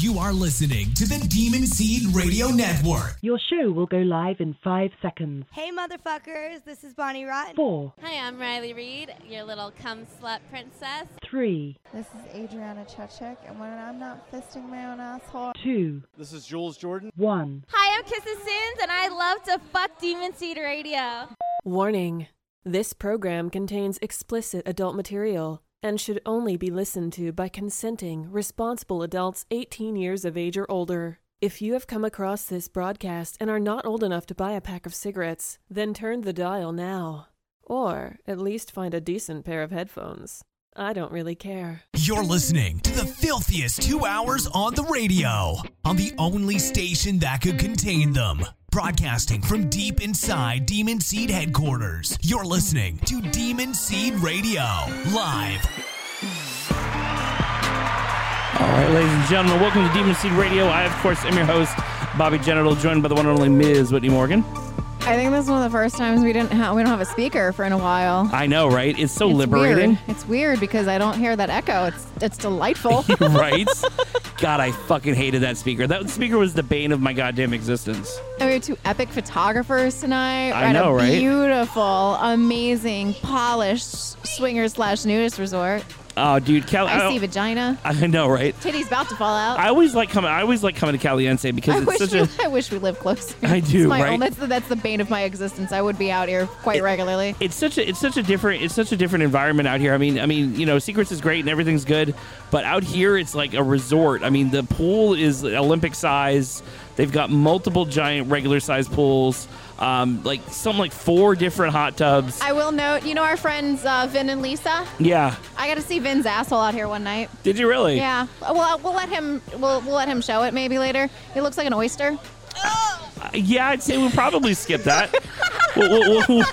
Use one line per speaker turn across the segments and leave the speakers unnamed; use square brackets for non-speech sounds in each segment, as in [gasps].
You are listening to the Demon Seed Radio Network.
Your show will go live in five seconds.
Hey, motherfuckers, this is Bonnie Rotten.
Four,
Hi, I'm Riley Reed, your little cum slut princess.
three,
This is Adriana Chechik, and when I'm not fisting my own asshole,
two,
This is Jules Jordan.
one.
Hi, I'm Kisses Sins, and I love to fuck Demon Seed Radio.
Warning This program contains explicit adult material and should only be listened to by consenting, responsible adults 18 years of age or older. If you have come across this broadcast and are not old enough to buy a pack of cigarettes, then turn the dial now. Or at least find a decent pair of headphones. I don't really care.
[laughs]
You're listening to the filthiest two hours on the radio, on the only station that could contain them. Broadcasting from deep inside Demon Seed headquarters, you're listening to Demon Seed Radio, live.
All right, ladies and gentlemen, welcome to Demon Seed Radio. I, of course, am your host, Bobby Genital, joined by the one and only Ms. Whitney Morgan.
I think this is one of the first times we didn't have we don't have a speaker for in a while.
I know, right? It's so
It's
liberating,
Weird. It's weird because I don't hear that echo. It's it's
[laughs]
delightful.
right? God, I fucking hated that speaker. That speaker was the bane of my goddamn existence.
[laughs] and we have two epic photographers tonight.
I
We're at
know,
a
right?
Beautiful, amazing, polished swinger slash nudist resort.
Oh, dude, Cal.
I,
don't-
see vagina.
[laughs] I know, right?
Titty's about to fall out.
I always like coming. I always like coming to Caliente because
I
it's
wish
such
we,
a.
[laughs] I wish we lived closer.
I
It's
do,
my
right?
own- that's, the, that's the bane of my existence. I would be out here quite regularly.
It's such a it's such a different it's such a different environment out here. I mean I mean you know secrets is great and everything's good, but out here it's like a resort. I mean the pool is Olympic size. They've got multiple giant regular size pools, um, like some like four different hot tubs.
I will note, you know our friends uh, Vin and Lisa.
yeah,
I got to see Vin's asshole out here one night.
did you really?
Yeah, well, we'll let him. We'll, we'll let him show it maybe later. It looks like an
[laughs]
oyster. [laughs]
Uh, yeah, I'd say we'll probably skip that. we'll, we'll, we'll,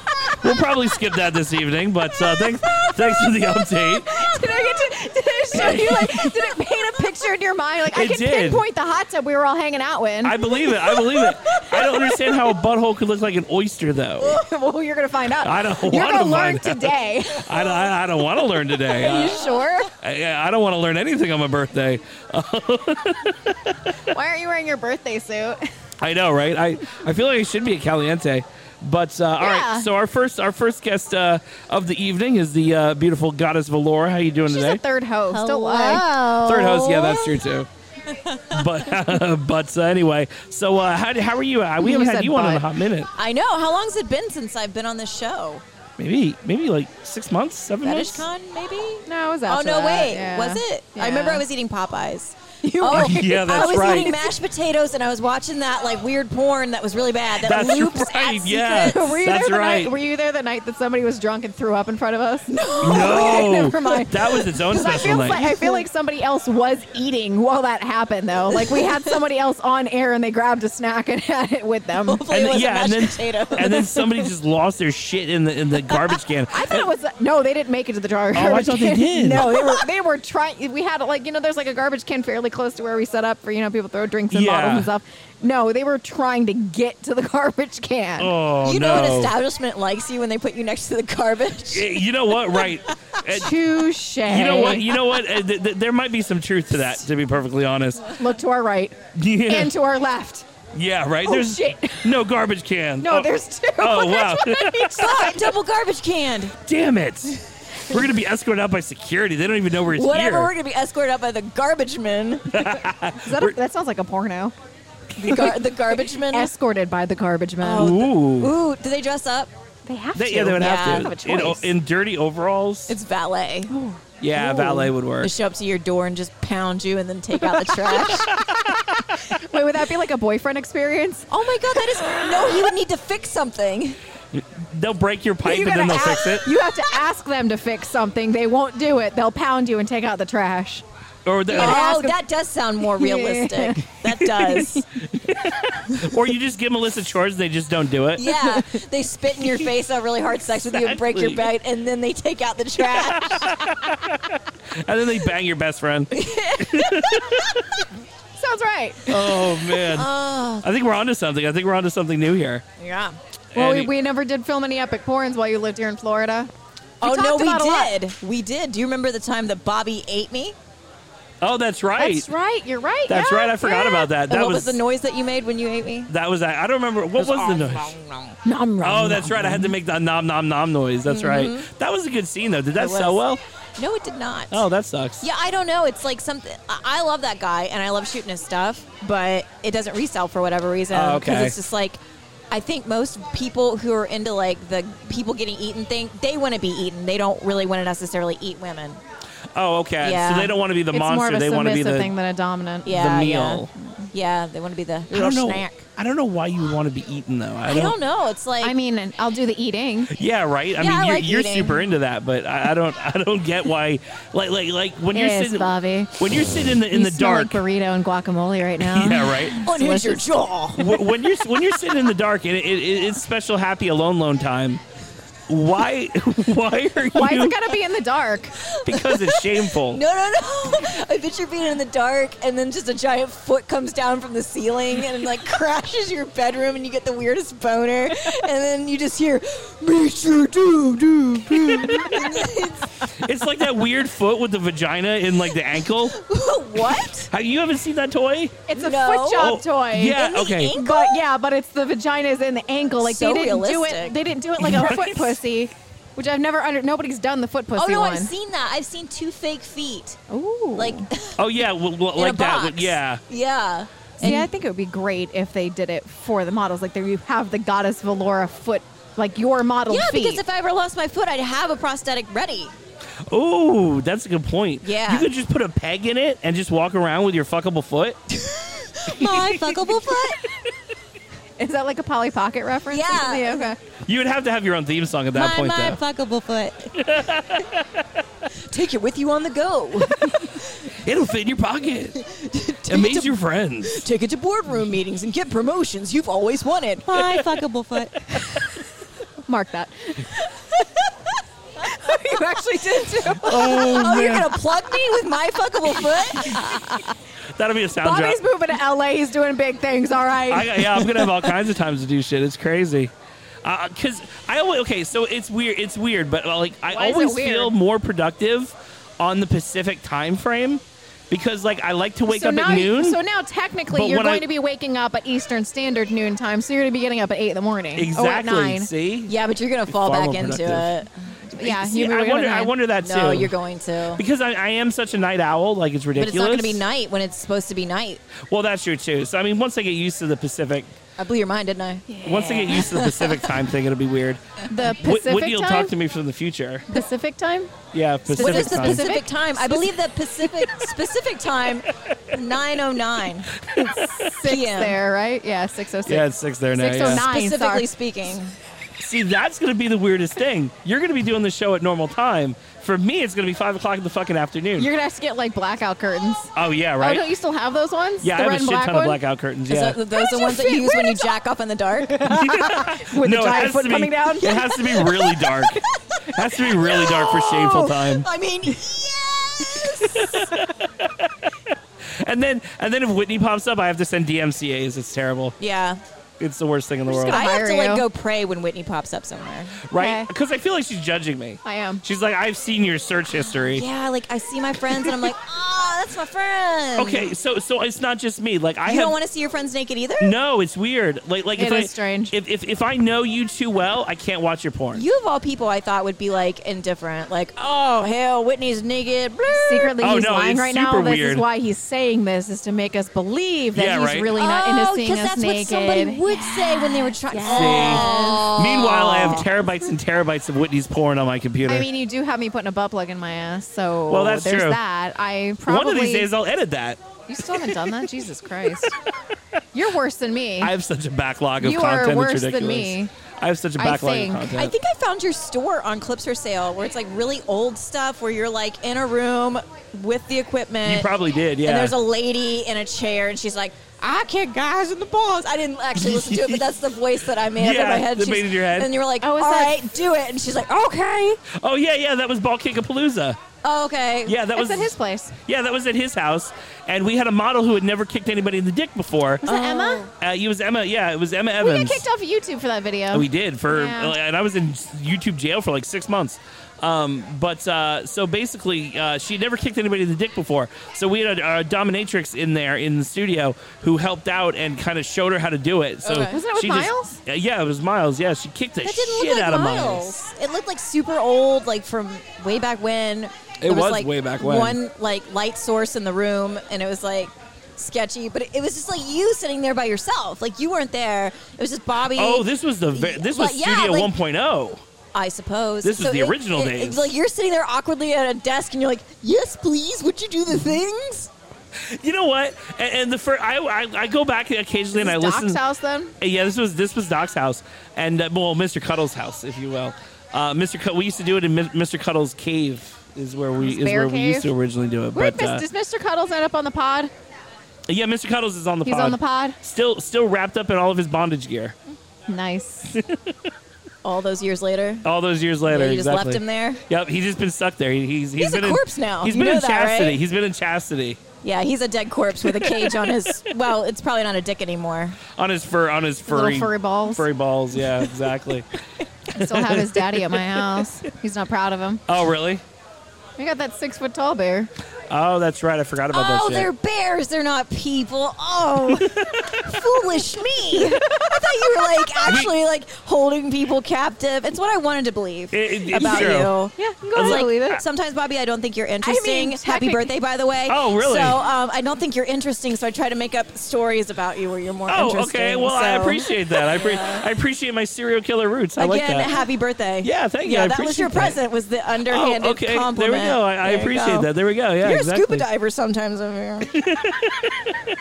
we'll probably skip that this evening. But uh, thanks thanks for the update.
Did I get to? Did it show you like? Did it paint a picture in your mind? Like I
It
can
did.
pinpoint the hot tub we were all hanging out in.
I believe
[laughs]
it. I believe it. I don't understand how a butthole could look like an oyster though.
well, you're gonna find out.
I don't
You're
wanna
gonna learn
find out. [laughs] Oh
today.
I, I, I don't want to learn today.
Are [laughs] you
I,
sure?
I, I don't want to learn anything on my birthday. [laughs]
Why aren't you wearing your birthday suit?
I know, right? I, I feel like I should be at Caliente. But uh, all
Yeah.
right, so our first our first guest uh, of the evening is the uh, beautiful goddess Valora. How you doing
She's
today?
a third host. Don't lie.
Third host, yeah, that's true too. but but [laughs] uh, anyway, so uh, how how are you? Uh, we
You
haven't had
said
you on in a
but.
hot minute.
I know. How long's it been since I've been on this show?
Maybe maybe like six months, seven months.
FetishCon, maybe?
No, it was
oh
after
no,
that,
wait.
yeah.
Was it?
Yeah.
I remember I was eating Popeyes.
[laughs] You
[laughs] oh,
Yeah, that's
I was
right.
eating mashed potatoes and I was watching that like weird porn that was really bad. That
That's
loops
right,
at
yeah.
[laughs]
Secret-
Were you
That's
there the
right.
night? Were you there the night that somebody was drunk and threw up in front of us? [laughs] No.
No,
Never mind.
that
[laughs]
was its own
I
special
feel,
night.
like, I feel like somebody else was eating while that happened, though. Like we had somebody else on air and they grabbed a snack and [laughs] had it with them. I
Hopefully it
then-
was
yeah,
mashed
and then
potatoes.
and then somebody just lost their shit in the in
[laughs]
the garbage can.
thought [laughs] it was no, they didn't make it to the jar.
Oh, I
garbage
thought they
can.
did.
No,
[laughs]
they were they were trying. We had like you know, there's like a garbage can fairly close to where we set up for you know people throw drinks and
Yeah.
bottles and stuff. No, they were trying to get to the [laughs] garbage can.
oh
you
no!
know an establishment likes you when they put you next to the garbage.
Eh, you know what? Right. Uh,
Touche.
you know what? You know what? Uh, th- th- there might be some truth to that. To be perfectly honest.
Look to our right
Yeah.
and to our left.
yeah. Right. there's
shit.
no garbage can.
No,
Oh,
there's two. [laughs]
[laughs]
Oh wow! [laughs]
Sorry, double garbage can.
Damn it! We're gonna be escorted out by security. They don't even know [laughs] we're
Whatever,
here.
we're gonna be escorted out by the garbage
[laughs]
men.
Is that, a, that sounds like a porno.
The, gar- the garbage men.
Escorted by the garbage man.
Oh,
Ooh.
Ooh, do they dress up?
They have
They-
to.
yeah, they would
Yeah.
have
They don't
to.
have a choice.
In, in dirty overalls.
It's valet.
yeah, valet would work.
They show up to your door and just pound you and then take out the
[laughs]
trash. [laughs]
Wait, would that be like a boyfriend experience?
oh my god, that is no, he would need to fix something.
They'll break your pipe and then they'll
gotta
fix it.
ask- You have to ask them to fix something. They won't do it. They'll pound you and take out the trash.
Or the,
Oh,
ask him-
that does sound more realistic. That does.
[laughs] or you just give them a list of chores. They just don't do it.
Yeah. They spit in your face, have really hard sex with you and break your
Exactly.
bite, and then they take
[laughs]
out the trash.
And then they bang your best friend.
[laughs] Sounds right.
Oh
[laughs]
man.
Oh.
I think we're onto something. I think we're onto something new here.
Yeah.
Well, we,
Any-
we never did film any epic porns while you lived here in Florida.
oh no,
talked
we
about a lot.
did. We did. Do you remember the time that Bobby ate me?
Oh, that's right.
That's right. You're right.
That's
yeah,
right. I forgot
yeah.
about that.
And
That
what was,
was,
the noise that you made when you ate me?
That was I don't remember what was, the noise.
Nom, nom,
Oh, that's
nom.
right. I had to make the nom nom nom noise. That's right.
Mm-hmm.
That was a good scene though. Did that
It was.
sell well?
No, it did not.
Oh, that sucks.
Yeah, I don't know. It's like something. I I love that guy, and I love shooting his stuff, but it doesn't resell for whatever reason.
Oh, okay.
it's just like, I think most people who are into like the people getting eaten thing, they want to be eaten. They don't really want to necessarily eat women.
Oh, okay.
Yeah.
So they don't want to be the
It's more of
monster.
a
They want to be
submissive
the
thing than a dominant.
Yeah,
the meal.
yeah, yeah. They want to be the
I don't
little
know.
snack.
I don't know why you would want to be eaten though. I
I
don't,
don't know. It's like
I mean, and I'll do the eating.
Yeah, right. I
Yeah,
mean,
I
you're,
like
you're
eating.
super into that, but I, I don't. I don't get why. Like, like, like when you're
Yes,
sitting,
Bobby.
when you're sitting in the in
You
the
smell
dark.
like burrito and guacamole right now.
[laughs] yeah, right.
unhinge Oh, your
delicious.
jaw.
Wh- when you're when you're sitting in the dark and it, it, it's special happy alone lone time. Why? [laughs] Why are you?
Why is it gotta be in the dark?
because it's
[laughs]
shameful.
No, no, no. I picture being in the dark and then just a giant foot comes down from the ceiling and like [laughs] crashes your bedroom and you get the weirdest boner. And then you just hear, make sure do, do, do. [laughs]
It's like that weird foot with the vagina in like the
[laughs]
ankle.
what?
Have you haven't seen that toy?
It's a
No.
foot job
Oh,
toy.
yeah,
In the
okay.
ankle?
But yeah, but it's the vaginas and the ankle. Like
So
they didn't do
realistic.
it. They didn't do it like
[laughs]
a foot pussy, which I've never under. Nobody's done the foot pussy
Oh, no,
one.
I've seen that. I've seen two fake feet.
Ooh.
Like,
Oh yeah, well, well,
in a
like that.
box.
Yeah.
Yeah.
See, I think it would be great if they did it for the models. Like, there you have the goddess Valora foot, like your model
Yeah,
feet.
because if I ever lost my foot, I'd have a prosthetic ready.
Oh, that's a good point.
Yeah.
You could just put a peg in it and just walk around with your
[laughs]
fuckable foot.
[laughs]
My fuckable foot?
Is that like a Polly Pocket reference? or
Yeah.
[laughs] something? Okay.
You would have to have your own theme song at that
my,
point,
my
though.
fuckable foot. [laughs] Take it with you on the go.
It'll fit in your pocket.
[laughs]
Amaze your friends.
Take it to boardroom meetings and get promotions you've always wanted. My fuckable [laughs] foot.
Mark that. you actually did too.
[laughs] Oh, you're gonna plug me with my
[laughs]
fuckable foot?
That'll be a sound drop.
Bobby's moving to LA. He's doing big things. All right.
I, yeah, I'm gonna have
[laughs]
all kinds of times to do shit. It's crazy. Uh 'cause Cause I always okay, so it's weird. It's weird, but uh, like I
Why is it
always
weird?
feel more productive on the Pacific time frame because like I like to wake
so
up
now,
at noon.
so now technically
But
you're
when
going
I-
to be waking up at Eastern Standard noon time. So you're going to be getting up at eight in the morning or oh, at
exactly.
nine.
See,
Yeah, but you're gonna fall
Far
back
more
into
productive.
it.
Yeah,
See,
you'll be
I
waking up
wonder.
at
I
nine.
wonder that too.
No, you're going to.
because I, I am such a night owl. Like it's
But
ridiculous.
it's not gonna be night when it's supposed to be night.
Well, that's true too. So I mean, once I get used to the Pacific,
I blew your mind, didn't I?
once I get used to the
[laughs]
Pacific time thing, it'll be weird.
The
Wh-
Pacific
Whitney will
time.
talk to me from the future.
Pacific time.
Yeah,
What
Pacific
is the
time.
Pacific time? I believe the Pacific specific time, nine oh nine
[laughs] Six
p.m.
there, right? Yeah, six oh six.
Yeah, it's six there now. yeah.
609. Nine,
Specifically
sorry.
speaking,
See, that's going to be the weirdest thing. You're going to be doing the show at normal time. For me, it's going to be five o'clock in the fucking afternoon.
You're gonna have to get like blackout curtains.
oh yeah, right.
Oh, don't you still have those ones?
yeah,
the
I have
red
a shit
and black
ton
one?
of blackout curtains.
is
Yeah.
that, those the ones that you use when you jack off in
[laughs]
the dark.
with
no,
the
it
giant
has to
foot
be.
coming down.
It has to be really
[laughs]
dark. it has to be really dark for
Oh.
shameful time.
I mean, yes.
[laughs]
And then, and then if Whitney pops up, I have to send DMCA's. It's terrible.
Yeah,
It's the worst thing in the world,
I have to
hire
like
you.
go pray when Whitney pops up somewhere.
right?
Okay. Um.
Because I feel like she's judging me.
I am.
She's like, I've seen your search history.
Yeah, like I see my friends and I'm like, [laughs] oh, that's my friend.
Okay, so so it's not just me. Like I
You
have,
don't want to see your friends naked either?
No, it's weird. Like like if
It
I,
is strange.
If, if if I know you too well, I can't watch your porn.
You of all people I thought would be like indifferent, like, oh hell, Whitney's naked. Blah.
Secretly,
Oh,
he's
no,
lying
it's
right now.
super
This
weird.
is why he's saying this is to make us believe that
Yeah,
he's
right.
really not into
Oh,
seeing
'cause
us
that's
naked.
what somebody would say when they were trying. Oh.
Meanwhile, I have terabytes and terabytes of Whitney's porn on my computer.
I mean, you do have me putting a butt plug in my ass, so
Well, that's
there's
true.
that. I
One
probably
of these days, I'll edit that.
you still haven't done that. Jesus
[laughs]
Christ, you're worse than me.
I have such a backlog of
Eh. You are
content. it's
worse than
ridiculous.
me.
I have such a
I
backlog of
think.
content.
I think I found your store on Clips for Sale where it's like really old stuff where you're like in a room with the equipment.
you probably did. Yeah.
And there's a lady in a chair and she's like, I kick guys in the balls. I didn't actually listen to it, but that's the voice that I made up
[laughs] Yeah,
in my head.
that
She's-
made in your head.
And you were like,
Oh,
all
is
right,
that-
do it. And she's like, okay.
oh yeah, yeah. That was Ball Kickapalooza.
Oh, okay.
Yeah, that
it's
was
at his place.
Yeah, that was at his house, and we had a model who had never kicked anybody in the dick before.
Was it Emma?
Uh, it was Emma. Yeah, it was Emma
We
Evans.
Oh,
got kicked off of YouTube for that video.
We Oh, did for, uh,
Yeah.
and I was in YouTube jail for like six months. Um, but uh, so basically, uh, she had never kicked anybody in the dick before. So we had a, a dominatrix in there in the studio who helped out and kind of showed her how to do it. So
Okay.
Wasn't it with
she just-
Miles?
Uh, yeah, it was Miles. Yeah, she kicked the
That didn't
shit
look like
out of Miles.
Miles. It looked like super old, like from way back when. There
was
like
way back when.
One like light source in the room, and it was like sketchy. But it, it was just like you sitting there by yourself. Like you weren't there. It was just Bobby.
Oh, this was the ve- this was
Like, yeah,
Studio oh.
like-
1.0.
I suppose
This was the original
it,
days.
It's like you're sitting there awkwardly at a desk, and you're like, "Yes, please. Would you do the things?"
You know what? And, and the first, I, I I go back occasionally and I
Is
listen.
Doc's house then?
Yeah, this was this was Doc's house, and uh, well, Mr. Cuddle's house, if you will. Uh, Mr. Cud- we used to do it in Mi- Mr. Cuddle's cave. Is where we is
bear
where we used
cave?
to originally do it.
Where
But
Mis-
uh,
does Mr. Cuddles end up on the pod?
yeah, Mr. Cuddles is on the
He's
pod.
on the pod.
Still, still wrapped up in all of his bondage gear. [laughs]
Nice.
All those years later,
All those years later,
you just
exactly.
left him there.
Yep, he's just been stuck there. He- He's
He's a
been in-
corpse now.
He's
You
been
know
in
that,
chastity.
right?
He's been in chastity
Yeah, he's a dead corpse with a cage on [laughs] his. Well, it's probably not a dick anymore.
on his fur on his
Little
furry
furry balls.
Furry balls.
[laughs]
Yeah, exactly.
I still have his daddy at my house. He's not proud of him.
oh, really?
We got that six foot tall bear.
Oh, that's right. I forgot about that
Oh,
shit.
they're bears. They're not people. Oh, [laughs] foolish me. I thought you were like actually like holding people captive. It's what I wanted to believe
It- it- it's
about
true.
you.
Yeah, you can go
It's
ahead and
like,
believe it.
Sometimes, Bobby, I don't think you're interesting. Happy
technic-
birthday, by the way.
Oh, really?
So um, I don't think you're interesting. So I try to make up stories about you where you're more
Oh,
interesting.
okay. Well, I
so-
appreciate that. I, appre- I appreciate my serial killer roots. I
Again,
like that.
happy birthday.
Yeah, thank you.
Yeah,
I
that was your
appreciate that.
present. Was the
oh,
underhanded
okay.
compliment.
There we go. I, I
There you
appreciate
go.
that. There we go. Yeah,
You're
exactly.
a scuba diver sometimes over here.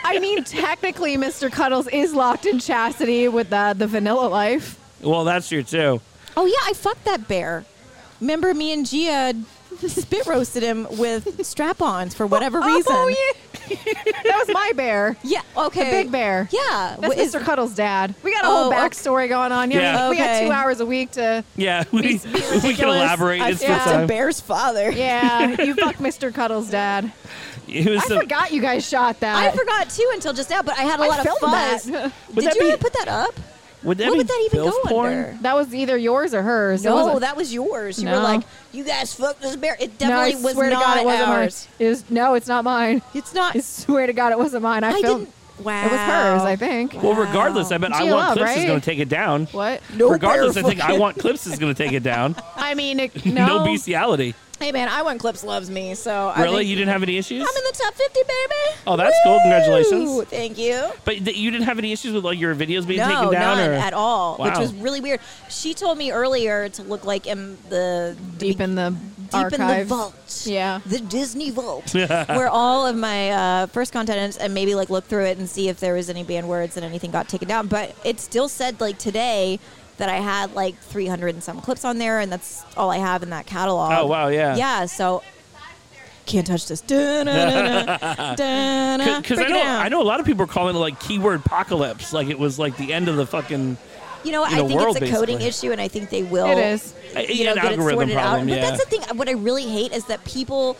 I mean, technically, Mr. Cuddles is locked in chastity with the, the vanilla life.
Well, that's true too.
oh yeah, I fucked that bear. Remember me and Gia spit roasted him with strap-ons for whatever reason.
[laughs] Oh, yeah. that was my bear.
yeah. Okay.
The big bear.
Yeah.
That's
What is-
Mr. Cuddles' dad. We got a whole
Oh, okay.
backstory going on. You know,
Yeah.
We got
Okay.
two hours a week to.
Yeah, [laughs] we, we can
ridiculous.
elaborate.
I
It's
fucked
full
a
time.
bear's
[laughs]
father.
Yeah, you fucked Mr. Cuddles'
[laughs]
dad.
It was
I
the-
forgot you guys shot that.
I forgot too until just now, but I had a
I
lot of
filmed
fuzz.
that. [laughs]
Would
Did
that
you
be-
ever put that up?
Would that
what
be
would that even
filth
go
porn?
under?
That was either yours or hers. It
No,
wasn't-
that was yours. You were
No.
like, you guys fucked this bear. It
No,
definitely
I
was
swear
not
to God, it wasn't
ours.
mine. It was, no, it's not mine.
It's
[laughs]
not.
I swear to God, it wasn't mine. I,
I
filmed.
didn't. Wow.
It was hers, I think.
Well, regardless, I bet I
Gee,
want
love,
clips is
right?
going to take it down.
What?
No
regardless, I
bear
think I
fucking-
want clips is going to take
[laughs]
it down.
I mean, it,
[laughs] no
no.
bestiality.
Hey man, I want clips loves me, so I
Really,
think
you didn't have any issues?
I'm in the top 50, baby.
Oh, that's cool. Congratulations.
Woo! Thank you.
but th- you didn't have any issues with like your videos being
No,
taken down
none
or
at all, which
Wow.
was really weird. She told me earlier to look like in the
deep in the
deep in the
archives.
vault.
Yeah.
the Disney
[laughs]
vault, where all of my uh, first content is, and maybe like look through it and see if there was any banned words and anything got taken down. But it still said like today that I had like 300 and some clips on there, and that's all I have in that catalog.
Oh, wow, yeah.
yeah. So [laughs] can't touch this.
[laughs]
Because
because I know I know a lot of people are calling it like keyword apocalypse, like it was like the end of the fucking.
You know,
in the
I think
world,
it's a coding
basically.
issue, and I think they will.
It is.
Uh,
You
yeah,
know,
an
get it
algorithm
sorted
problem,
out. But that's
yeah.
the thing. What I really hate is that people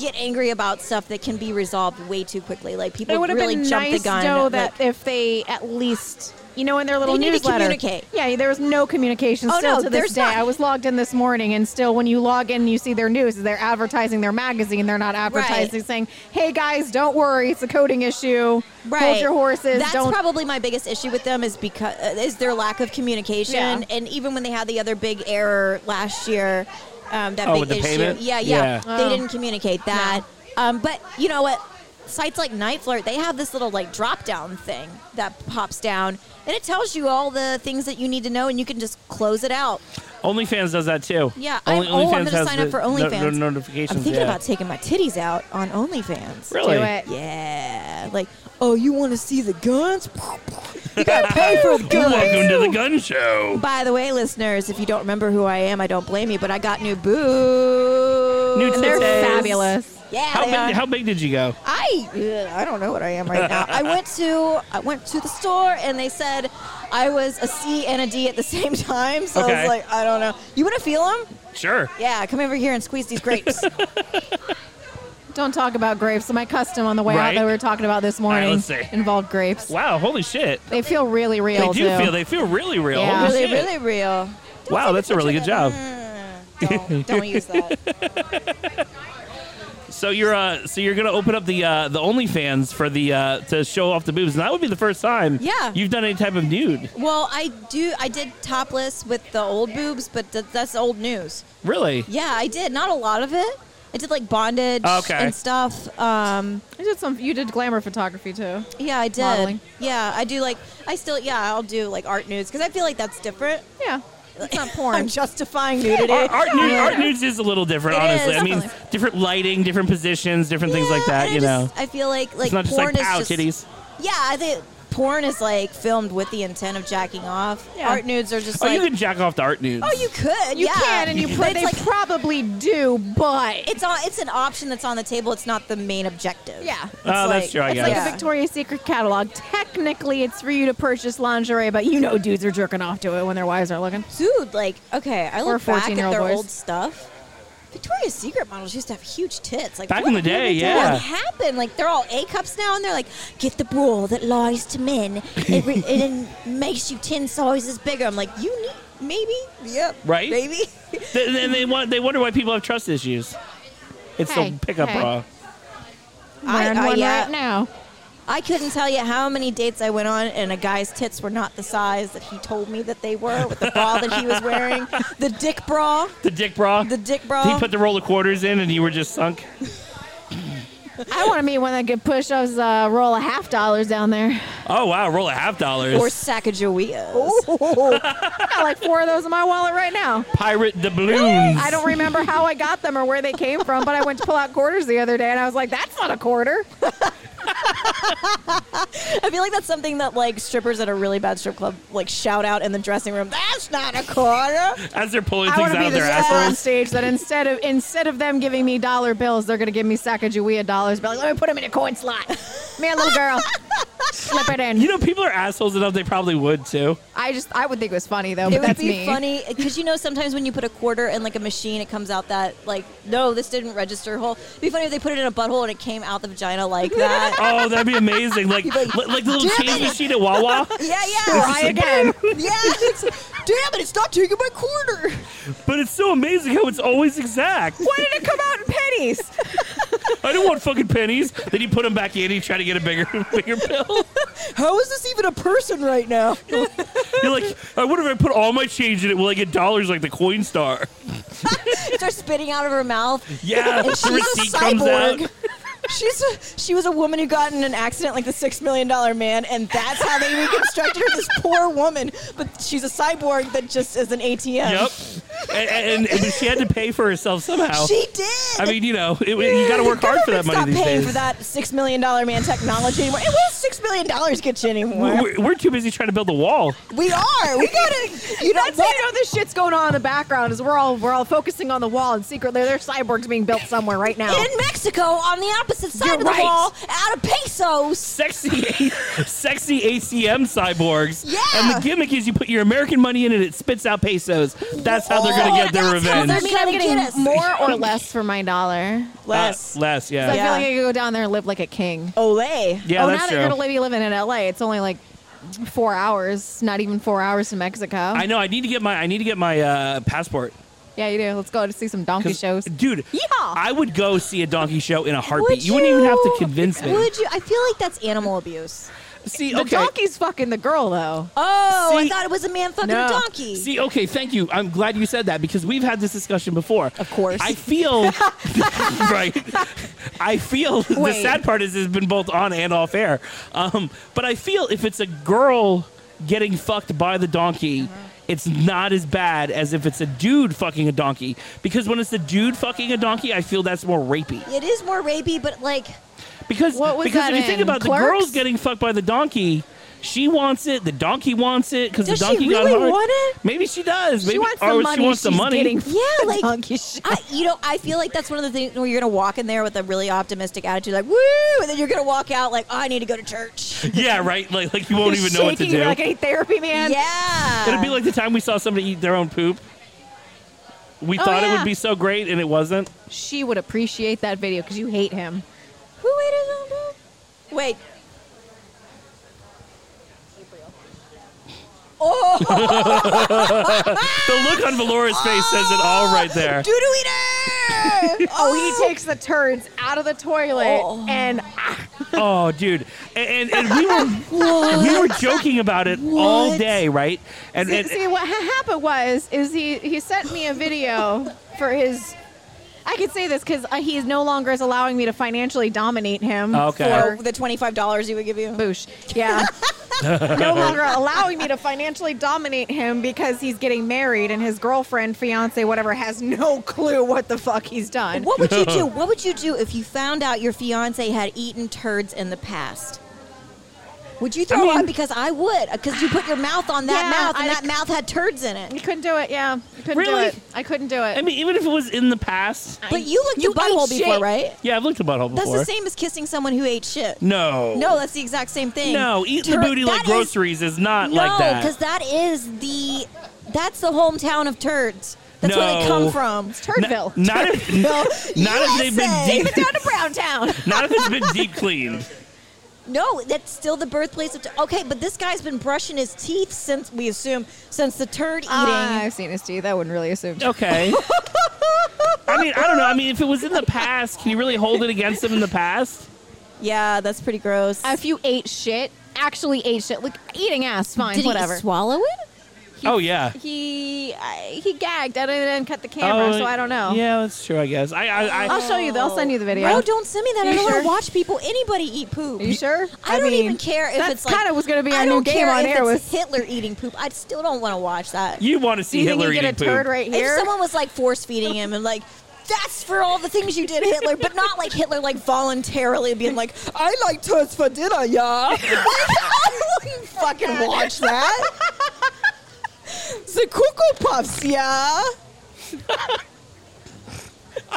get angry about stuff that can be resolved way too quickly. Like people
It would have
really
been
jump
nice,
the gun.
though,
like-
that if they at least, you know, in their little
They need to
newsletter.
communicate.
Yeah, there was no communication
Oh,
still
no,
to
there's
this day.
not.
I was logged in this morning, and still, when you log in, you see their news. They're advertising their magazine. They're not advertising saying, "Hey guys, don't worry, it's a coding issue. Hold your horses.
That's
don't."
probably my biggest issue with them is because uh, is their lack of communication,
Yeah.
and even when they had the other big error last year, um, that
Oh,
big
with the
issue,
payment?
yeah, yeah,
Yeah.
they didn't communicate
Oh.
that. Um, but you know what? Sites like Nightflirt, they have this little like drop down thing that pops down, and it tells you all the things that you need to know, and you can just close it out.
OnlyFans does that too.
Yeah,
Only-
I'm, oh, I'm
OnlyFans
going to
has
sign
the
up for
no- no-
OnlyFans.
notifications.
I'm thinking
yeah.
about taking my titties out on OnlyFans.
really.
Do it.
Yeah, like, oh, you want to see the guns? You gotta pay
[laughs]
for the
Welcome
guns.
to the gun show.
By the way, listeners, if you don't remember who I am, I don't blame you, but I got new boobs.
New
They're
titties.
fabulous.
Yeah,
How
they are.
big, how big did you go?
I ugh, I don't know what I am right now.
[laughs]
I went to I went to the store and they said I was a C and a D at the same [laughs] time. So I
Okay.
was like, I don't know. You want to feel them?
Sure.
Yeah, come over here and squeeze
[laughs]
these grapes.
Don't talk about grapes. My custom on the way
Right.
out that we were talking about this morning
let's see.
involved grapes.
Wow, holy shit.
They feel really
They
real
do
too.
feel they feel really real.
Yeah.
Holy
really,
shit.
really real.
wow, that's a really good job. [laughs]
Don't, don't use that.
So you're uh, so you're gonna open up the uh, the OnlyFans for the uh, to show off the boobs, and that would be the first time.
Yeah.
You've done any type of nude,
Well, I do. I did topless with the old boobs, but th- that's old news.
really?
Yeah, I did. Not a lot of it. I did like bondage
Okay.
and stuff. Um,
I did some. You did glamour photography too.
yeah, I did.
Modeling.
Yeah, I do like. I still. Yeah, I'll do like art nudes because I feel like that's different.
Yeah, it's not
I'm
porn.
justifying nudity.
Art, art, nude, art nudes is a little different,
It
honestly.
is,
I mean,
definitely.
different lighting, different positions, different things like
Yeah,
that.
and
You
I
know,
just- I feel like like
it's not just
porn
like pow
is just.
titties.
Yeah, I think porn is like filmed with the intent of jacking off.
Yeah.
Art nudes are just
Oh,
like.
you can jack off to art nudes.
oh, you could.
You
yeah.
can, and you
But
put.
it's
They
like
probably do, but
it's on. It's an option that's on the table. It's not the main objective.
Yeah.
It's
Oh, that's
like-
true, I
It's
guess.
like
Yeah.
a Victoria's Secret catalog. Technically, it's for you to purchase lingerie, but you know dudes are jerking off to it when their wives are looking.
dude, like, okay, I
Or
look back at
14-year-old
their
boys.
old stuff. Victoria's Secret models used to have huge tits. Like
Back
what
in the
happened?
day, yeah.
What happened? Like they're all A cups now, and they're like, get the bra that lies to men. It, re- it
[laughs]
in- makes you ten sizes bigger. I'm like, you need maybe, yep,
Right?
maybe.
Th- then they want they wonder why people have trust issues. It's
Hey,
the pickup
hey.
bra.
I-
Wearing
I-
one
yeah.
right now.
I couldn't tell you how many dates I went on, and a guy's tits were not the size that he told me that they were with the bra that he
[laughs]
was wearing, [laughs] the dick bra.
The dick bra.
The dick bra.
He put the roll of quarters in, and you were just sunk.
I want to meet one that could push us a roll of half dollars down there.
Oh wow, roll of half dollars.
or Sacagaweas.
[laughs] I got like four of those in my wallet right now.
Pirate the balloons.
I don't remember how I got them or where they came from, but I went to pull out quarters the other day, and I was like, "That's not a quarter."
I feel like that's something that like strippers at a really bad strip club like shout out in the dressing room. That's not a quarter.
As they're pulling
I
things
want to
out
be
of
the
their
stripper on
assholes.
stage that instead of instead of them giving me dollar bills, they're gonna give me Sacagawea dollars. Be like, let me put them in a coin slot. Man, little
[laughs]
girl, slip it in.
You know, people are assholes enough; they probably would too.
I just I would think it was funny though, but
It would
that's
be
me.
funny because you know sometimes when you put a quarter in like a machine, it comes out that like no, this didn't register whole. It'd be funny if they put it in a butthole and it came out the vagina like that.
[laughs] Oh, that'd be amazing!
[laughs]
Like, li- like, the little change machine at Wawa.
yeah, yeah,
Try again.
[laughs] yeah. it's- Damn it! It's not taking my quarter.
But it's so amazing how it's always exact.
Why did it come out in pennies?
I don't want fucking pennies. Then you put them back in, and you try to get a bigger, [laughs] bigger bill.
[laughs] How is this even a person right now?
You're like, I wonder if I put all my change in it, will I get dollars like the Coin Star?
[laughs] Starts spitting out of her mouth.
Yeah,
And
the
she's a
receipt comes out.
cyborg. [laughs] She's a, she was a woman who got in an accident like the six million dollar man, and that's how they reconstructed her. This poor woman, but she's a cyborg that just is an ATM.
Yep, and, and, and she had to pay for herself somehow.
She did.
I mean, you know, it, you got to work hard for that money
Stop
these
paying
days.
for that six million dollar man technology anymore. It was six million dollars get you anymore.
We're, we're too busy trying to build the wall.
We are. We gotta. You know
That's how
what?
you know this shit's going on in the background is we're all we're all focusing on the wall and secretly there's cyborgs being built somewhere right now.
In Mexico, on the opposite side
You're
of the
right.
wall, out of pesos.
Sexy, sexy ACM cyborgs.
Yeah.
And the gimmick is you put your American money in and it spits out pesos. That's how they're gonna get their
that's how
revenge.
they're
mean, I'm
gonna
getting
get us.
more or less for my dollar.
Less.
Uh, less,
So
yeah.
I feel
Yeah.
like I could go down there and live like a king.
Olay.
Yeah,
oh, now
that's
that you're
true.
gonna be living in LA, it's only like four hours, not even four hours to Mexico.
I know. I need to get my. I need to get my uh, passport.
yeah, you do. Let's go to see some donkey
'Cause-
shows.
dude.
Yeehaw!
I would go see a donkey show in a heartbeat. you, wouldn't even have to convince me.
Would you? I feel like that's animal abuse.
see,
The
okay.
donkey's fucking the girl though.
Oh,
See-
I thought it was a man fucking
No.
a donkey.
See, okay, thank you. I'm glad you said that because we've had this discussion before. Of
course.
I feel right. I feel the
Wait.
sad part is it's been both on and off air. Um, but I feel if it's a girl getting fucked by the donkey, it's not as bad as if it's a dude fucking a donkey. Because when it's a dude fucking a donkey, I feel that's more rapey.
it is more rapey, but like,
Because
What was
because
that
if you think
in?
about the
Clerks?
girls getting fucked by the donkey, she wants it. The donkey wants it because the
Does she
donkey got
really
hard.
want it?
Maybe she does. Maybe
she wants
or
the money.
She wants the
she's
money.
Getting
yeah, like,
donkey show.
I, you know, I feel like that's one of the things where you're gonna walk in there with a really optimistic attitude, like woo, and then you're gonna walk out like, oh, I need to go to church.
[laughs] yeah, right.
[laughs]
Like like you won't even know what to
Shaking,
do.
E Like any therapy, man.
yeah,
It'd be like the time we saw somebody eat their own poop. We
Oh,
thought it would
yeah.
be so great, and
[laughs]
it wasn't.
She would appreciate that video because you hate him.
who ate his own poop? Wait,
[laughs]
Oh,
The look on Valora's face says it all right
[laughs]
there.
doodle eater!
Oh, he takes the turds out of the toilet
Oh.
and ah,
Oh, dude, and and, and we
[laughs]
were we were joking about it all
What?
day, right? And,
see,
and
see, what ha- happened was is he he sent me a video for his. I could say this because uh, he no longer is allowing me to financially dominate him.
Ah, Okay.
For,
Oh, the twenty-five dollars he would give you.
Boosh.
[laughs]
Yeah. no longer allowing me to financially dominate him because he's getting married and his girlfriend, fiance, whatever, has no clue what the fuck he's done.
What would you
[laughs]
do? What would you do if you found out your fiance had eaten turds in the past? Would you throw
mean-
up? Because I would. Because you put your mouth on that
Yeah,
mouth, and
I-
that mouth had turds in
You
it.
couldn't do it, yeah. You couldn't do
Really?
it. I couldn't do it.
I mean, even if it was in the past,
But you looked
You
at butthole
ate
before,
shit.
right?
yeah, I've looked at butthole
That's
before.
the same as kissing someone who ate shit.
No,
No, that's the exact same thing.
no, eating the
Tur-
booty
that
like
is-
groceries is, not
no,
like that.
because that is the that's the hometown of turds. That's where
No.
they come from. It's turd-
Bill.
Not if, [laughs] not if they've been
USA.
deep,
down to Brown Town.
[laughs] not if it's been deep cleaned.
No, that's still the birthplace of. Tur- okay, but this guy's been brushing his teeth since we assume since the turd eating.
Ah, I've seen his teeth. I wouldn't really assume.
[laughs]
Okay. I mean, I don't know. I mean, if it was in the past, can you really hold it against them in the past?
yeah, that's pretty gross.
If you ate shit, actually ate shit, like eating ass, fine,
Did
whatever.
he swallow it?
oh yeah.
he I- he gagged. I didn't cut the camera, so I don't know.
Oh, Yeah, that's true. I guess. I, I, I
I'll show you. the- I'll send you the video.
Bro, don't send me that. I
You
don't want
sure?
to watch people, anybody eat poop.
Are you sure?
I, don't
mean,
even care if
that's
it's like
kind of was going to be
I
our new
don't
game
care
on
if
air. Was
it's Hitler eating poop. I still don't want to watch that.
you want to
do
see
you think
Hitler
you get a
eating
turd
poop?
right
If
here?
someone was like force feeding him and like, that's for all the things you did, Hitler, but not like Hitler like voluntarily being like, I like toast for dinner, y'all. [laughs] I wouldn't fucking watch that. The Cuckoo Puffs, yeah.
I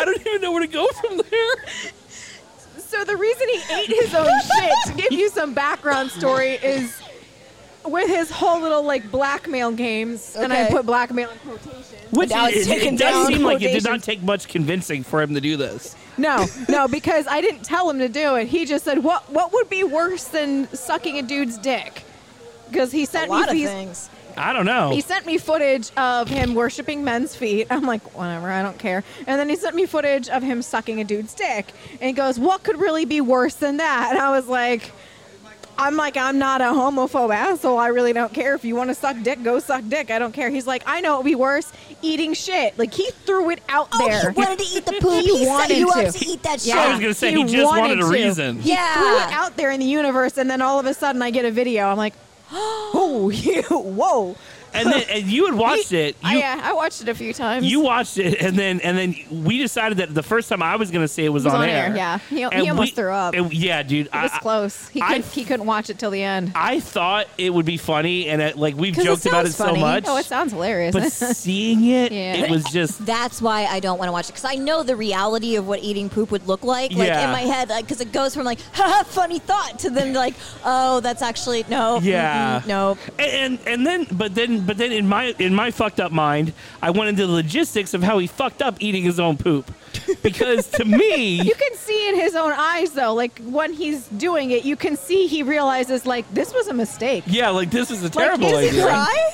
don't even know where to go from there.
So the reason he ate his
[laughs]
own shit, to give you some background story, is with his whole little like blackmail games, and I
Okay.
put blackmail in quotations.
Which
Now
it,
it's
it
taken
does
down.
seem like it did
Quotations.
not take much convincing for him to do this.
No, no, because I didn't tell him to do it. He just said, "What? What would be worse than sucking a dude's dick?" Because he
A
sent me
lot of
these.
things.
I don't know.
He sent me footage of him worshiping men's feet. I'm like, whatever, I don't care. And then he sent me footage of him sucking a dude's dick. And he goes, what could really be worse than that? And I was like, I'm like, I'm not a homophobe asshole. I really don't care. If you want to suck dick, go suck dick. I don't care. He's like, I know it would be worse eating shit. Like, he threw it out
Oh,
there.
he wanted to
[laughs]
eat the poop.
He
He, set
wanted
you up
to.
to eat that
I
shit.
was gonna say
He
he, just wanted, a
wanted to.
reason.
Yeah.
threw it out there in the universe. And then all of a sudden, I get a video. I'm like, [gasps] oh, you, [laughs] whoa.
And then and you
[laughs]
had watched it. You,
yeah, I watched it a few times.
you watched it, and then and then we decided that the first time I was gonna say it was,
was
on,
on air, yeah. He- he
And
almost threw up.
and- yeah, dude.
It was
I,
close. He,
I-
could, he couldn't watch it till the end.
I thought it would be funny, and it, like we've
'Cause
joked about it
sounds funny.
so much.
Oh, it sounds hilarious.
[laughs]
but seeing it,
Yeah.
it was just
That's why I don't want to watch it because I know the reality of what eating poop would look like. Like
Yeah.
in my head, because it goes from like [laughs] haha funny thought to then like oh that's actually no
Yeah.
mm-mm, no
And, and and then but then but then in my in my fucked up mind, I went into the logistics of how he fucked up eating his own poop. Because to me,
[laughs] you can see in his own eyes, though, like when he's doing it, you can see he realizes, like, this was a mistake.
yeah, like this is a
Like,
terrible
is he
idea.
cry?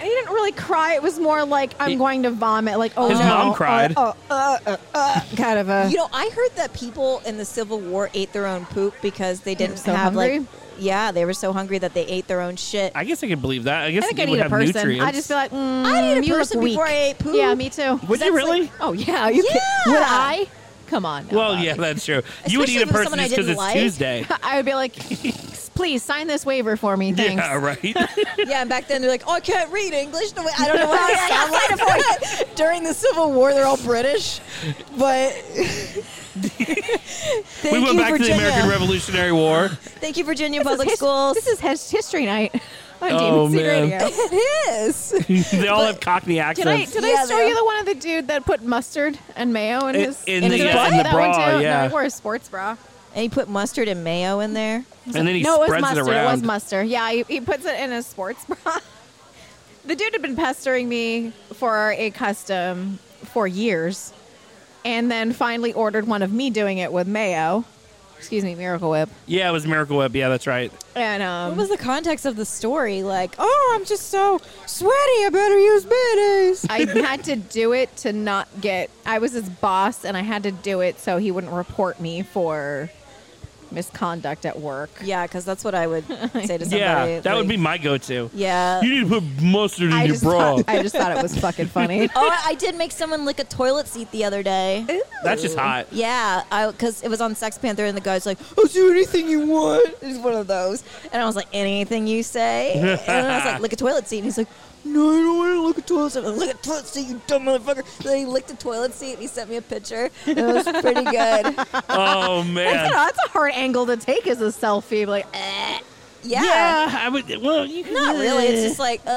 He didn't really cry. It was more like, I'm
He-
going to vomit. Like, oh,
His
no.
mom cried.
Oh, oh, uh, uh, uh, kind of a.
You know, I heard that people in the Civil War ate their own poop because they didn't
so
have like
hungry?
yeah they were so hungry that they ate their own shit.
I guess I can believe that. I guess
I think
it
I
would
need a
have
person.
nutrients.
I just feel like, mm,
I need a
you look
person
weak.
before I ate poop.
Yeah, me too.
would you really?
Oh, yeah. You kid-
Yeah.
Would I? Come on. now, [laughs]
well,
Bobby.
yeah, that's true. you would
Especially
eat
if
a
it was
person
someone I
just because
didn't like.
it's Tuesday.
I would be like, please sign this waiver for me. [laughs] Thanks.
Yeah, right.
[laughs] Yeah, and back then they're like, oh, I can't read English. The way
[laughs]
I don't know what I sound like. [laughs] During the Civil War, they're all British, [laughs] but
[laughs]
thank
we went
you,
back to the
Virginia.
American
[laughs]
Revolutionary War.
Thank you, Virginia
This is
Public
his-
Schools.
This is his history night on
Oh,
DMC
man.
Radio.
[laughs] it is.
[laughs] they all have Cockney
Did I,
accents.
did
Yeah,
I show
they
you
are.
the one of the dude that put mustard and mayo in
In-
his
in
his
the- uh,
dress?
yeah, in the
that one
bra,
too?
yeah.
No, he wore a sports bra.
And he put mustard and mayo in there.
and then he
no, it was
spreads
mustard.
it around.
was mustard. Yeah, he, he puts it in his sports bra. [laughs] the dude had been pestering me for a custom for years, and then finally ordered one of me doing it with mayo. excuse me, Miracle Whip.
Yeah, it was Miracle Whip. Yeah, that's right.
And um,
What was the context of the story? Like, oh, I'm just so sweaty. I better use mayonnaise.
I had to do it to not get. I was his boss, and I had to do it so he wouldn't report me for misconduct at work.
Yeah, because that's what I
[laughs]
would say to somebody.
Yeah, that would
like-
be my go-to.
Yeah.
You need to put mustard in
I
your
just,
bra.
thought, I just thought it was fucking funny.
[laughs] oh, I- I did make someone lick a toilet seat the other day.
that's just hot.
Yeah, I because it was on Sex Panther, and the guy's like, "I'll do anything you want." It's one of those, and I was like, "Anything you
[laughs]
say." and then I was like, "Lick a toilet seat," and he's like, "No, I don't want to lick a toilet seat." I'm like, "Lick a toilet seat, you dumb motherfucker!" Then he licked a toilet seat, and he sent me a picture. And it was pretty good.
[laughs] [laughs]
[laughs]
Oh man.
That's, a, that's a hard angle to take as a selfie. Like, eh.
Yeah.
Yeah, I would. Well, you can,
Not really. It's just like, uh,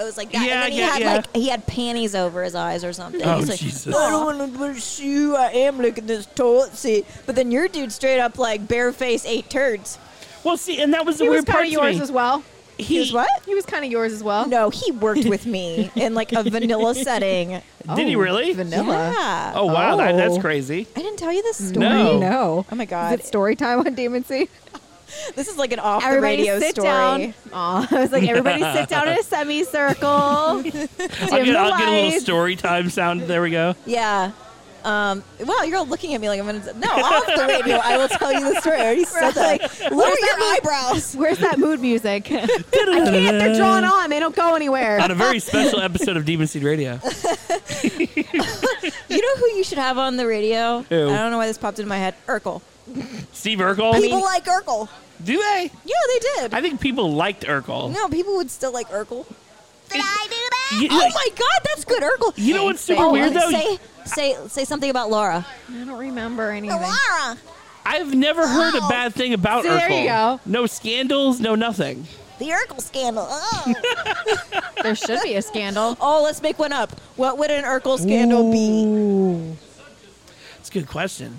I was like, that.
Yeah,
and then he
yeah,
had
yeah.
like, he had panties over his eyes or something.
Oh,
He's like,
Jesus.
I don't want to wear a shoe. I am licking this toilet seat. But then your dude straight up like bareface ate turds.
well, see, and that was the
he was
weird part
kind of
to
yours
me.
as well.
He was what?
He was kind of yours as well.
No, he worked
[laughs]
with me in like a vanilla setting.
Did he
Oh,
really?
Vanilla.
Yeah.
Oh wow, That, that's
Oh.
crazy.
I didn't tell you this story.
No.
No.
Oh my
Is
god.
it story time on Demon Sea?
This is like an off
Everybody
the radio
sit
story.
down. Aw, [laughs] I was like,
[laughs]
everybody sit down in a semicircle. Dim
I'll get,
the
I'll get a little
lights.
story time sound. There we go.
[laughs] Yeah. Um, wow, you're all looking at me like I'm gonna. No, off the radio. I will tell you the story. I already said that. Like, lower your eyebrows.
Where's that mood
[laughs]
music? I can't. They're drawn on. They don't go anywhere.
On
[laughs]
a very special episode of Demon Seed Radio.
You know who you should have on the radio?
Who? Oh,
I don't know why this popped into my head. Urkel.
Steve Urkel.
People like Urkel.
do they?
Yeah, they did.
I think people liked Urkel.
no, people would still like Urkel.
Did I do that?
You,
oh my God, that's good Urkel.
you know what's super
Oh,
weird though?
Say, say, say something about Laura.
I don't remember anything.
Laura.
I've never heard a
Oh.
bad thing about
See,
Urkel.
there you go.
No scandals, no nothing.
The Urkel scandal.
[laughs]
Oh.
There should be a scandal.
oh, let's make one up. What would an Urkel scandal be?
It's a good question.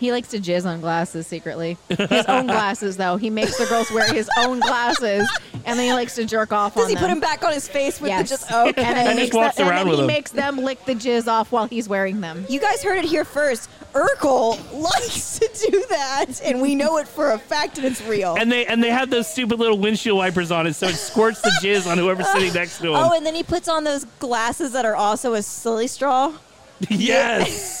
He likes to jizz on glasses secretly. His own glasses, though. He makes the girls wear his own glasses, and then he likes to jerk off
Does
on
he
them.
put him back on his face with
Yes.
the just okay?
And then
And
he,
just
makes,
walks
them, and
around
then
with
he
them.
makes them lick the jizz off while he's wearing them.
You guys heard it here first. Urkel likes [laughs] to do that, and we know it for a fact, and it's real.
And they and they have those stupid little windshield wipers on it, so it squirts the jizz on whoever's
[laughs]
sitting next to him.
oh, and then he puts on those glasses that are also a silly straw.
[laughs] [laughs]
[laughs]
yes.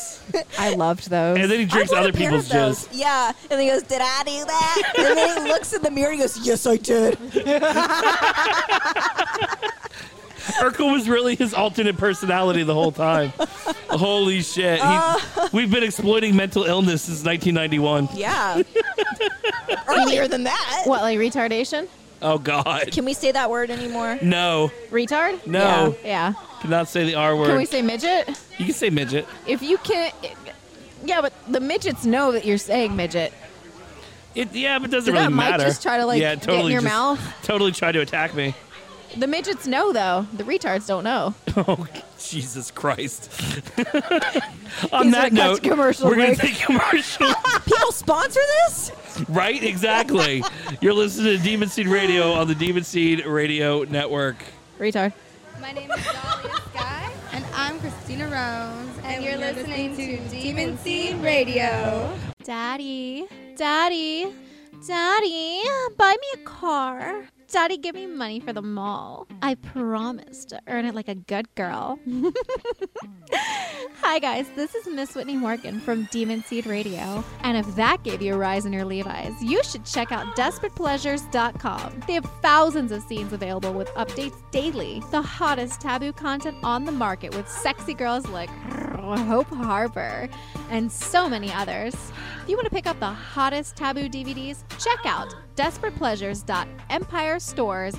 I loved those.
And then he drinks
I want
other
a pair
people's
of those.
jizz.
Yeah, and he goes, "Did I do
[laughs]
that?" and then he looks in the mirror and he goes, "Yes, I did."
Urkel was really his alternate personality the whole time.
[laughs]
Holy shit. He-
Uh.
we've been exploiting mental illness since 1991.
[laughs]
Yeah. Earlier than that.
what, like retardation?
Oh, God.
Can we say that word anymore?
No,
Retard?
no.
Yeah.
Cannot say the R word.
Can we say midget?
you can say midget.
If you can't. Yeah, but the midgets know that you're saying midget.
It, yeah, but it doesn't
Did that
really
mic
matter.
just try to, like,
yeah,
get in
totally
your
just-
mouth?
Totally try to attack me.
The midgets know, though. The retards don't know.
Oh, Jesus Christ. [laughs] On
[laughs] He's
that
gonna cut
note,
to commercial
we're going
break.
to
[laughs]
take commercial.
People sponsor this?
right? Exactly. You're listening to Demon Seed Radio on the Demon Seed Radio Network.
Retard.
My name is Dahlia Sky.
[laughs]
And I'm Christina Rose. And, you're listening, to Demon Seed Radio.
Daddy, Daddy, Daddy, buy me a car. Daddy, give me money for the mall. I promise to earn it like a good girl. [laughs] Hi, guys. This is Miss Whitney Morgan from Demon Seed Radio. And if that gave you a rise in your Levi's, you should check out DesperatePleasures.com. They have thousands of scenes available with updates daily, the hottest taboo content on the market with sexy girls like Hope Harbor and so many others. If you want to pick up the hottest taboo DVDs, check out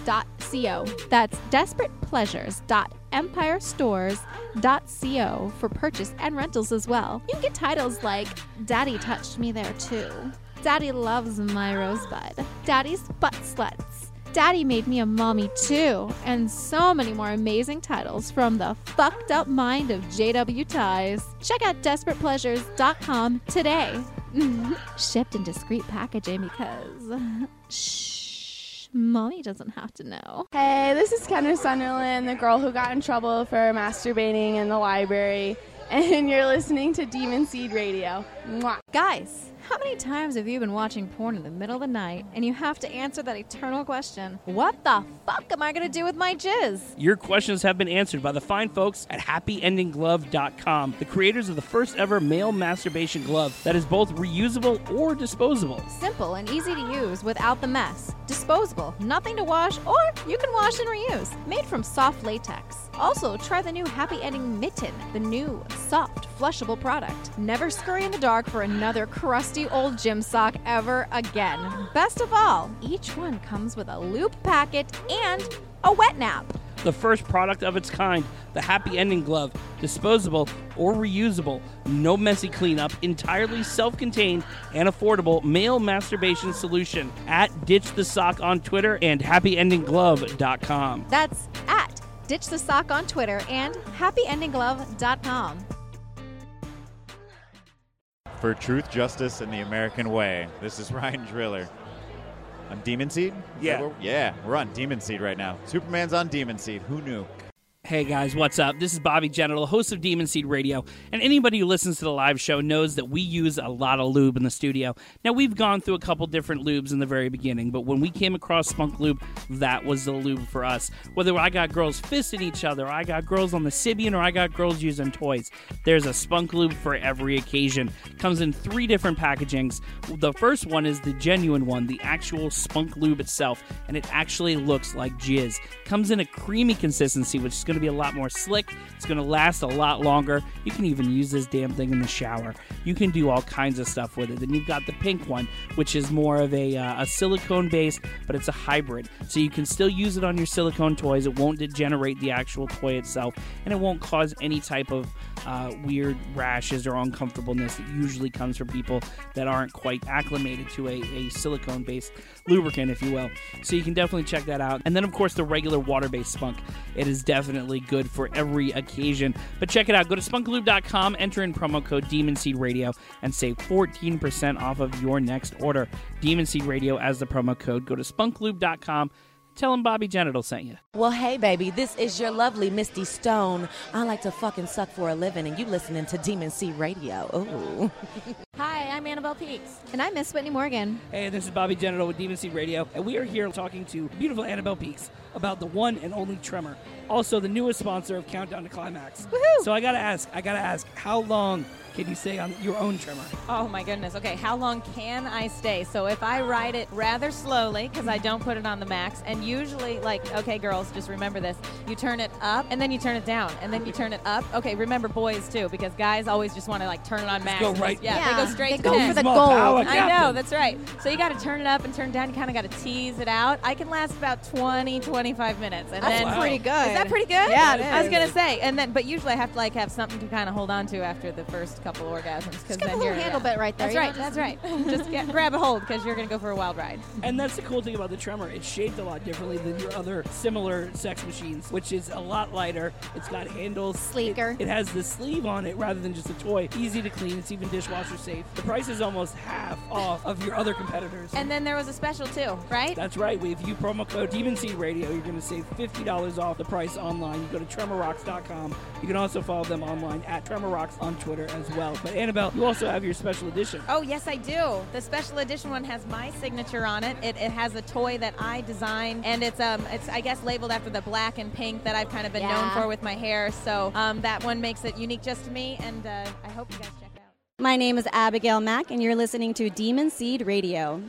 DesperatePleasures.EmpireStores.co. That's DesperatePleasures.EmpireStores.co empirestores.co for purchase and rentals as well. You can get titles like Daddy Touched Me There Too, Daddy Loves My Rosebud, Daddy's Butt Sluts, Daddy Made Me a Mommy Too, and so many more amazing titles from the fucked up mind of JW Ties. Check out DesperatePleasures.com today. [laughs] Shipped in discreet packaging because. [laughs] Shh, mommy doesn't have to know.
Hey, this is Kendra Sunderland, the girl who got in
[laughs]
trouble for masturbating in the library. And you're listening to Demon Seed Radio. Mwah.
Guys, how many times have you been watching
[laughs]
porn in the middle of the night and you have to answer that eternal question What the fuck am I gonna do with my jizz?
Your questions have been answered by the fine folks at happyendingglove.com, the creators of the first ever male masturbation glove that is both reusable or disposable.
Simple and easy to use without the mess. Disposable, nothing to wash, or you can wash and reuse. Made from soft latex. Also, try the new Happy Ending Mitten, the new, soft, flushable product. Never scurry in the dark for another crusty old gym sock ever again. Best of all, each one comes with a loop packet and a wet nap.
The first product of its kind, the Happy Ending Glove, disposable or reusable, no messy cleanup, entirely self contained and affordable male masturbation solution at Ditch the Sock on Twitter and happyendingglove.com.
That's at Ditch the Sock on Twitter and happyendingglove.com.
For truth, justice, and the American way. This is Ryan Driller. I'm Demon Seed? Is that
Yeah.
where- Yeah, we're on Demon Seed right now. Superman's on Demon Seed. Who knew?
Hey guys, what's up? This is Bobby Genital, host of Demon Seed Radio, and anybody who listens to the live show knows that we use a lot of lube in the studio. Now, we've gone through a couple different lubes in the very beginning, but when we came across Spunk Lube, that was the lube for us. Whether I got girls fisting each other, or I got girls on the Sibian, or I got girls using toys, there's a Spunk Lube for every occasion. Comes in three different packagings. The first one is the genuine one, the actual Spunk Lube itself, and it actually looks like jizz. Comes in a creamy consistency, which is going to be a lot more slick. It's going to last a lot longer. You can even use this damn thing in the shower. You can do all kinds of stuff with it. Then you've got the pink one, which is more of a, uh, a silicone based, but it's a hybrid. So you can still use it on your silicone toys. It won't degenerate the actual toy itself, and it won't cause any type of uh, weird rashes or uncomfortableness that usually comes from people that aren't quite acclimated to a, a silicone based lubricant, if you will. So you can definitely check that out. And then, of course, the regular water based spunk. It is definitely good for every occasion. But check it out. Go to spunklube.com, enter in promo code Demon Seed Radio, and save 14% off of your next order. Demon Seed Radio as the promo code. Go to spunklube.com. Tell them Bobby Genital sent you.
Well, hey, baby, this is your lovely Misty Stone. I like to fucking suck for a living, and you listening to Demon C Radio. Ooh.
Hi, I'm Annabelle Peaks. And I'm Miss Whitney Morgan.
Hey, this is Bobby Genital with Demon Seed Radio, and we are here talking to beautiful Annabelle Peaks about the one and only Tremor, also the newest sponsor of Countdown to Climax. So I gotta ask, I gotta ask, how long can you stay on your own Tremor?
Oh my goodness. Okay, how long can I stay? So if I ride it rather slowly, because I don't put it on the max, and usually, like, okay, girls, just remember this. You turn it up, and then you turn it down, and then you turn it up. Okay, remember boys too, because guys always just want to like turn it on max.
go
and
right-
Yeah,
Yeah,
they go straight
they
to
go
the
for
next.
the Small gold. power
I know,
captain.
that's right. So you got to turn it up and turn it down. You kind of got to tease it out. I can last about 20, 25 minutes, and
That's
then
pretty good.
Is that pretty good?
Yeah, it
I was
is.
gonna say, and then but usually I have to like have something to kind of hold on to after the first couple orgasms because
got
then
a little
you're
handle
yeah.
bit right there,
That's
you
right.
know,
That's
just-
right. [laughs] just get, grab a hold because you're gonna go for a wild ride.
And that's the cool thing about the Tremor. It's shaped a lot differently than your other similar sex machines, which is a lot lighter. It's got handles. Sleeker. It, it has the sleeve on it rather than just a toy. Easy to clean. It's even dishwasher safe. The price is almost half off of your other competitors.
And then there was a special too, right?
That's right. If you promo code Demon Seed Radio, you're going to save $50 off the price online. You go to tremorrocks.com. You can also follow them online at tremorrocks on Twitter as well. But Annabelle, you also have your special edition.
Oh yes, I do. The special edition one has my signature on it. It, it has a toy that I designed, and it's um, it's I guess labeled after the black and pink that I've kind of been known
Yeah.
for with my hair. So um, that one makes it unique just to me, and uh, I hope you guys check it out.
My name is Abigail Mack, and you're listening to Demon Seed Radio.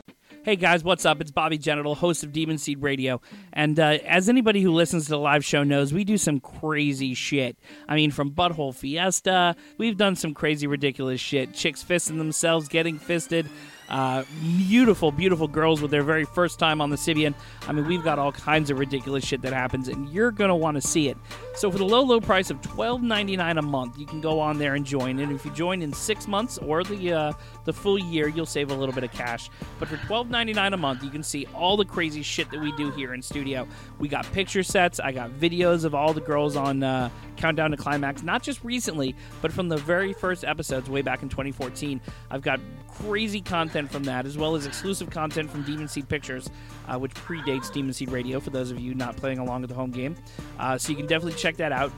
Hey guys, what's up? It's Bobby Genital, host of Demon Seed Radio. And uh, as anybody who listens to the live show knows, we do some crazy shit. I mean, from Butthole Fiesta, we've done some crazy, ridiculous shit. Chicks fisting themselves, getting fisted. Uh, beautiful, beautiful girls with their very first time on the Sibian. I mean, we've got all kinds of ridiculous shit that happens, and you're gonna want to see it. So for the low, low price of twelve ninety nine a month, you can go on there and join. And if you join in six months or the uh, the full year, you'll save a little bit of cash. But for twelve ninety nine a month, you can see all the crazy shit that we do here in studio. We got picture sets. I got videos of all the girls on uh, Countdown to Climax, not just recently, but from the very first episodes way back in 2014. I've got crazy content content from that, as well as exclusive content from Demon Seed Pictures, uh, which predates Demon Seed Radio for those of you not playing along at the home game. Uh, so you can definitely check that out.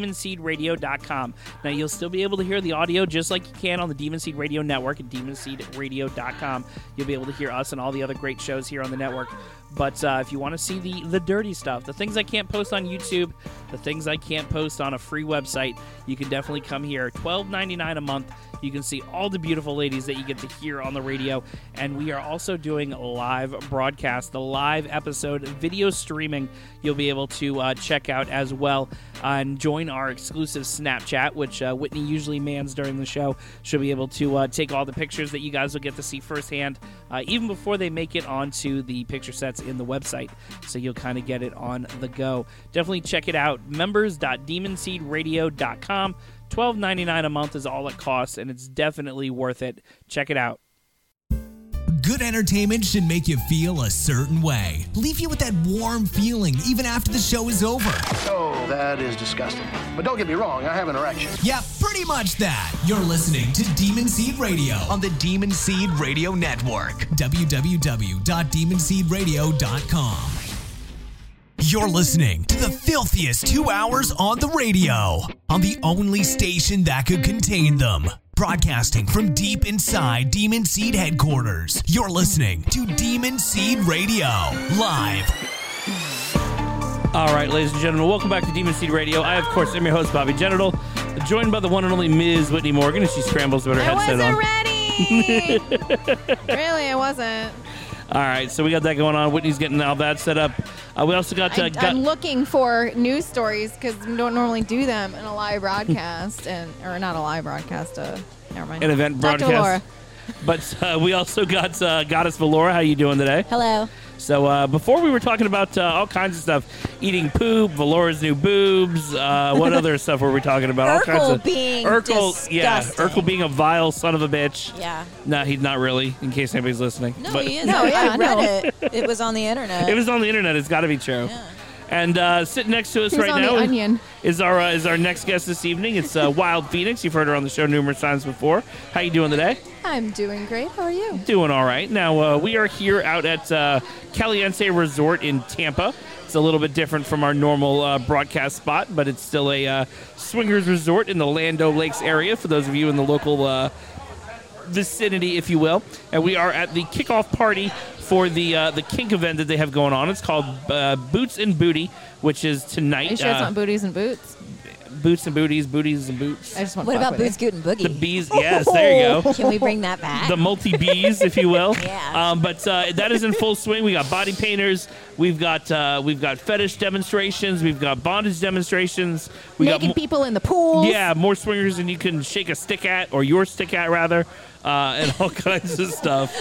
Members.demonseedradio.com. Now you'll still be able to hear the audio just like you can on the Demon Seed Radio Network at demonseedradio.com. You'll be able to hear us and all the other great shows here on the network. But uh, if you want to see the the dirty stuff, the things I can't post on YouTube, the things I can't post on a free website, you can definitely come here. Twelve ninety nine a month. You can see all the beautiful ladies that you get to hear on the radio, and we are also doing a live broadcast, the live episode video streaming. You'll be able to uh, check out as well uh, and join our exclusive Snapchat, which uh, Whitney usually mans during the show. She'll be able to uh, take all the pictures that you guys will get to see firsthand, uh, even before they make it onto the picture sets in the website. So you'll kind of get it on the go. Definitely check it out. Members.demonseedradio.com. Twelve ninety nine a month is all it costs, and it's definitely worth it. Check it out.
Good entertainment should make you feel a certain way, leave you with that warm feeling even after the show is over.
Oh, that is disgusting. But don't get me wrong, I have an erection.
Yeah, pretty much that. You're listening to Demon Seed Radio on the Demon Seed Radio Network. www.demonseedradio.com. You're listening to the filthiest two hours on the radio on the only station that could contain them. Broadcasting from deep inside Demon Seed headquarters, you're listening to Demon Seed Radio live.
All right, ladies and gentlemen, welcome back to Demon Seed Radio. I, of course, am your host, Bobby Genital, joined by the one and only Ms. Whitney Morgan as she scrambles to put her
I
headset on.
wasn't ready. really, I wasn't.
[laughs] All right, so we got that going on. Whitney's getting all that set up. Uh, we also got, uh,
I,
got
I'm looking for news stories because we don't normally do them in a live broadcast, and or not a live broadcast. Uh, never mind.
an event
Talk to Laura.
broadcast. But uh, we also got uh, Goddess Valora. How you doing today?
Hello.
So uh, before we were talking about uh, all kinds of stuff, eating poop, Valora's new boobs. Uh,
[laughs]
what other stuff were we talking about? All kinds
Urkel
of
being
Urkel, yeah,
disgusting.
Urkel being a vile son of a bitch.
Yeah.
No, he's not really. In case anybody's listening.
No,
But- [laughs]
he is.
No,
I,
yeah,
I read
no.
it. It was on the internet.
It was on the internet. It's got to be true. And uh, sitting next to us
He was
right
on The
now
Onion.
is our uh, is our next guest this evening. It's
[laughs]
uh, Wild Phoenix. You've heard her on the show numerous times before. How you doing today?
I'm doing great. How are you?
Doing all right. Now uh, we are here out at uh, Caliente Resort in Tampa. It's a little bit different from our normal uh, broadcast spot, but it's still a uh, swingers resort in the Lando Lakes area. For those of you in the local uh, vicinity, if you will, and we are at the kickoff party for the uh, the kink event that they have going on. It's called uh, Boots and Booty, which is tonight.
Are you sure it's
Uh,
not booties and boots?
boots and booties, booties and boots.
I just want.
What about Boots, Goot, and Boogie?
The
[laughs]
bees, yes, there you
Oh.
go.
Can we bring that back?
the multi bees, if
[laughs]
you will. yeah. Um, but uh, that is in full swing. We got body painters. We've got uh, we've got fetish demonstrations. We've got bondage demonstrations. We
Naked
got mo-
people in the pool.
yeah more swingers than you can shake a stick at or your stick at rather, uh, and all [laughs] kinds of stuff.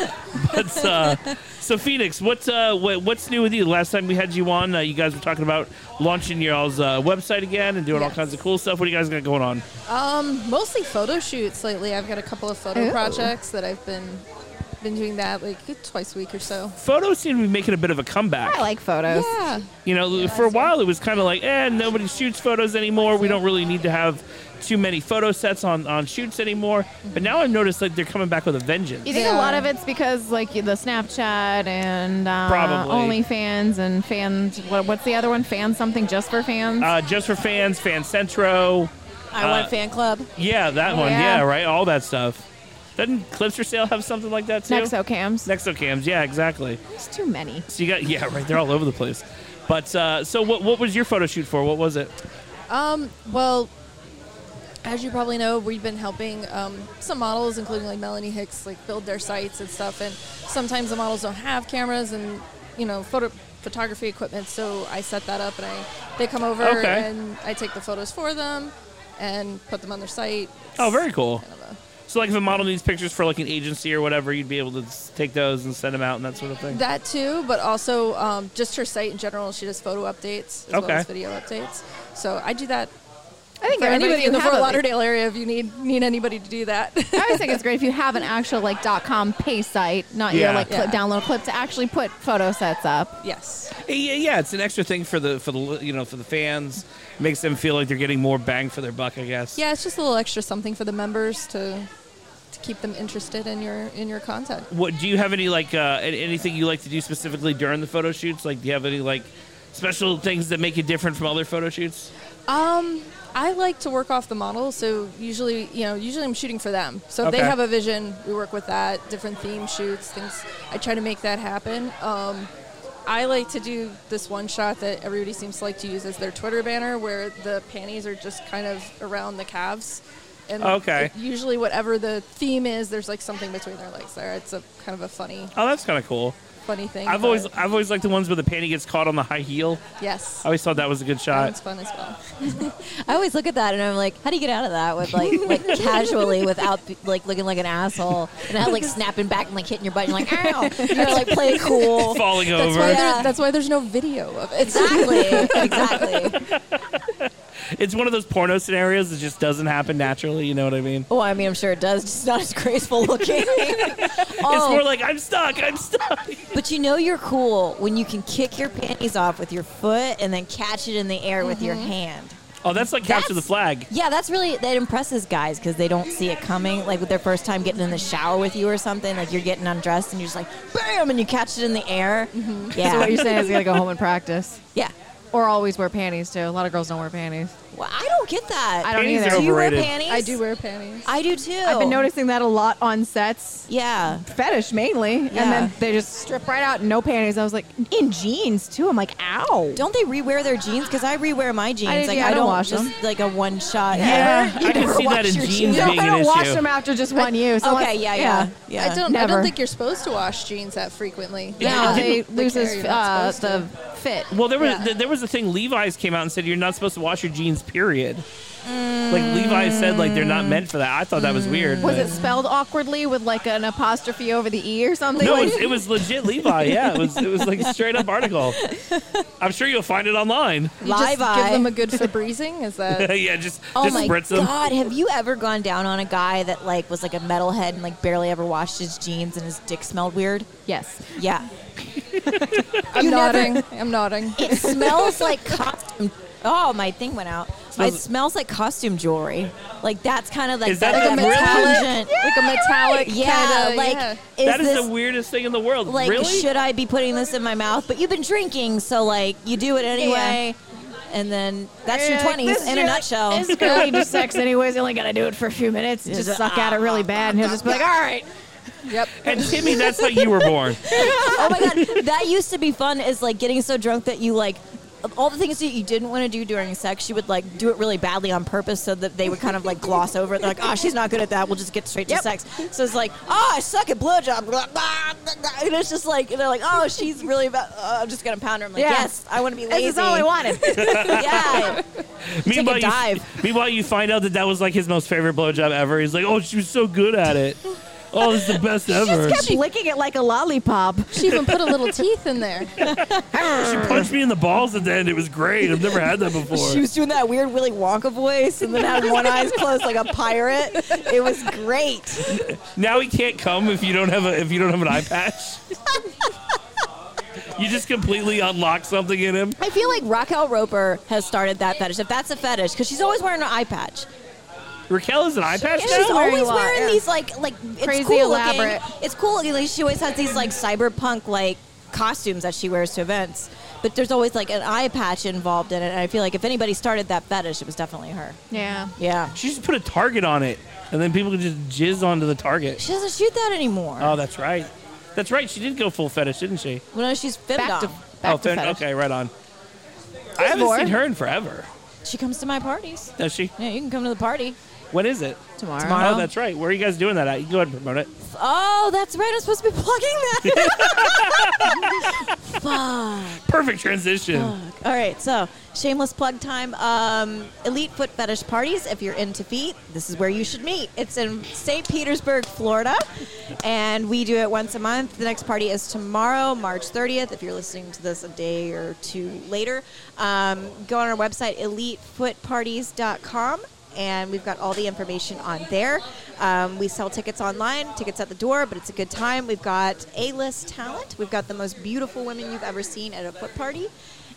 But uh, so Phoenix, what's uh, what, what's new with you? Last time we had you on, uh, you guys were talking about launching y'all's uh, website again and doing all kinds of cool stuff. What do you guys got going on?
Um, mostly photo shoots lately. I've got a couple of photo
Ooh.
projects that I've been been doing that like twice a week or so.
Photos seem to be making a bit of a comeback.
I like photos.
Yeah.
You know, for a while it was kind of like, eh, nobody shoots photos anymore. We don't really need to have too many photo sets on, on shoots anymore. But now I've noticed like they're coming back with a vengeance.
Mm-hmm. You think a lot of it's because like the Snapchat and uh,
Probably.
OnlyFans and fans. What, what's the other one? Fans something just for fans.
Uh, just for fans, Fan Centro. uh,
club. Oh,
Yeah, that one.
Yeah.
Yeah, right. All that stuff. Doesn't Clips for Sale have something like that too?
Nexo cams.
Nexo cams. Yeah, exactly.
There's too many.
So you got yeah, right. They're all over the place. But uh, so what? What was your photo shoot for? What was it?
Um, well, as you probably know, we've been helping um, some models, including like Melanie Hicks, like build their sites and stuff. And sometimes the models don't have cameras and you know photo photography equipment, so I set that up and I they come over
Okay.
and I take the photos for them and put them on their site.
Oh, very cool. So like if a model needs pictures for like an agency or whatever, you'd be able to s- take those and send them out and that sort of thing.
That too, but also um, just her site in general. She does photo updates as
Okay.
well as video updates. So I do that. I
think
for
everybody
anybody in
who
the
have
Fort
a-
Lauderdale area, if you need need anybody to do that.
I always
[laughs]
think it's great if you have an actual like .com pay site, not your
Yeah.
like clip,
Yeah.
download clip to actually put photo sets up.
Yes.
Eh, Yeah, yeah, it's an extra thing for the for the you know for the fans. Makes them feel like they're getting more bang for their buck, I guess.
Yeah, it's just a little extra something for the members to to keep them interested in your in your content.
What do you have any like uh, an- anything you like to do specifically during the photo shoots? Like, do you have any like special things that make you different from other photo shoots?
Um, I like to work off the model, so usually, you know, usually I'm shooting for them. So if they
Okay.
have a vision, we work with that. Different theme shoots, things. I try to make that happen. Um, I like to do this one shot that everybody seems to like to use as their Twitter banner, where the panties are just kind of around the calves. And
Okay.
it- usually, whatever the theme is, there's like something between their legs there. It's a kind of a funny,
Oh, that's kind of cool.
funny thing.
I've always
but-
I've always liked the ones where the panty gets caught on the high heel.
yes.
I always thought that was a good
That
shot.
one's fun as well.
I always look at that and I'm like, how do you get out of that with like like [laughs] casually without be- like looking like an asshole and not like snapping back and like hitting your butt and you're like, ow, [laughs] you know, like play it cool.
[laughs] Falling
[laughs] That's
over.
Why there, that's why there's no video of it.
It's one of those porno scenarios that just doesn't happen naturally. You know what I mean?
Oh, I mean, I'm sure it does. Just not as graceful looking.
[laughs]
Oh.
It's more like I'm stuck. I'm stuck.
But you know you're cool when you can kick your panties off with your foot and then catch it in the air with your
Mm-hmm.
Mhm.
hand.
Oh, that's like capture the flag.
Yeah, that's really that impresses guys because they don't see it coming. Like with their first time getting in the shower with you or something, like you're getting undressed and you're just like, bam, and you catch it in the air. Yeah.
So what you're saying is you gotta go home and practice.
Yeah.
Or always wear panties too. A lot of girls don't wear panties.
Well, [laughs] I don't get that.
I don't Panties either. are
Do you wear
overrated.
panties?
I do wear panties.
I do too.
I've been noticing that a lot on sets.
Yeah.
Fetish mainly. And
Yeah.
then they just strip right out, no panties. I was like, in jeans too. I'm like, ow.
Don't they rewear their jeans? Because I rewear my jeans.
I,
like
yeah, I don't wash
just
them.
[laughs] like a one shot.
Yeah,
ever.
I can
[laughs] never
see that
wash
in
your um,
jeans being [laughs]
No,
I
an
don't wash
issue.
them after just
[laughs]
one use. I'm
okay,
like,
yeah, yeah, yeah.
I don't. I
Never.
don't think you're supposed to wash jeans that frequently.
Yeah,
Like,
they
the
lose
care,
his,
you're not
uh,
supposed to.
fit.
Well, there was
Yeah.
th- there was a thing Levi's came out and said you're not supposed to wash your jeans. Period. Like Levi's said, like they're not meant for that. I thought that was weird.
Was
but- [laughs]
it spelled awkwardly with like an apostrophe over the e or something?
No, it
Like-
was, it was legit Levi. Yeah, it was it was like straight up article. I'm sure you'll find it online.
You just give
eye.
them
[laughs]
a good Febrezing. Is
[laughs]
that?
yeah, just
Oh
just
my
spritz them.
god! Have you ever gone down on a guy that like was like a metalhead and like barely ever washed his jeans and his dick smelled weird?
Yes.
Yeah.
I'm
You never-
nodding. I'm nodding.
It [laughs] smells like costume. Oh, my thing went out. it
Smells-
smells like costume jewelry. Like that's kind of like
Is that
like
the really?
pungent-
Yeah, Like a metallic
Yeah,
kinda-
uh, like
yeah.
is
that is
this
the weirdest thing in the world.
like
really?
should I be putting this in my mouth? But you've been drinking, so like you do it anyway. And then that's your
Yeah, like,
twenties
this is
in a
your-
nutshell.
It's gonna lead to [laughs]
[laughs]
sex anyways. You only gotta do it for a few minutes.
Yeah,
Just
just, uh,
suck at it really bad, and he'll just be like, "All right."
Yep.
And Timmy, that's like you were born.
[laughs] oh my god, that used to be fun. Is like getting so drunk that you like all the things that you didn't want to do during sex, you would like do it really badly on purpose so that they would kind of like gloss over it. They're like, oh, she's not good at that. We'll just get straight to sex. So it's like, oh, I suck at blowjob. Blah, blah, blah, blah. And it's just like they're like, oh, she's really bad. Uh, I'm just gonna pound her. I'm like,
Yeah.
yes, I want to be
This
lazy.
is all I wanted.
yeah.
meanwhile,
dive.
You, meanwhile, you find out that that was like his most favorite blowjob ever. He's like, oh, she was so good at it. Oh, this is
[laughs]
the best ever.
Kept licking it like a lollipop.
She even put a little teeth in there.
She punched me in the balls at the end. It was great. I've
[laughs]
never had that before.
She was doing that weird Willy Wonka voice and then had one eye closed like a pirate. It was great.
now he can't come if you don't have a if you don't have an
[laughs]
eye patch. you just completely unlock something in him.
I feel like Raquel Roper has started that fetish. If that's a fetish, because she's always wearing an eye patch.
Raquel is an eye patch
Yeah,
now.
she's always wearing these like like it's
Crazy
cool
elaborate.
Looking. It's cool looking. Like, she always has these like cyberpunk like costumes that she wears to events. But there's always like an eye patch involved in it, and I feel like if anybody started that fetish, it was definitely her.
Yeah.
Yeah.
She just put a target on it, and then people can just jizz onto the target.
She doesn't shoot that anymore.
Oh, that's right. That's right. She did go full fetish, didn't she?
well, no, she's femdom.
Back to-
oh, fin- okay, right on. I haven't
more.
seen her in forever.
She comes to my parties.
Does she?
Yeah, you can come to the party.
When is it?
Tomorrow.
Tomorrow.
Oh, that's right. Where are you guys doing that at? You go ahead and promote it.
Oh, that's right. I'm supposed to be plugging that. [laughs] Fuck.
Perfect transition.
Oh,
All right, so shameless plug time. Um, Elite Foot Fetish Parties. If you're into feet, this is where you should meet. It's in St. Petersburg, Florida, and we do it once a month. The next party is tomorrow, March 30th. If you're listening to this a day or two later, um, go on our website, EliteFootParties.com and we've got all the information on there. Um, we sell tickets online, tickets at the door, but it's a good time. We've got A list talent, we've got the most beautiful women you've ever seen at a foot party.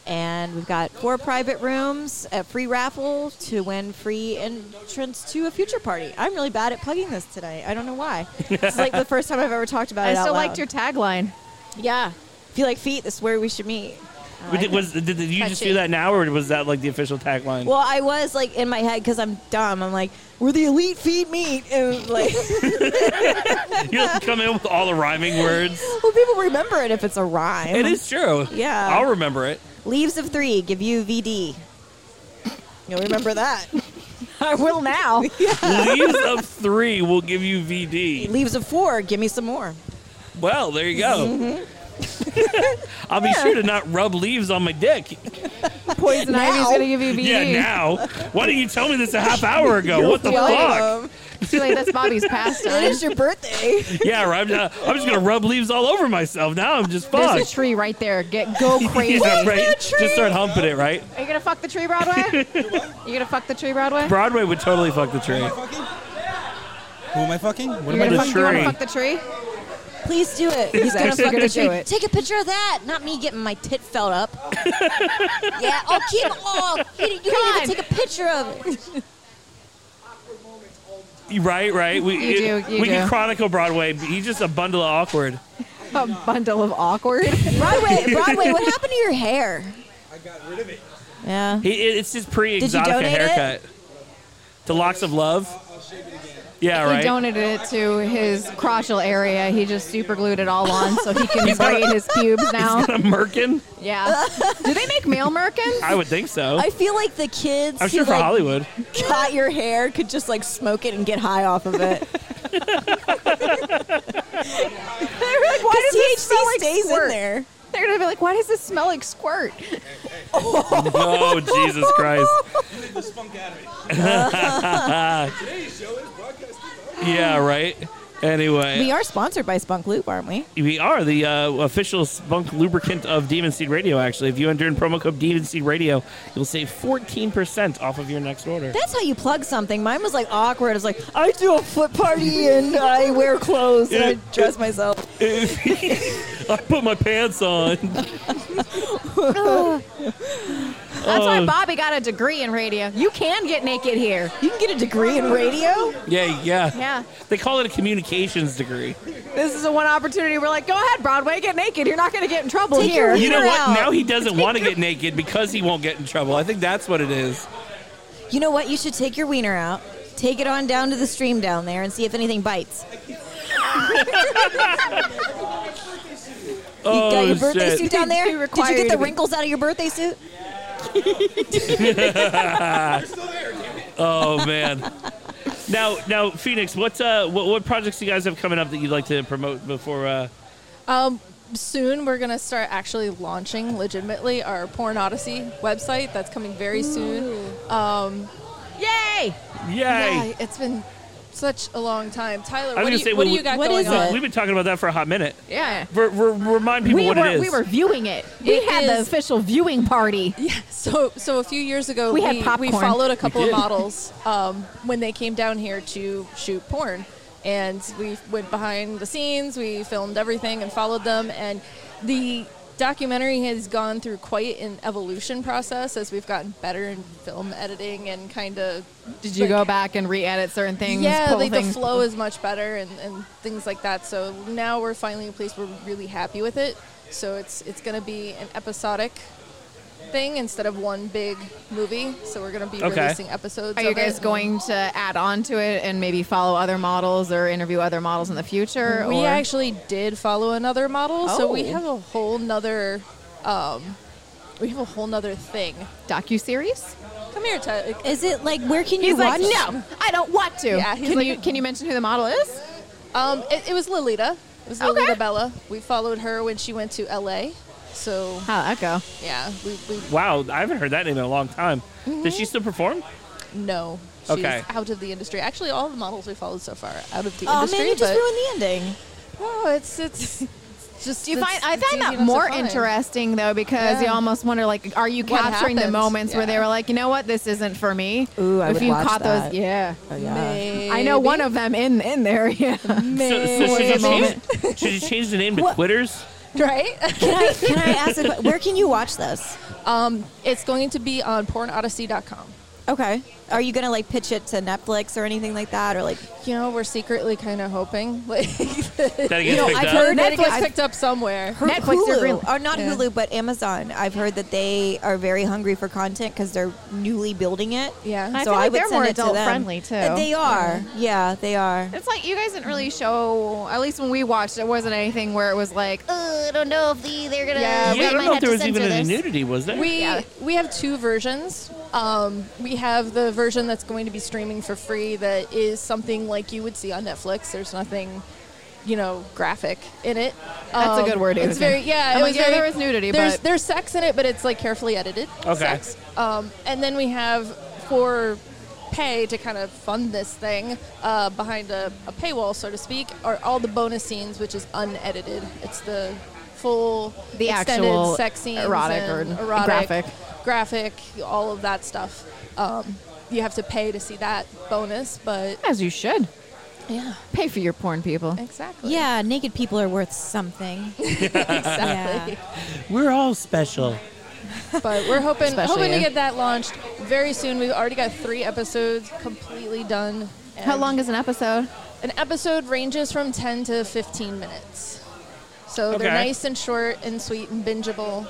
and we've got four private rooms, a free raffle to win free entrance to a future party. I'm really bad at plugging this today. I don't know why. this is
[laughs]
like the first time I've ever talked [laughs] about
I
it. out
still
loud.
liked your tagline.
Yeah. If you like feet, this is where we should meet. I like
Did, was, did, did you just
Catchy.
do that now, or was that like the official tagline?
Well, I was like in my head because I'm dumb. I'm like, we're the elite feed meat, and like,
[laughs] you don't come in with all the rhyming words.
[laughs]
well, people remember it if it's a rhyme.
It is true.
Yeah.
I'll remember it.
Leaves of three give you VD. You'll remember
[laughs]
that. I will [laughs] now.
Leaves of three will give you VD.
Leaves of four, give me some more.
Well, there you go.
Mm-hmm.
Mhm.
I'll be sure to not rub leaves on my dick.
Poison Ivy's gonna give you VD.
Yeah, now. Why didn't you tell me this a half
[laughs]
hour ago? What the
You're
fuck?
welcome. [laughs] Too late. That's Bobby's pastime.
It is your birthday.
Yeah, right. I'm, not- I'm just gonna rub leaves all over myself. Now I'm just
There's a
fucked.
tree right there. Get go crazy.
[laughs] Yeah, right. Just start humping it, right?
Are you gonna fuck the tree,
[laughs]
Broadway? you gonna fuck the tree, Broadway?
Broadway would totally fuck the tree.
Who am I fucking? What
You're
am
gonna
I
fuck, you wanna
doing?
fuck the tree?
Please do it.
He's gonna
Exactly.
fucking do
it.
Take a picture of that, not me getting my tit felt
[laughs]
up. yeah, I'll keep it all. You didn't you didn't even take a picture of it.
Right, right. We
You do, you
we can
do.
chronicle Broadway. but He's just a bundle of awkward.
A bundle of awkward.
[laughs] Broadway, Broadway, what happened to your hair? Yeah.
He, it- it's his
Did you
pre-exotica
donate it?
haircut. To locks of love. Yeah,
He
right.
donated it to his crotchal area. He just super glued it all on so he can
He's got
braid
a-
his pubes now.
[laughs]
He's got a
[laughs]
merkin.
Yeah. Do they make male merkins?
I would think so.
I feel like the kids
I'm
who
sure for
like
Hollywood.
[laughs] cut your hair could just like smoke it and get high off of it.
They're like, why does
THC
this smell like
stays in
squirt?
there.
They're gonna be like, why does this smell like
[laughs]
squirt?
oh, Jesus
[laughs]
Christ. [laughs] yeah, right. Anyway.
We are sponsored by Spunk Loop, aren't we?
We are the uh, official spunk lubricant of Demon Seed Radio. Actually, if you enter in promo code Demon Seed Radio, you'll save fourteen percent off of your next order.
That's how you plug something. Mine was like awkward. It's like I do a foot party and I wear clothes and I dress myself.
[laughs] I put my pants
[laughs]
on.
That's why
Oh.
Bobby got a degree in radio. You can get naked here.
You can get a degree in radio?
Yeah, yeah,
Yeah.
They call it a communications degree.
This is the one opportunity we're like, go ahead, Broadway, get naked. You're not gonna get in trouble
Take
here.
your
You know
Figure
what?
out.
Now he doesn't want to get naked because he won't get in trouble. I think that's what it is.
You know what? You should take your wiener out, take it on down to the stream down there, and see if anything bites. [laughs] [laughs] you got your birthday suit down there?
They
Did
require
you get
you
the
to be-
wrinkles out of your birthday suit?
[laughs] oh man. Now, now, Phoenix, what's uh, what, what projects you guys have coming up that you'd like to promote before? Uh,
Um, soon we're gonna start actually launching legitimately our Porn Odyssey website. That's coming very soon. Um,
Yay!
Yay!
Yeah, it's been such a long time. Tyler,
I
what,
was gonna
do you,
say,
what do
we-
you got
we-
going on?
We've been talking about that for a hot minute.
Yeah.
R- r- remind people
we
what
were
it is.
we were viewing it. We
It
had the
is-
official viewing party.
Yeah. [laughs] So, so a few years ago,
We
we,
had popcorn.
we followed a couple
We
of
did.
models um, when they came down here to shoot porn, and we went behind the scenes. We filmed everything and followed them, and the documentary has gone through quite an evolution process as we've gotten better in film editing and kind of.
Did you go back and re-edit certain things?
Yeah,
pull
like
things?
the flow is much better and, and things like that. So now we're finally in a place where we're really happy with it. So it's it's going to be an episodic thing instead of one big movie. So we're going to be
Okay.
releasing episodes.
Are you
of
guys
it.
going to add on to it and maybe follow other models or interview other models in the future?
We
or?
actually did follow another model, so we
Oh.
have a whole nother, um, we have a whole nother thing.
docu series.
Come here,
[gasps]
Tyler.
Is it like where can
He's like, no, I don't want to.
Yeah, he's
can
like-
you can you mention who the model is?
Um, it, it was Lolita. It was Lolita Bella. We followed her when she went to LA. So
How'd that go?
yeah, we, we
Wow, I haven't heard that name in a long time. Does
Mm-hmm.
she still perform?
No. She's
Okay.
out of the industry. Actually, all the models we followed so far are out of the
Aw,
industry.
man, you just
but-
ruined the ending.
No, it's
[laughs]
it's just.
Do you
it's-
find I
it's
find
easy
that
enough to
more
find.
interesting though because you
Yeah.
almost wonder like, are you
What
capturing the
happened?
moments where they
Yeah.
were like, you know what, this isn't for me?
Ooh, I
if
would
you
watch
caught
that.
those, yeah.
Oh, yeah.
I know one of them in in there. [laughs] Yeah.
So, so should, you change, should you change the name to Quitters?
[laughs] right?
Can I can I ask? A, que- where can you watch this?
[laughs] Um, it's going to be on PornOdyssey.com.
Okay. Are you gonna like pitch it to Netflix or anything like that, or like
you know we're secretly kind of hoping [laughs] like
gets
you know
picked
I've
up.
heard that it
Netflix-
gets
I've-
picked up somewhere.
Her- Hulu, or not Hulu, but Amazon. I've heard that they are very hungry for content because they're newly building it.
Yeah,
so I would send it to them. Uh, They are. Yeah, they are.
It's like you guys didn't really show. At least when we watched, it wasn't anything where it was like, oh, I don't know if the, they're gonna.
Uh,
Yeah,
we
I don't
might
know if
have
there
to
was even
censor
any
this."
nudity, was there?
We we have two versions. Um, we have the version that's going to be streaming for free that is something like you would see on Netflix. There's nothing, you know, graphic in it. Um,
That's a good word,
It's
Uzi.
very yeah.
I'm
it
like,
was
yeah,
very-
there was nudity,
There's
but-
there's sex in it, but it's like carefully edited.
Okay.
[laughs] Sex. Um, and then we have for pay to kind of fund this thing uh, behind a, a paywall, so to speak, are all the bonus scenes, which is unedited. It's the full
The
extended
actual
sex scenes,
erotic or
and erotic,
graphic.
graphic, all of that stuff. Um, you have to pay to see that bonus, but
As you should.
Yeah.
Pay for your porn, people.
Exactly.
Yeah, naked people are worth
[laughs]
something.
exactly.
We're all special.
but we're hoping
Especially
hoping to
you.
get that launched very soon. We've already got three episodes completely done.
How long is an episode?
An episode ranges from ten to fifteen minutes, so they're
Okay.
nice and short and sweet and bingeable.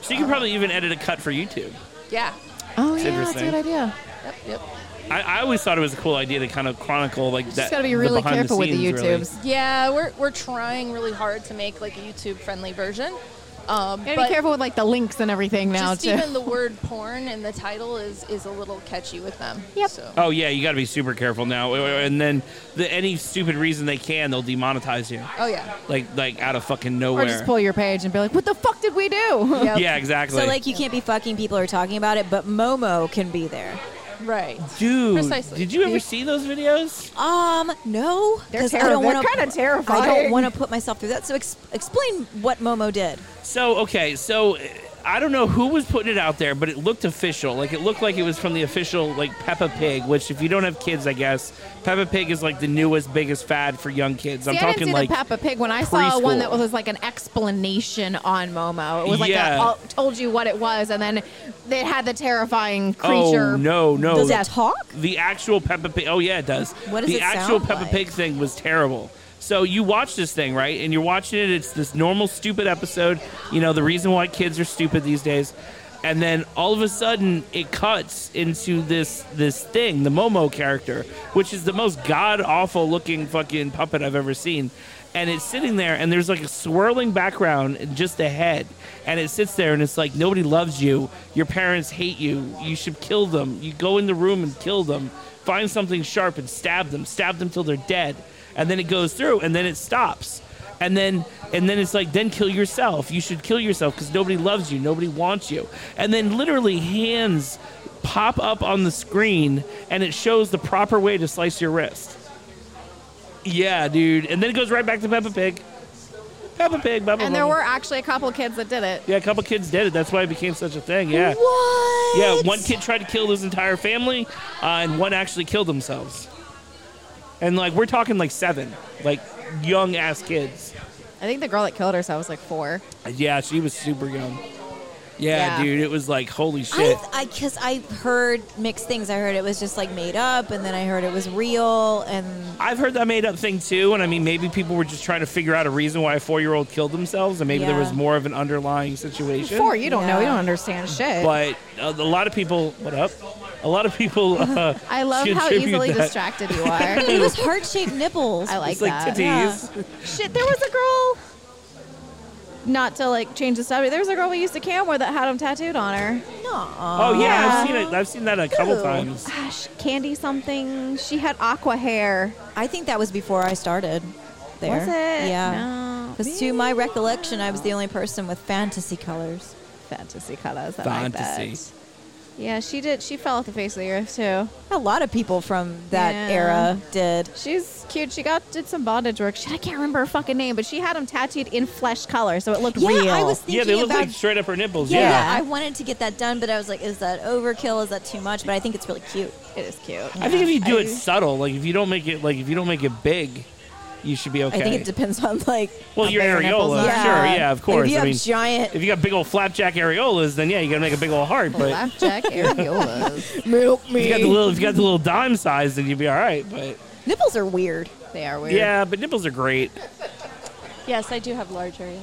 So you could probably even edit a cut for YouTube.
Yeah.
Oh, It's yeah, that's a interesting. good
idea.
Yep. Yep.
I, I always thought it was a cool idea to kind of chronicle like that.
Just gotta be
the
really
behind
careful with the
scenes, really.
YouTubes.
Yeah, we're we're trying really hard to make like a YouTube friendly version. Um,
Gotta
but
be careful with like the links and everything now
just
too.
even the word porn in the title is is a little catchy with them. Yep. So.
Oh yeah, you got to be super careful now. And then the, any stupid reason they can, they'll demonetize you.
Oh yeah.
Like like out of fucking nowhere.
or just pull your page and be like, what the fuck did we do?
Yeah, exactly.
So like you can't be fucking people who are talking about it, but Momo can be there.
Right.
Dude,
Precisely.
did you ever see those videos?
Um, no.
They're
'cause
terri-
I don't
they're
wanna-
kinda
I don't
terrifying.
want to put myself through that. So ex- explain what Momo did.
So okay, so uh, I don't know who was putting it out there, but it looked official. Like it looked like it was from the official like Peppa Pig, which if you don't have kids, I guess Peppa Pig is like the newest biggest fad for young kids. I'm
See, I
talking
didn't see
like
the Peppa Pig when I saw one that
preschool.
was like an explanation on Momo. It was like a-
Yeah.
all- told you what it was, and then they had the terrifying creature.
Oh no, no.
Does that talk?
The actual Peppa Pig. Oh yeah, it does.
What does
the
it
actual
sound
Peppa
like?
Pig thing was terrible. So you watch this thing, right? And you're watching it. It's this normal stupid episode. You know the reason why kids are stupid these days. And then all of a sudden, it cuts into this this thing, the Momo character, which is the most god awful looking fucking puppet I've ever seen. And it's sitting there, and there's like a swirling background and just a head, and it sits there, and it's like nobody loves you. Your parents hate you. You should kill them. You go in the room and kill them. Find something sharp and stab them. Stab them till they're dead. And then it goes through, and then it stops and then and then it's like then kill yourself you should kill yourself because nobody loves you nobody wants you and then literally hands pop up on the screen and it shows the proper way to slice your wrist yeah dude and then it goes right back to peppa pig peppa pig Peppa
And there
Pig.
were actually a couple kids that did it.
yeah a couple kids did it that's why it became such a thing yeah what? yeah one kid tried to kill his entire family uh, and one actually killed themselves and like we're talking like seven like young ass kids
I think the girl that killed herself was like four.
Yeah, she was super young. Yeah,
Yeah.
dude, it was like holy
I
shit.
I because I heard mixed things. I heard it was just like made up, and then I heard it was real, and
I've heard that made up thing too, and I mean maybe people were just trying to figure out a reason why a four year old killed themselves, and maybe there was
Yeah.
more of an underlying situation.
Four, you don't know, you don't understand shit.
But uh, a lot of people, what up? A lot of people. Uh,
[laughs] I love how
contribute
easily
that.
distracted you
[laughs]
are.
it was heart shaped nipples.
I like
It's like
that.
titties.
Shit, there was a girl. Not to like change the subject. There was a girl we used to cam with that had them tattooed on her.
Oh yeah, I've seen it. I've seen that a couple
Ew.
times.
Gosh, Candy something. She had aqua hair.
I think that was before I started. There,
Was it?
Yeah, because to my recollection, I was the only person with fantasy colors.
Fantasy colors.
I like that. Fantasy.
Yeah, she did. She fell off the face of the earth too.
A lot of people from that
Yeah.
era did.
She's cute. She got did some bondage work. Shit, I can't remember her fucking name, but she had them tattooed in flesh color, so it looked
Yeah,
real.
I was thinking
Yeah, they look
about
like straight up her nipples.
Yeah,
Yeah.
I wanted to get that done, but I was like, is that overkill? Is that too much? But I think it's really cute.
It is cute.
I think if you do it subtle, like if you don't make it, like if you don't make it big, you should be okay.
I think it depends on like.
Well,
how
your
big your nipples
areola,
are.
sure,
Yeah.
yeah, of
If
course.
you
I
have
mean,
giant-
If you got big old flapjack areolas, then yeah, you got to make a big old heart. But [laughs]
Flapjack areolas. Milk
if
me.
you got the little, if you got the little dime size, then you'd be all right. But
nipples are weird. They are weird.
yeah, but nipples are great.
Yes, I do have large areolas.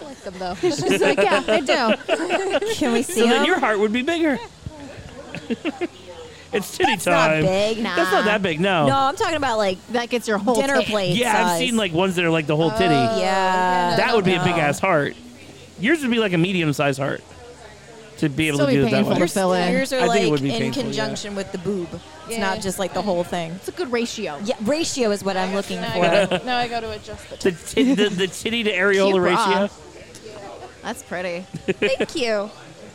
I like them [laughs] though.
She's like, yeah, I
[laughs]
do. Can we
so then your heart would be bigger. it's titty
not
time.
big.
That's not
Nah.
that big. No.
No, I'm talking about like that gets your whole dinner plate.
yeah, I've
size. Oh,
seen like ones that are like the whole titty.
Yeah,
that would be a big
No.
ass heart. Yours would be like a medium sized heart. To be able
Still
to
be
do it that
painful
way.
to fill in. Yours are
I think it
like
would be
in
painful, yeah. [laughs]
conjunction with the boob. It's
Yeah.
not just like the whole thing. It's a good ratio. Yeah, ratio is what I'm looking
Now
for.
I, gotta, now I gotta adjust the.
The, ti- the, the titty to areola
Cute bra.
ratio.
That's pretty. Thank you.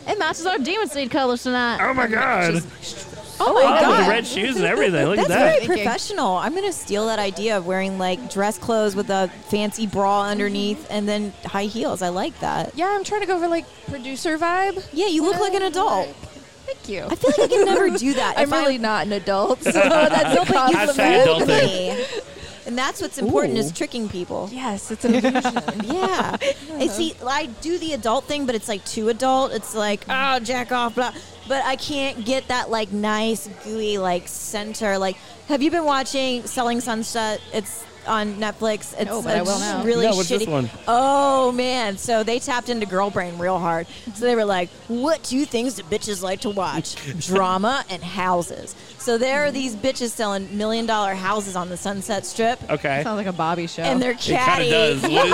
It matches our demon seed colors tonight.
[laughs]
[laughs] Oh
[laughs]
my god.
Oh
my [laughs] Oh, with the God. red shoes and everything. Look at
That's
that.
very professional. I'm gonna steal that idea of wearing like dress clothes with a fancy bra underneath and then high heels. I like that.
Yeah, I'm trying to go for like producer vibe.
Yeah, you look like an adult.
Thank you.
I feel like I can
[laughs]
never do that.
I'm
If I-
really not
[laughs]
an adult, so that's
no, but you
Hashtag
fooled
adulting.
me. And that's what's important is
Ooh.
tricking people.
Yes, it's an illusion.
[laughs] yeah. I see, I do the adult thing, but it's like too adult. It's like, oh, jack off, blah. But I can't get that like nice, gooey, like center. Like, have you been watching Selling Sunset? It's on Netflix. It's
No, but I
a
will now.
really
No,
shitty.
what's this one?
Oh man! So they tapped into girl brain real hard. So they were like, "What two things do bitches like to
[laughs]
watch? Drama and houses." So there are these bitches selling million dollar houses on the Sunset Strip.
Okay. Sounds
like a Bobby show. And they're
It kinda
catty.
does. What is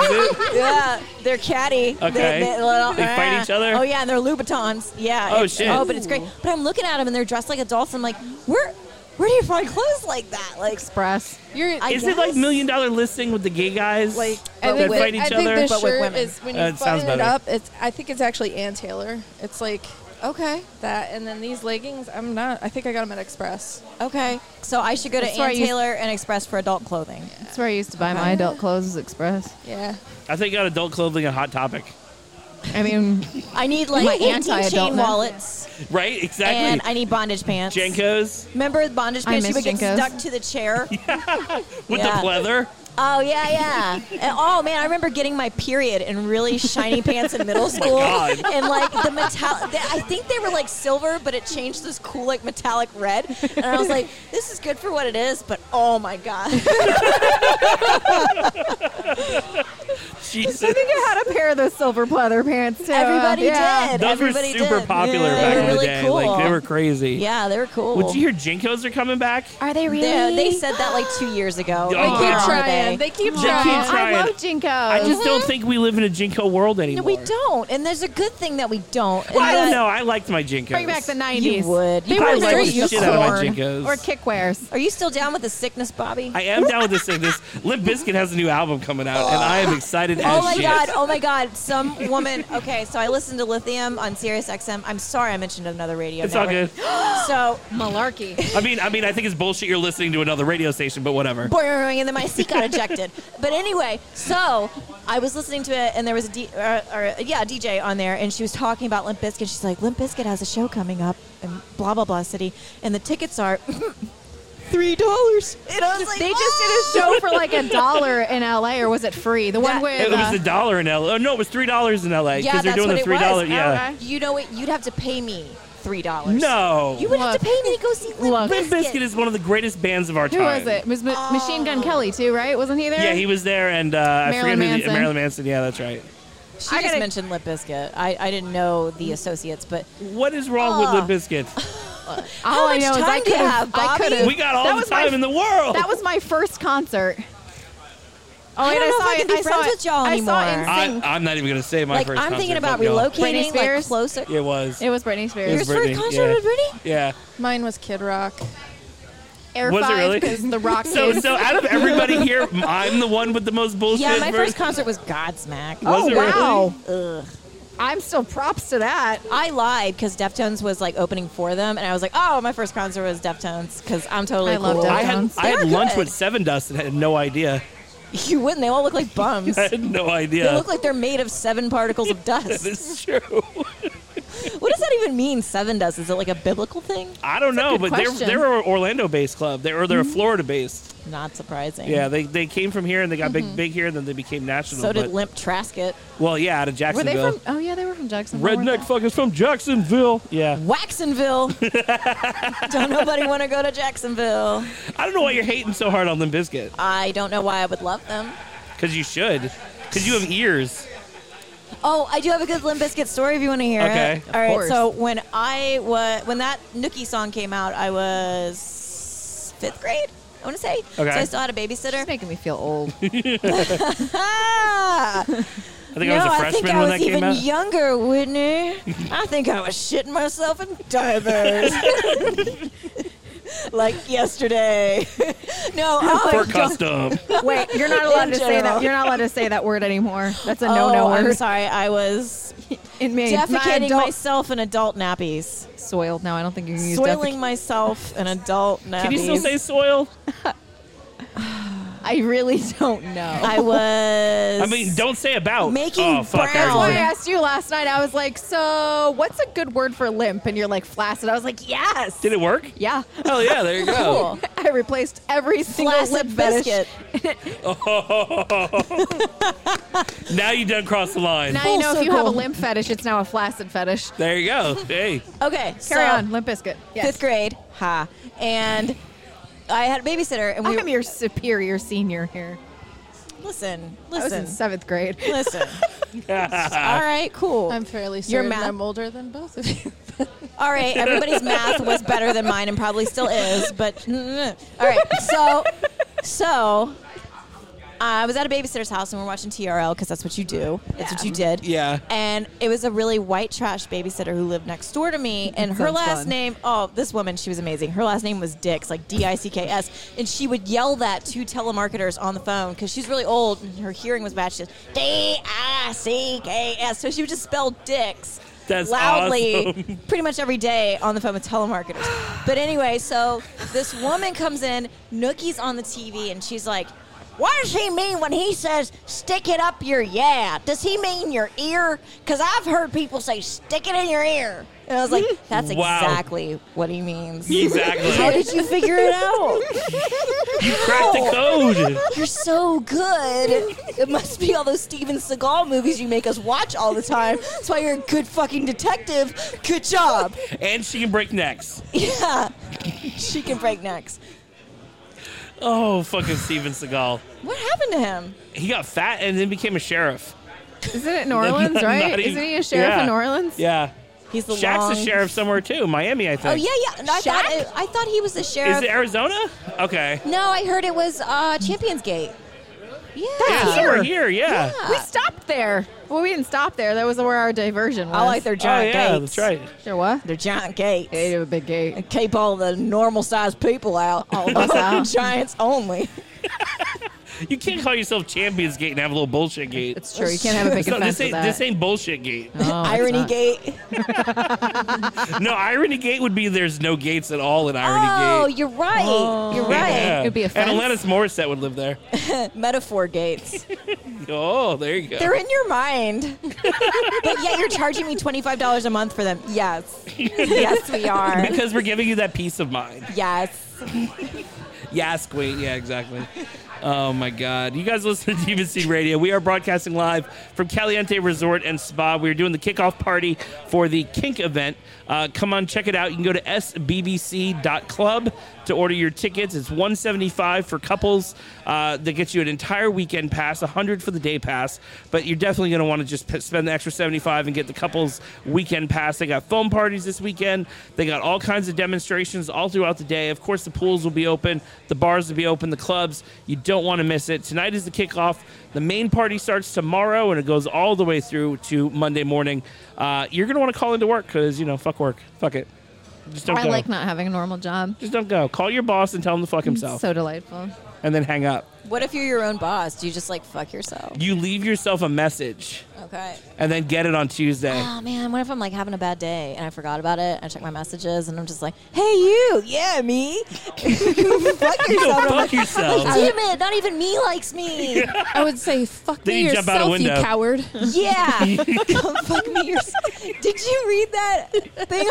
[laughs]
it?
yeah, they're catty.
Okay. They fight each other?
Oh yeah, and they're Louboutins. Yeah.
Oh,
it's-
shit.
Oh, but it's great. But I'm looking at them and they're dressed like adults. I'm like, where, where do you find clothes like that? Like Express. You're. I
Is it like
guess.
million dollar listing with the gay guys
Like,
I
that
think, the,
fight each
I think
other?
the shirt is when you
Uh, it sounds
button it
better.
up. It's I think it's actually Ann Taylor. It's like okay that, and then these leggings. I'm not. I think I got them at Express.
Okay, so I should go to
That's where I
Ann
used-
Taylor and Express for adult clothing.
That's where I used to buy my adult clothes is Express.
Yeah.
I think I got adult clothing and hot topic.
I mean,
I need like
My
18
anti-adult
chain
now.
wallets
Right? Exactly.
and I need bondage pants.
Jenkos
Remember the bondage
I
pants? You
miss
would get
Jenkos.
stuck to the
[laughs]
chair.
with
Yeah.
the pleather.
Oh yeah, yeah. And, oh man, I remember getting my period in really
[laughs]
shiny pants in middle
Oh, my
school,
God.
and like the metallic. They, I think they were like silver, but it changed this cool like metallic red. And I was like, this is good for what it is, but oh my god.
Jesus.
I think I had a pair of those silver pleather pants too.
Everybody
Yeah.
did.
Those
Everybody
were super
did.
popular
Yeah. They
back
were
in the
really
day.
Cool.
Like they were crazy.
Yeah, they were cool.
Would you hear Jenkos are coming back?
Are they uh,
really?
They said that like two years ago.
They keep
Where are
trying.
They?
They keep
Oh, They keep trying. trying. I love
Jinkos.
I just don't think we live in a Jinko world
Oh. No,
anymore.
we don't. And there's a good thing that we don't. and
Well, I don't
that-
know. I liked my Jinkos.
Bring back the
You
nineties.
would.
They
You
were
probably
very
like the shit out of my
unicorn.
Jinkos.
Or kickwares.
Are you still down with the sickness, Bobby?
I am down with this thing. This Limp Bizkit has a new album coming out, and I am excited as
Oh my
shit.
god! Oh my god! Some woman. Okay, so I listened to Lithium on Sirius XM. I'm sorry, I mentioned another radio.
It's all
network. [gasps] so malarkey.
I mean, I mean, I think it's bullshit. You're listening to another radio station, but whatever.
boing, and then my seat got ejected. But anyway, so I was listening to it, and there was a D, or, or, yeah, a DJ on there, and she was talking about Limp Bizkit. She's like, Limp Bizkit has a show coming up in blah blah blah city, and the tickets are [laughs] three dollars. And I was like,
they just did a show for like a dollar in LA, or was it free? The one with
It
uh,
was a dollar in L. Oh no, it was three dollars in L.A.
Yeah,
they're
that's
doing
what
the
it
three dollar.
was.
Yeah.
You know what? You'd have to pay me three dollars.
No.
You would have to pay me to go see Limp
Limp
Bizkit.
Bizkit is one of the greatest bands of our
who
time.
was it? It was Ma- Machine
Oh.
Gun Kelly too, right? Wasn't he there?
Yeah, he was there, and uh, I forget
Marilyn
who the,
Manson.
Marilyn Manson. Yeah, that's right.
She just mentioned Lip Biscuit. I, I didn't know the associates, but
what is
Oh.
wrong with Limp Bizkit?
How
All I
much
know is I
time do you
could've-
have,
I
Bobby?
could've-
We got all
that
the
was my
time
f-
in the world.
That was my first concert. Oh,
I
wait,
don't know if I
saw
can
it- saw
be friends
it-
with y'all
I saw it in
anymore.
I, I'm not even gonna say my
Like,
first.
I'm thinking
concert,
about
fuck y'all.
relocating like closer.
It was.
It was Britney Spears.
It was
Yours for a
Britney,
concert
yeah.
with Britney?
Yeah.
Mine was Kid Rock.
Air
was it
Five,
really?
'cause
[laughs]
the Rock
so,
Kids-
so out
[laughs]
of everybody here, I'm the one with the most bullshit.
Yeah, my
verse.
first concert was Godsmack.
Was Oh, it wow.
Ugh. I'm still props to that. I lied because Deftones was like opening for them, and I was like, "Oh, my first concert was Deftones," because I'm totally
I love
cool.
I had, I had
They're
lunch
good.
with Seven Dust and had no idea.
You wouldn't. They all look
[laughs]
like bums.
I had no
They
idea. [laughs]
look like they're made of seven particles of dust.
That's true.
[laughs] What is that that even mean? Seven does? Is it like a biblical thing?
I don't
That's a
know,
good
but they're
question. Mm-hmm.
they're an Orlando-based club. They're or they're a Florida-based.
Not surprising.
Yeah, they, they came from here and they got
Mhm.
big big here, and then they became national.
so did
but-
Limp Traskett.
well, yeah, out
Were
of
they
Jacksonville.
from? Oh yeah, they were from Jacksonville. weren't
Redneck fuckers from Jacksonville. Yeah. [laughs]
Waxonville. don't nobody want to go to Jacksonville.
I don't know why you're hating so hard on Limp Biscuit.
I don't know why I would love them.
Because you should. Because you have ears.
Oh, I do have a good Limp Bizkit story if you want to hear
Okay.
it.
Of
All right.
course.
So when I was when that Nookie song came out, I was fifth grade. I want to say. So
Okay.
I still had a babysitter.
[laughs]
making [laughs] me feel old.
I think
I
I was a
I think
freshman
I
when
was
that
even
came out.
younger, Whitney. I think I was shitting myself in
[laughs]
diapers. like yesterday. [laughs] no, I
For
was- [laughs]
custom.
[laughs] Wait, you're not allowed
In
to say
general.
that. You're not allowed to say that word anymore. That's a
oh,
no-no
I'm
word.
sorry. I was
In me, My
defecating
adult-
myself in adult nappies. Soiled. No, I don't think you
can use
Soiling
defecate.
myself in adult nappies.
Can you still say soil?
I really don't know.
I was.
I mean, don't say about.
Making
oh, fuck, I
That's why I
remember.
asked you last night. I was like, "So, what's a good word for limp?" And you're like, "Flaccid." I was like, "Yes."
Did it work? [laughs]
Yeah.
Hell yeah, there you go.
I replaced every single lip
Flaccid
fetish.
biscuit.
now you done crossed the line.
Now you know if you have a
circle.
limp fetish, it's now a flaccid fetish.
There you go. Hey.
Okay,
Carry
so-
on, limp biscuit. Yes.
Fifth grade. Ha. And I had a babysitter, and we.
I'm your superior senior here.
Listen,
I was in
[laughs]
listen,
seventh grade. [laughs]
listen. [laughs] All right, cool.
I'm fairly
Your
certain
math-
I'm older than both of you.
All right, everybody's math was better than mine and probably still is, but [laughs] all right. So, so I was at a babysitter's house and we're watching TRL because that's what you do. That's what you did.
[laughs] Yeah.
And it was a really white trash babysitter who lived next door to
[laughs]
me, and her
Sounds
last
fun.
name. Oh, this woman, she was amazing. Her last name was Dix, like D I C K S, and she would yell that to telemarketers on the phone because she's really old and her hearing was bad. She D I C K S, so she would just spell Dix
That's
loudly
awesome.
[laughs] pretty much every day on the phone with telemarketers. But anyway, so this woman comes in, Nookie's on the TV, and she's like, what does he mean when he says stick it up your yeah? Does he mean your ear? Because I've heard people say stick it in your ear. And I
[laughs]
was like, that's
Wow.
exactly what he means.
Exactly.
How did you figure
[laughs]
it out?
[laughs] You cracked the code.
You're so good. It must be all
[laughs]
those [laughs] Steven Seagal movies you make us watch all the time. That's why you're a good fucking detective. Good job. [laughs]
And she can break necks.
Yeah. She can break necks.
Oh, fucking Steven Seagal.
What happened to him?
He got fat and then became a sheriff.
Isn't
[laughs]
it New Orleans, right?
Not even-
Isn't he a sheriff
yeah.
in New Orleans?
Yeah.
He's the
Shaq's
long-
a sheriff somewhere too. Miami, I think.
Oh, yeah, yeah. No, I, thought it- I thought he was the sheriff.
Is it Arizona? Okay.
no, I heard it was uh, Champions Gate. Yeah.
Yeah, somewhere here, yeah.
We stopped there. Well, we didn't stop there. That was where our diversion was.
I like their giant
Oh, yeah,
gates.
that's right.
Their what?
Their giant gates. They
have a big gate.
And keep all the normal sized people out. All [laughs]
of us out.
Giants only.
You can't call yourself Champions Gate and have a little bullshit gate.
It's true. You can't have a big
So
offense with
this ain't
that. Oh,
this ain't bullshit gate.
Irony Gate.
no, irony gate would be there's no gates at all in irony
Oh,
gate.
you're right. You're right.
Yeah. And Alanis Morissette would live there. [laughs]
[laughs] Metaphor gates.
Oh, there you go.
They're in your
[laughs]
mind. but yet you're charging me $25 a month for them.
[laughs]
Yes. yes, we are.
because we're giving you that peace of mind.
Yes.
Yes, Queen. Yeah, exactly. Oh my God! You guys listen to DVC Radio. We are broadcasting live from Caliente Resort and Spa. We are doing the kickoff party for the Kink event. Uh, come on, check it out. You can go to sbbc.club to order your tickets. It's 175 for couples. Uh, that gets you an entire weekend pass, 100 for the day pass. But you're definitely going to want to just p- spend the extra 75 and get the couples weekend pass. They got foam parties this weekend. They got all kinds of demonstrations all throughout the day. Of course, the pools will be open, the bars will be open, the clubs. You don't want to miss it. Tonight is the kickoff. The main party starts tomorrow and it goes all the way through to Monday morning. Uh, you're going to want to call into work because, you know, fuck work. Fuck it. Just don't
I
go.
like not having a normal job.
Just don't go. Call your boss and tell him to fuck himself
So delightful.
and then hang up.
What if you're your own boss? Do you just like fuck yourself?
You leave yourself a message
Okay.
and then get it on Tuesday.
Um.
Oh man, what if I'm like having a bad day and I forgot about it? I check my messages and I'm just like, "Hey you, yeah me, [laughs] fuck
You go
yourself." I'm
fuck
like, [laughs]
yourself.
Damn it, not even me likes me.
I would say, "Fuck
Then
me
you jump out a
yourself,
window.
you coward."
[laughs] Yeah, come fuck me yourself. Did you read that thing? [laughs]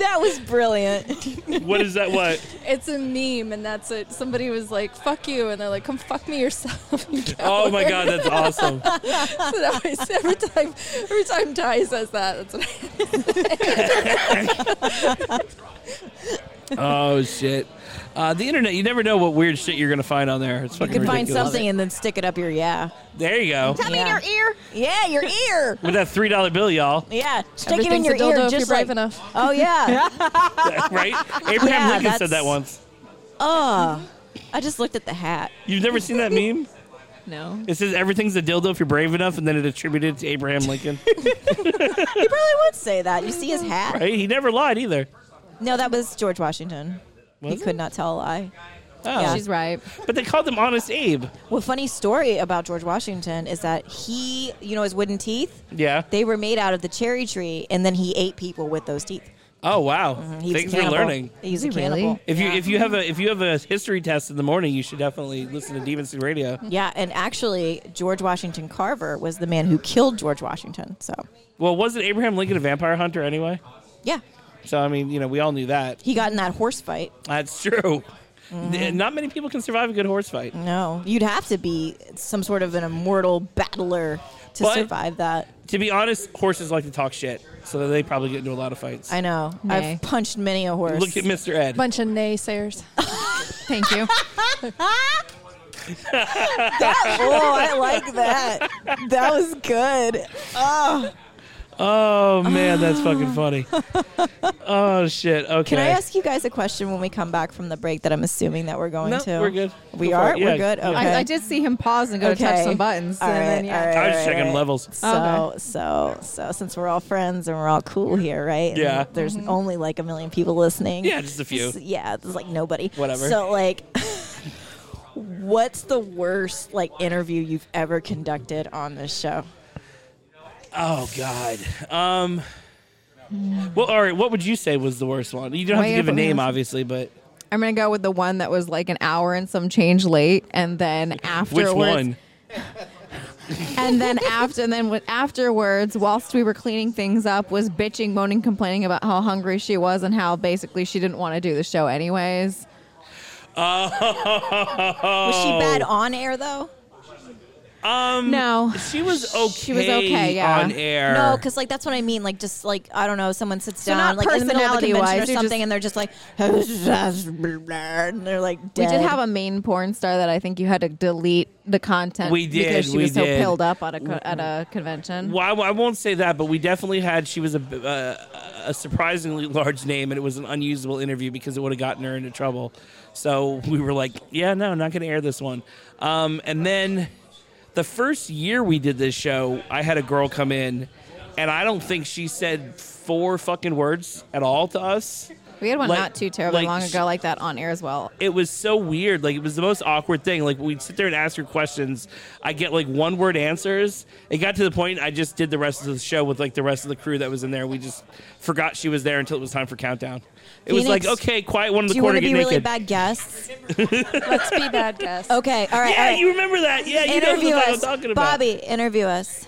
that was brilliant.
What is that? What?
It's a meme, and that's it. Somebody was like, "Fuck you," and they're like, "Come fuck me yourself." you
Oh my
coward."
God, that's awesome.
[laughs] so that was, every time, every time Ty says that, that's what I
Oh shit. Uh, the internet, you never know what weird shit you're gonna find on there. It's
You
fucking
can find
ridiculous. Oh.
something and then stick it up your yeah.
There you go.
your ear. Yeah, your ear.
With that three dollar
[laughs]
bill, y'all.
Yeah, stick it in
Everything's
your
a dildo
ear.
if
Just
you're brave
like,
enough.
Oh
[laughs]
yeah.
right? Abraham
Yeah,
Lincoln
that's-
said that once.
Oh, I just looked at the hat.
You've never seen that meme?
[laughs] No.
It says everything's a dildo if you're brave enough, and then it attributed to Abraham
[laughs]
Lincoln.
He probably would say that. You see his hat?
right? He never lied either.
No, that was George Washington.
Was
he could not tell a lie.
Oh.
Yeah.
She's
right.
But they called him Honest Abe.
Well, funny story about George Washington is that he, you know, his wooden teeth,
Yeah.
they were made out of the cherry tree, and then he ate people with those teeth.
Oh wow.
He was a
Things we're
Mm-hmm. cannibal.
learning.
He was a cannibal.
If you if you have a if you have a history test in the morning, you should definitely listen to Demon Seed Radio.
Hmm.
Yeah, and actually, George Washington Carver was the man who killed George Washington. So
Well, wasn't Abraham Lincoln a vampire hunter anyway?
Yeah.
So I mean, you know, we all knew that.
he got in that horse fight.
That's true.
Mm-hmm.
N- Not many people can survive a good horse fight.
No, you'd have to be some sort of an immortal battler to
But-
survive that.
To be honest, horses like to talk shit, so they probably get into a lot of fights.
I know.
Nay.
I've [laughs] punched many a horse.
Look at Mr. Ed.
Bunch
[laughs]
of naysayers. Thank you.
That- oh, I like that. That was good. Oh,
Oh man, that's
[laughs]
fucking funny. Oh shit. Okay.
Ah. can I ask you guys a question when we come back from the break that I'm assuming that we're going
No,
to?
we're good.
We
Go for
are.
it.
We're
Yeah,
good.
yeah.
Okay.
I, I did see him pause and go to touch
Okay.
some buttons.
All
and
right,
then, yeah. Oh,
all right,
I was
all
checking
right.
levels.
So, so, so, since we're all friends and we're all cool here, right? And
Yeah.
There's
Mm-hmm.
only like a million people listening.
Yeah, just a few.
Yeah, there's like nobody.
Whatever.
So, like, [laughs] what's the worst like interview you've ever conducted on this show?
Oh God. Um. Well, all right. What would you say was the worst one? You don't have
Way
to give a
up
name,
there.
obviously, but
I'm gonna go with the one that was like an hour and some change late, and then afterwards,
which one? [laughs]
and then after, and then wi- afterwards, whilst we were cleaning things up, was bitching, moaning, complaining about how hungry she was and how basically she didn't want to do the show anyways.
Oh.
Was she bad on air though? [laughs]
Um.
No.
She was okay.
She was okay, yeah.
On air.
No, because like that's what I mean. Like just like I don't know, someone sits
So not
down like in the middle of the convention
personality-wise,
or
you
something,
just-
and they're just like, [laughs] and they're like dead.
We did have a main porn star that I think you had to delete the content
We did,
because she
we
was
did.
so pilled up at a co- at a convention.
Well, I, I won't say that, but we definitely had. She was a, uh, a surprisingly [laughs] large name, and it was an unusable interview because it would have gotten her into trouble. So we were like, "Yeah, no, not going to air this one." Um, and then the first year we did this show, I had a girl come in, and I don't think she said four fucking words at all to us.
We had one
Like-
not too terribly
like
long
sh-
ago like that on air as well.
it was so weird. Like it was the most awkward thing. Like we'd sit there and ask her questions. I get like one word answers. It got to the point I just did the rest of the show with like the rest of the crew that was in there. We just forgot she was there until it was time for countdown. It was like
Phoenix,
okay, quiet one in
Do
the
you want
corner,
to be
get
really
naked.
bad guests?
[laughs] Let's be bad guests.
Okay, all right.
yeah,
all right.
you remember that? Yeah, you know
interview
what I'm
us,
talking about.
Bobby. Interview us.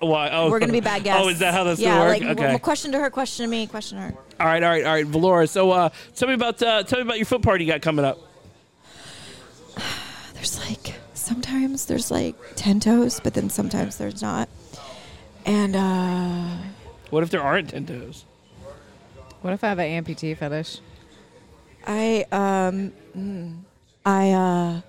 Why? Oh,
We're gonna be bad guests.
[laughs] Oh, is that how that's
yeah,
gonna work?
Like,
okay.
w- question to her. Question to me. Question to her.
all right, all right, all right, Valora. So uh, tell me about uh, tell me about your foot party you got coming up.
There's like sometimes there's like ten toes, but then sometimes there's not. And uh
What if there aren't ten toes?
What if I have an amputee fetish?
I um mm, I uh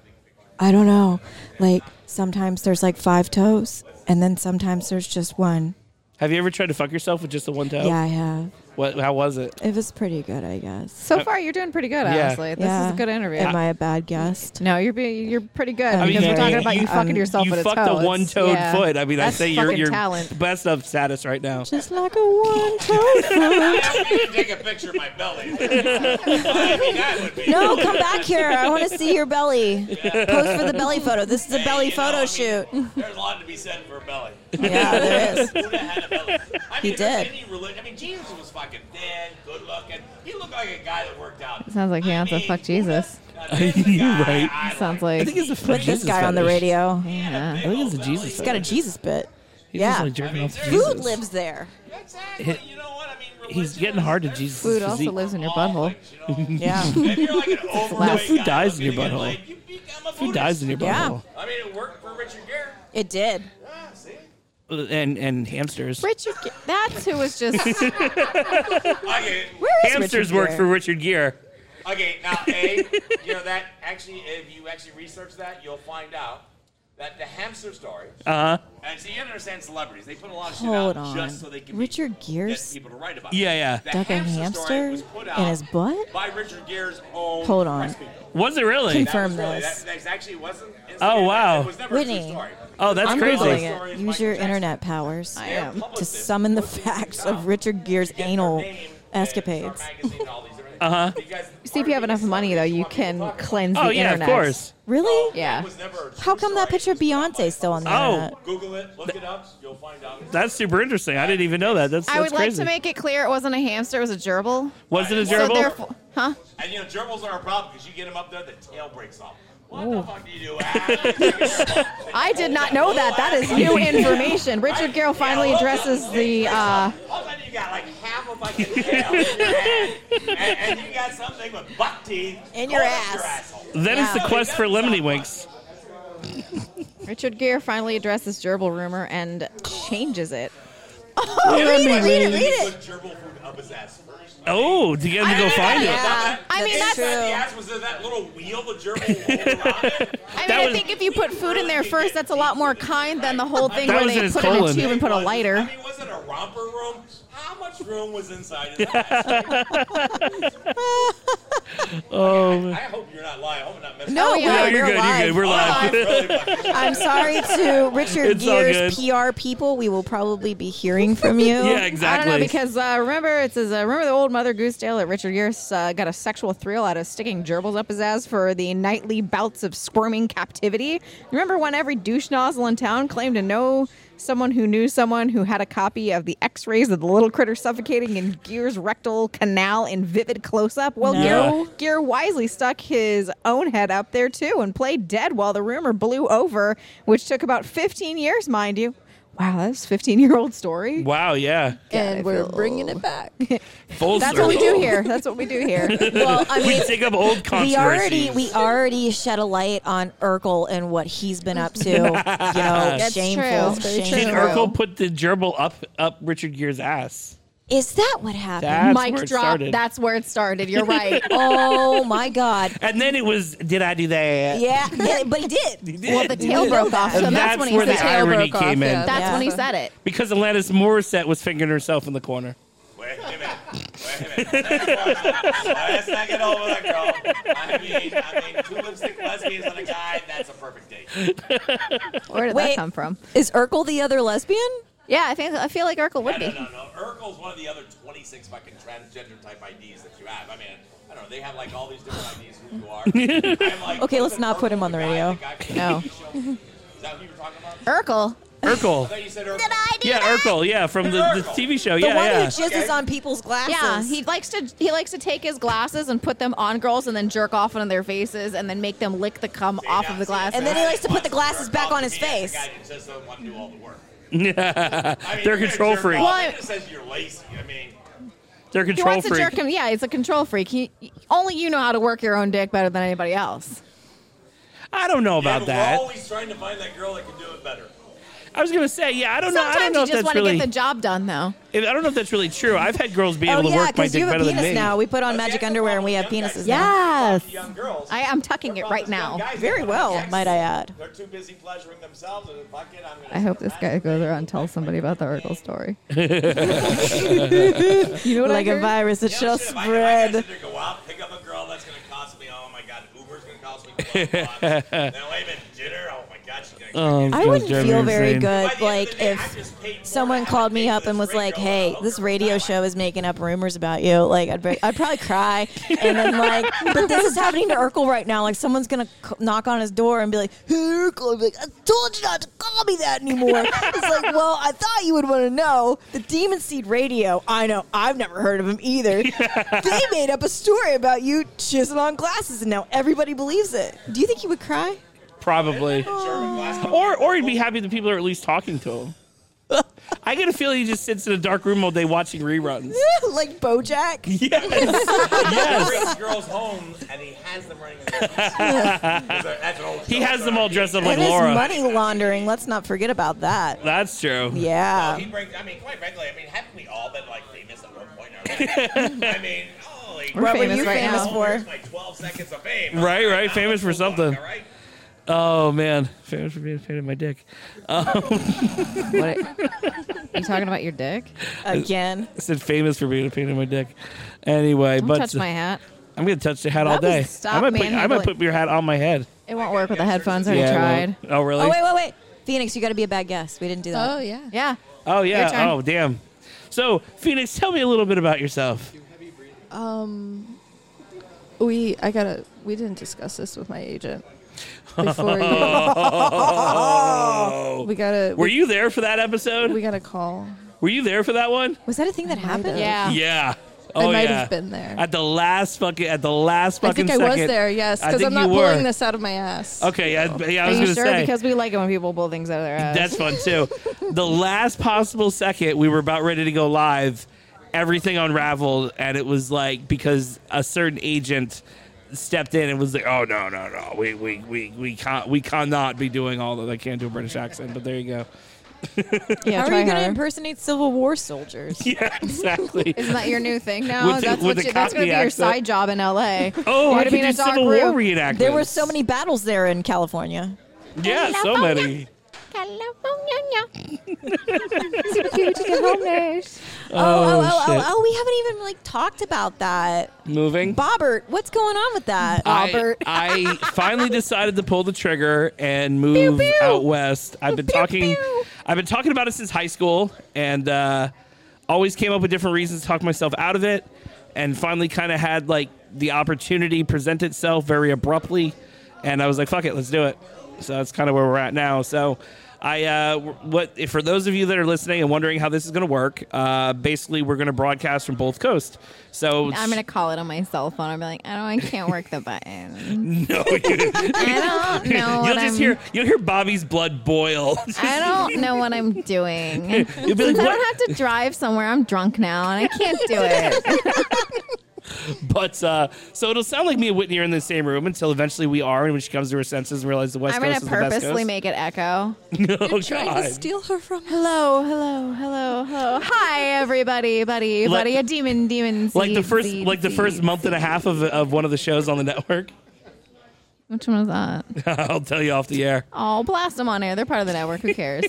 I don't know. Like sometimes there's like five toes, and then sometimes there's just one.
Have you ever tried to fuck yourself with just the one toe?
Yeah, I have.
What? How was it? Uh,
It was pretty good, I guess.
So far, you're doing pretty good,
Yeah.
honestly. This is a
Yeah.
good interview.
Am I a bad guest?
No, you're being, you're pretty good
I mean,
because
you-
we're talking about you,
um,
fucking yourself
Um, You
with
fucked
a toe.
a
It's-
one-toed
yeah.
foot. I mean,
That's
I say you're
fucking
you're
talent.
best of status right now.
Just like a one
[laughs]
toad.
Take a picture of my belly. I mean, that would be.
No, come back here. I want to see your belly. Post for the belly photo. This is a belly photo shoot.
There's a lot to be said for a belly.
Yeah, there is.
Buddha had a belly. I
He
mean, there's
did.
Any religion, I mean, Jesus was fucking thin, good looking. He looked like a guy that worked out.
Sounds like he wants to fuck
[laughs]
Jesus.
right.
Sounds like.
I think it's a
Put this guy on the radio.
[laughs] Yeah.
I think it's a Jesus.
He's got a Jesus bit.
He's
yeah.
just, like, jerking off to
Food
Jesus.
lives there.
He's getting hard to Jesus.
Food also lives in your butthole.
[laughs]
Yeah.
If you're like an
No,
overweight
food
guy,
dies in
you're
your
gonna get, like,
butthole.
you become a
Food dies in your
Yeah.
butthole.
I mean, it worked for Richard Gere.
It did.
Yeah, see?
Uh, And and hamsters.
Richard, Ge- that's who was
[laughs]
just.
Okay.
hamsters worked for Richard Gere.
Okay, now,
[laughs]
A, you know that actually, if you actually research that, you'll find out that the hamster story.
Uh huh.
And so you understand celebrities. They put a lot of shit
Hold
out
on.
just so they can
Richard
get
Gears
people to write about
Yeah,
it.
yeah.
The
dug a
hamster story
hamster
was put out
in his butt?
By Richard Gere's own.
Hold on.
Was it really?
Confirm
That was really-
this.
That, that actually wasn't.
Oh wow.
Whitney.
Oh, that's
I'm
crazy.
Googling it. Use your internet powers
I am.
to summon the facts of Richard Gere's anal escapades.
Uh huh.
[laughs]
See if you have enough money though. You can cleanse
Oh,
the
yeah, of
internet.
course.
Oh,
Really?
Yeah.
How come that picture of Beyonce is still on the
Oh.
internet?
Google it, look it up, you'll find out.
That's super interesting. I didn't even know that. That's, that's
I would like
crazy.
to make it clear it wasn't a hamster. It was a gerbil.
Was it a
So
gerbil?
therefore, huh?
And you know, gerbils are a problem because you get them up there, the tail breaks off. What
Ooh.
the fuck do you do? Ah,
[laughs] I did not know that. That is new information. Richard Gere finally addresses the. Uh,
All of a sudden you got like half
[laughs]
a fucking [laughs] tail in your head, and, and you got something with buck teeth
In your
going up
ass.
asshole.
That is
Yeah.
the quest for Lemony Winks.
Richard Gere finally addresses gerbil rumor and changes it. [laughs] Oh,
read it, read it, read
Put
it.
gerbil food up his ass first.
Oh, to get him to go find it.
I mean, that's.
That's
The
true.
ass was in that little wheel the
[laughs]
gerbil rolled around it.
I mean,
[laughs] That
I
was-
think if you put food in there first, that's a lot more kind than the whole thing
That
where
was in
they
his
put it in a
colon.
tube and put a
Was- I
lighter.
mean, was it a romper room? How much room was inside of that?
[laughs]
[laughs] I
[laughs] Oh,
hope you're not lying. I hope I'm not messing
No,
Oh,
we're,
yeah. No,
you're
we're
good.
live.
You're good. We're live.
I'm sorry
[laughs]
to Richard
It's all
Gere's
good.
PR people. We will probably be hearing from you.
[laughs] yeah,
I
exactly.
don't know because uh, remember it says uh, remember the old Mother Goose tale that Richard Gere uh, got a sexual thrill out of sticking gerbils up his ass for the nightly bouts of squirming captivity. Remember when every douche nozzle in town claimed to know someone who knew someone who had a copy of the X-rays of the little critter suffocating in Gere's rectal canal in vivid close-up? Well,
No.
Gere, Gere wisely stuck his own head up there too and played dead while the rumor blew over, which took about 15 years, mind you. Wow, that's 15 year old story.
[laughs] wow, yeah.
and we're bringing it back.
Full
That's what we
circle.
do [laughs] here. That's what we do
[laughs]
here.
Well, I
We
mean,
take up old
we
controversies.
already we already shed a light on Urkel and what he's been up to. You know,
[laughs] That's
shameful.
true. Very
King
shameful.
true.
Urkel put the gerbil up up Richard Gere's ass.
Is that what happened?
That's
Mic
where it
drop.
started.
That's where it started. [laughs] You're right.
oh my God!
and then it was, did I do that?
Yeah, yeah, but he did.
He did.
well, the tail broke
[laughs]
off, so
And
that's,
that's
when he
where
said it.
the irony came in.
That's
Yeah.
when he said it.
Because Alanis Morissette was fingering herself in the corner.
Wait a minute. Wait a minute. Let's not get over that girl. I mean, I mean, two lipstick lesbians and a guy, that's a perfect
[laughs]
date.
Where did that
Wait.
come from?
Is Urkel the other lesbian?
Yeah, I think I feel like Urkel
I
would be.
don't know. Urkel's one of the other 26 fucking transgender type IDs that you have. I mean, I don't know. They have like all these different IDs who you are.
[laughs]
I'm like,
[laughs] Okay, let's
wasn't
not put him
Urkel
on the
guy-
radio.
guy from
No.
the TV show? Is that who you were talking about?
Urkel.
I
Urkel.
thought you said Urkel.
Yeah, Urkel. Yeah, from the, the
Urkel.
TV show.
The
Yeah,
one who
yeah.
jizzes on people's glasses.
Yeah, he likes to he likes to take his glasses and put them on girls and then jerk off onto their faces and then make them lick the cum off of the glasses.
and then he likes to put the glasses back on his
Me as
face.
The guy that just doesn't want to do all the work. I mean,
They're
you're gonna
control
jerk
freak.
off.
Well,
It just says you're lazy. I mean,
They're
he
control
wants
freak.
to jerk him. Yeah, he's a control freak. He only you know how to work your own dick better than anybody else.
I don't know about
yeah, but
that.
We're always trying to find that girl that can do it better.
I was gonna say, yeah, I don't know. I don't
Sometimes
know
you
if
just
that's
want to
really.
get the job done, though.
I don't know if that's really true. I've had girls be able to work my dick
Oh, you have
better
a
than
penis
me. [laughs]
now. We put on magic underwear and we have penises now.
Yes. I am tucking it right now.
Very well, might I add.
They're too busy pleasuring themselves in a bucket. I'm gonna
I hope this guy goes around and tells somebody about the Urkel
[laughs]
story.
[laughs] you
know what I
like a
heard?
virus, it
Yeah,
shall
shit, if I- if I
spread.
Either go out, pick up a girl that's gonna cost me. Oh my god, Uber's gonna cost me. $12. then wait a minute, dinner. Oh my god, she's gonna.
Oh,
I
Joe's
wouldn't
driving
feel
me
very
insane.
good, like if someone called me up and was like, "Hey, this radio show is making up rumors about you." Like, I'd, be, I'd probably cry, and then like, but this is happening to Urkel right now. Like, someone's gonna c- knock on his door and be like, "Hey, Urkel," I'd be like, "I told you not to call me that anymore." it's like, well, I thought you would want to know the Demon Seed Radio. I know I've never heard of them either. they made up a story about you chiseling on glasses, and now everybody believes it. Do you think you would cry? [laughs]
Probably. Or or he'd be happy that people are at least talking to him. I get a feeling he just sits in a dark room all day watching
[laughs]
reruns.
like BoJack. [laughs]
Yes. He brings
Yes.
girls home and he has them running. In that's an old.
he has them all dressed up
That
like
is
Laura.
money laundering. Let's not forget about that.
That's true.
Yeah.
Well, he brings. I mean, quite frankly, I mean, haven't we all been like famous at one point? Or I mean, [laughs] oh, holy.
We're What were famous you right famous now. for?
Here's my 12 seconds of fame.
Right, right. Famous for something. Oh man, famous for being a fan of my dick. Um, [laughs]
What Are you talking about your dick?
Again.
I said famous for being a pain in my dick. Anyway,
Don't
but
touch my hat.
I'm gonna touch the hat
That
all day.
was- stop
I might put, I
manhandling.
might put your hat on my head.
It won't work with the headphones. I
Yeah,
already
it
tried.
won't. Oh really?
Oh wait, wait, wait. Phoenix, you got to be a bad guest. We didn't do that.
Oh yeah.
Yeah.
Oh
Your
yeah.
turn.
Oh damn. So Phoenix, tell me a little bit about yourself.
[laughs] Um, we I gotta we didn't discuss this with my agent
[laughs]
before you.
Oh.
we gotta.
Were you there for that episode?
We got a call.
Were you there for that one?
Was that a thing that happened?
Yeah. [laughs]
Yeah.
I
Oh
might
yeah.
have been there.
At the last fucking. At the last
I
fucking.
think I was
second.
there. Yes,
I
because
think
I'm not
you
pulling
were. Oh.
this out of my ass.
Okay. Yeah. yeah I
Are
was
you
gonna
sure?
say.
Because we like it when people pull things out of their ass.
[laughs]
[laughs]
That's fun too. the last possible second, we were about ready to go live. Everything unraveled, and it was like because a certain agent stepped in and was like, "Oh no, no, no, we we we we can't we cannot be doing all that. I can't do a British accent." But there you go.
How are you going to
harder.
impersonate Civil War soldiers?
[laughs] yeah, exactly.
Isn't that your new thing now?
With the-
that's
with
what
the
you, that's going to be
Cockney
your
accent.
side job in
[laughs]
LA.
Oh,
You're
I
gonna
could
be in
do
a dark
Civil War
room.
reenactments.
There were so many battles there in California.
Yeah, so many.
Oh, oh, oh,
shit.
oh, oh, we haven't even like talked about that.
Moving.
Bobbert, what's going on with that?
I,
[laughs]
I finally decided to pull the trigger and move
pew.
out west. I've been talking. I've been talking about it since high school, and uh, always came up with different reasons to talk myself out of it. And finally, kind of had like the opportunity present itself very abruptly, and I was like, "Fuck it, let's do it." So that's kind of where we're at now. So. I uh, w- what if for those of you that are listening and wondering how this is going to work? Uh, basically, we're going to broadcast from both coasts. So
[laughs] I'm going to call it on my cell phone. I'm like, "Oh, I don't, I can't work the button.
[laughs] No, you,
[laughs] I don't know
You'll
what
just
I'm-
hear you'll hear Bobby's blood boil. [laughs]
I don't know what I'm doing.
You'll be like,
Since I
"What?"
don't have to drive somewhere. I'm drunk now
[laughs]
and I can't do it.
but uh, so it'll sound like me and Whitney are in the same room until eventually we are, and when she comes to her senses and realizes the West
I'm
Coast
going
is
to
the best
purposely
coast.
make it echo.
[laughs] no, God.
her from
Hello, hello, hello, hello. Hi, everybody, buddy,
Like-
buddy. A demon, demon.
like the
seed,
first
seed,
like the
seed.
first month and a half of of one of the shows on the network. [laughs]
Which one was that?
I'll tell you off the air.
Oh, blast them on air. They're part of the network. Who
[laughs]
cares?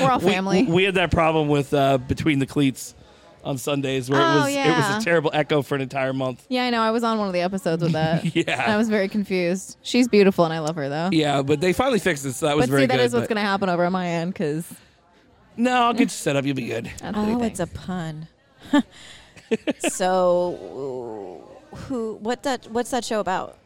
We're all
We-
family.
We, had that problem with uh, between the cleats on Sundays where
Oh,
it was it
yeah.
was a terrible echo for an entire month.
yeah, I know. I was on one of the episodes with Uh, that.
[laughs] Yeah.
And I was very confused. She's beautiful and I love her, though.
Yeah, but they finally fixed it, so that was
but
very
see, that
good.
is what's
but-
going to happen over on my end because.
No, I'll get you set up. You'll be good.
oh, it's a pun. [laughs] so, who? What that? What's that show about?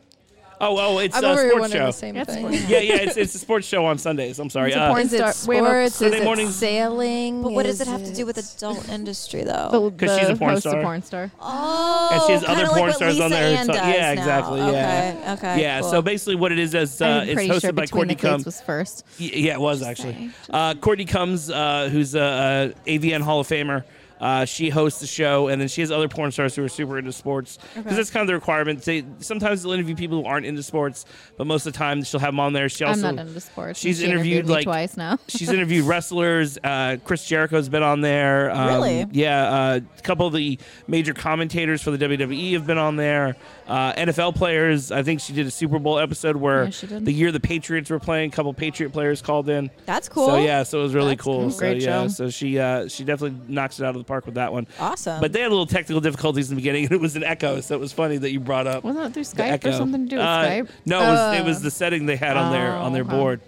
Oh, oh, it's
I'm
a
over here
sports
wondering
show.
the same That's thing. fine.
Yeah, yeah, it's, it's a sports show on Sundays. I'm sorry. Uh,
Is it
we have a
sports? Is
Sunday
it
mornings-
sailing?
But what does it
Is
have to do with [laughs] adult industry, though?
[laughs] 'Cause she's a porn host of star. porn
star.
Oh,
and she has
kinda
other
like
porn
what
stars
Lisa
on there.
Ann
So-
does
yeah,
now.
exactly. Yeah.
Okay. Okay.
Yeah.
cool.
So basically, what it is is uh,
I'm
it's
pretty
hosted
sure
by
Between
Courtney
the Cleats
Combs.
was first.
Y- Yeah, it was actually. Uh, Courtney Combs, uh, who's a, a AVN Hall of Famer, Uh, she hosts the show, and then she has other porn stars who are super into sports because
Okay.
that's kind of the requirement. They, sometimes they'll interview people who aren't into sports, but most of the time she'll have them on there. She
I'm
also
not into sports.
She's
She
interviewed,
interviewed me
like
twice now.
she's
[laughs]
interviewed wrestlers. Uh, Chris Jericho's been on there. Um,
Really?
Yeah. Uh, a couple of the major commentators for the WWE have been on there. Uh, NFL players. I think she did a Super Bowl episode where
Yeah, she did.
the year the Patriots were playing, a couple Patriot players called in.
That's cool.
So yeah, so it was really cool.
cool.
So
Great
yeah,
show.
so she uh, she definitely knocks it out of the park with that one.
Awesome.
But they had a little technical difficulties in the beginning, [laughs] and it was an echo, so it was funny that you brought up.
Wasn't it through
the
Skype or
echo.
something to do with
Uh,
Skype?
No, it was,
Oh.
it was the setting they had on their on their
Oh, wow.
board.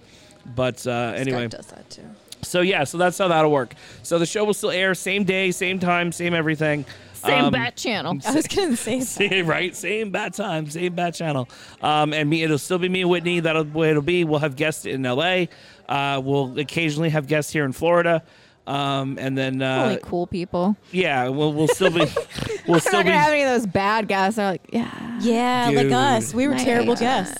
But uh, anyway,
does that too.
so yeah, so that's how that'll work. So the show will still air same day, same time, same everything.
Same
Um,
bat channel.
I was
gonna say
[laughs] Same, right? Same bad time, same bad channel. Um, and me, it'll still be me and Whitney. That'll the way it'll be. We'll have guests in LA. Uh, we'll occasionally have guests here in Florida. Um, and then uh,
Really cool people.
yeah, we'll we'll still be [laughs] we'll
We're
still
not
be
gonna have any of those bad guys. that are like, yeah,
Yeah, like
Dude.
us. We were
Like
uh,
terrible
us.
[laughs]
guests.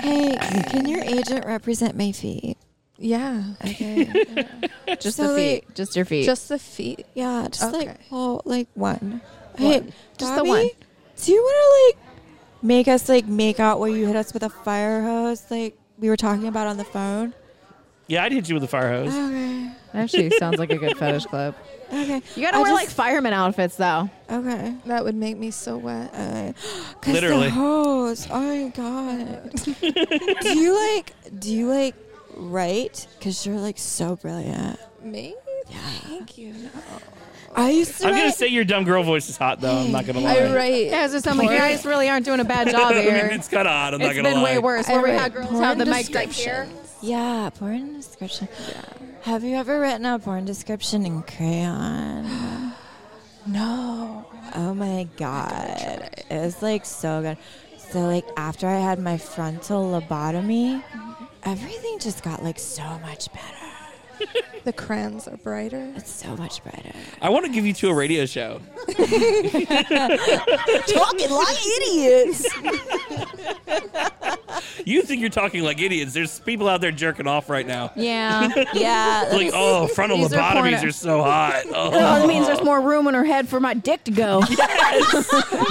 hey, can your agent represent my feet?
Yeah.
Okay.
just
So
the
they-
feet, just your feet.
Just the feet.
Yeah, just like
Okay.
oh, like one. Hey,
One.
Just the one.
Bobby, Do you want to like make us like make out where you hit us with a fire hose, like we were talking about on the phone?
yeah. I'd hit you with a fire hose.
Okay.
actually
[laughs]
sounds like a good fetish club.
Okay.
You gotta wear like
fireman outfits though.
Okay.
That would make me so wet.
Uh, 'cause
Literally.
the hose. Oh my god. do you like? Do you like write? Cause you're like so brilliant.
Me? Thank you. No.
I used to.
I'm
write-
gonna say your dumb girl voice is hot though. I'm not gonna lie.
write.
Yeah, it's just I'm like, you guys really aren't doing a bad job
[laughs] I mean,
here.
it's kind of hot. I'm not
It's
gonna
been
lie.
way worse. Where we
I
had
write
girls have the
porn
mic right here.
Yeah, porn description. Have you ever written a porn description in [gasps] crayon? no. Oh my god. It was like so good. So like after I had my frontal lobotomy, everything just got like so much better. [laughs]
the crayons are brighter.
It's so much better.
I want to give you two a radio show.
Talking like idiots.
You think you're talking like idiots? There's people out there jerking off right now.
Yeah.
Yeah.
like, oh, frontal
These are porn-
lobotomies are,
[laughs]
so hot. Oh,
Oh, that means there's more room in her head for my dick to [laughs] go. [laughs]
[laughs]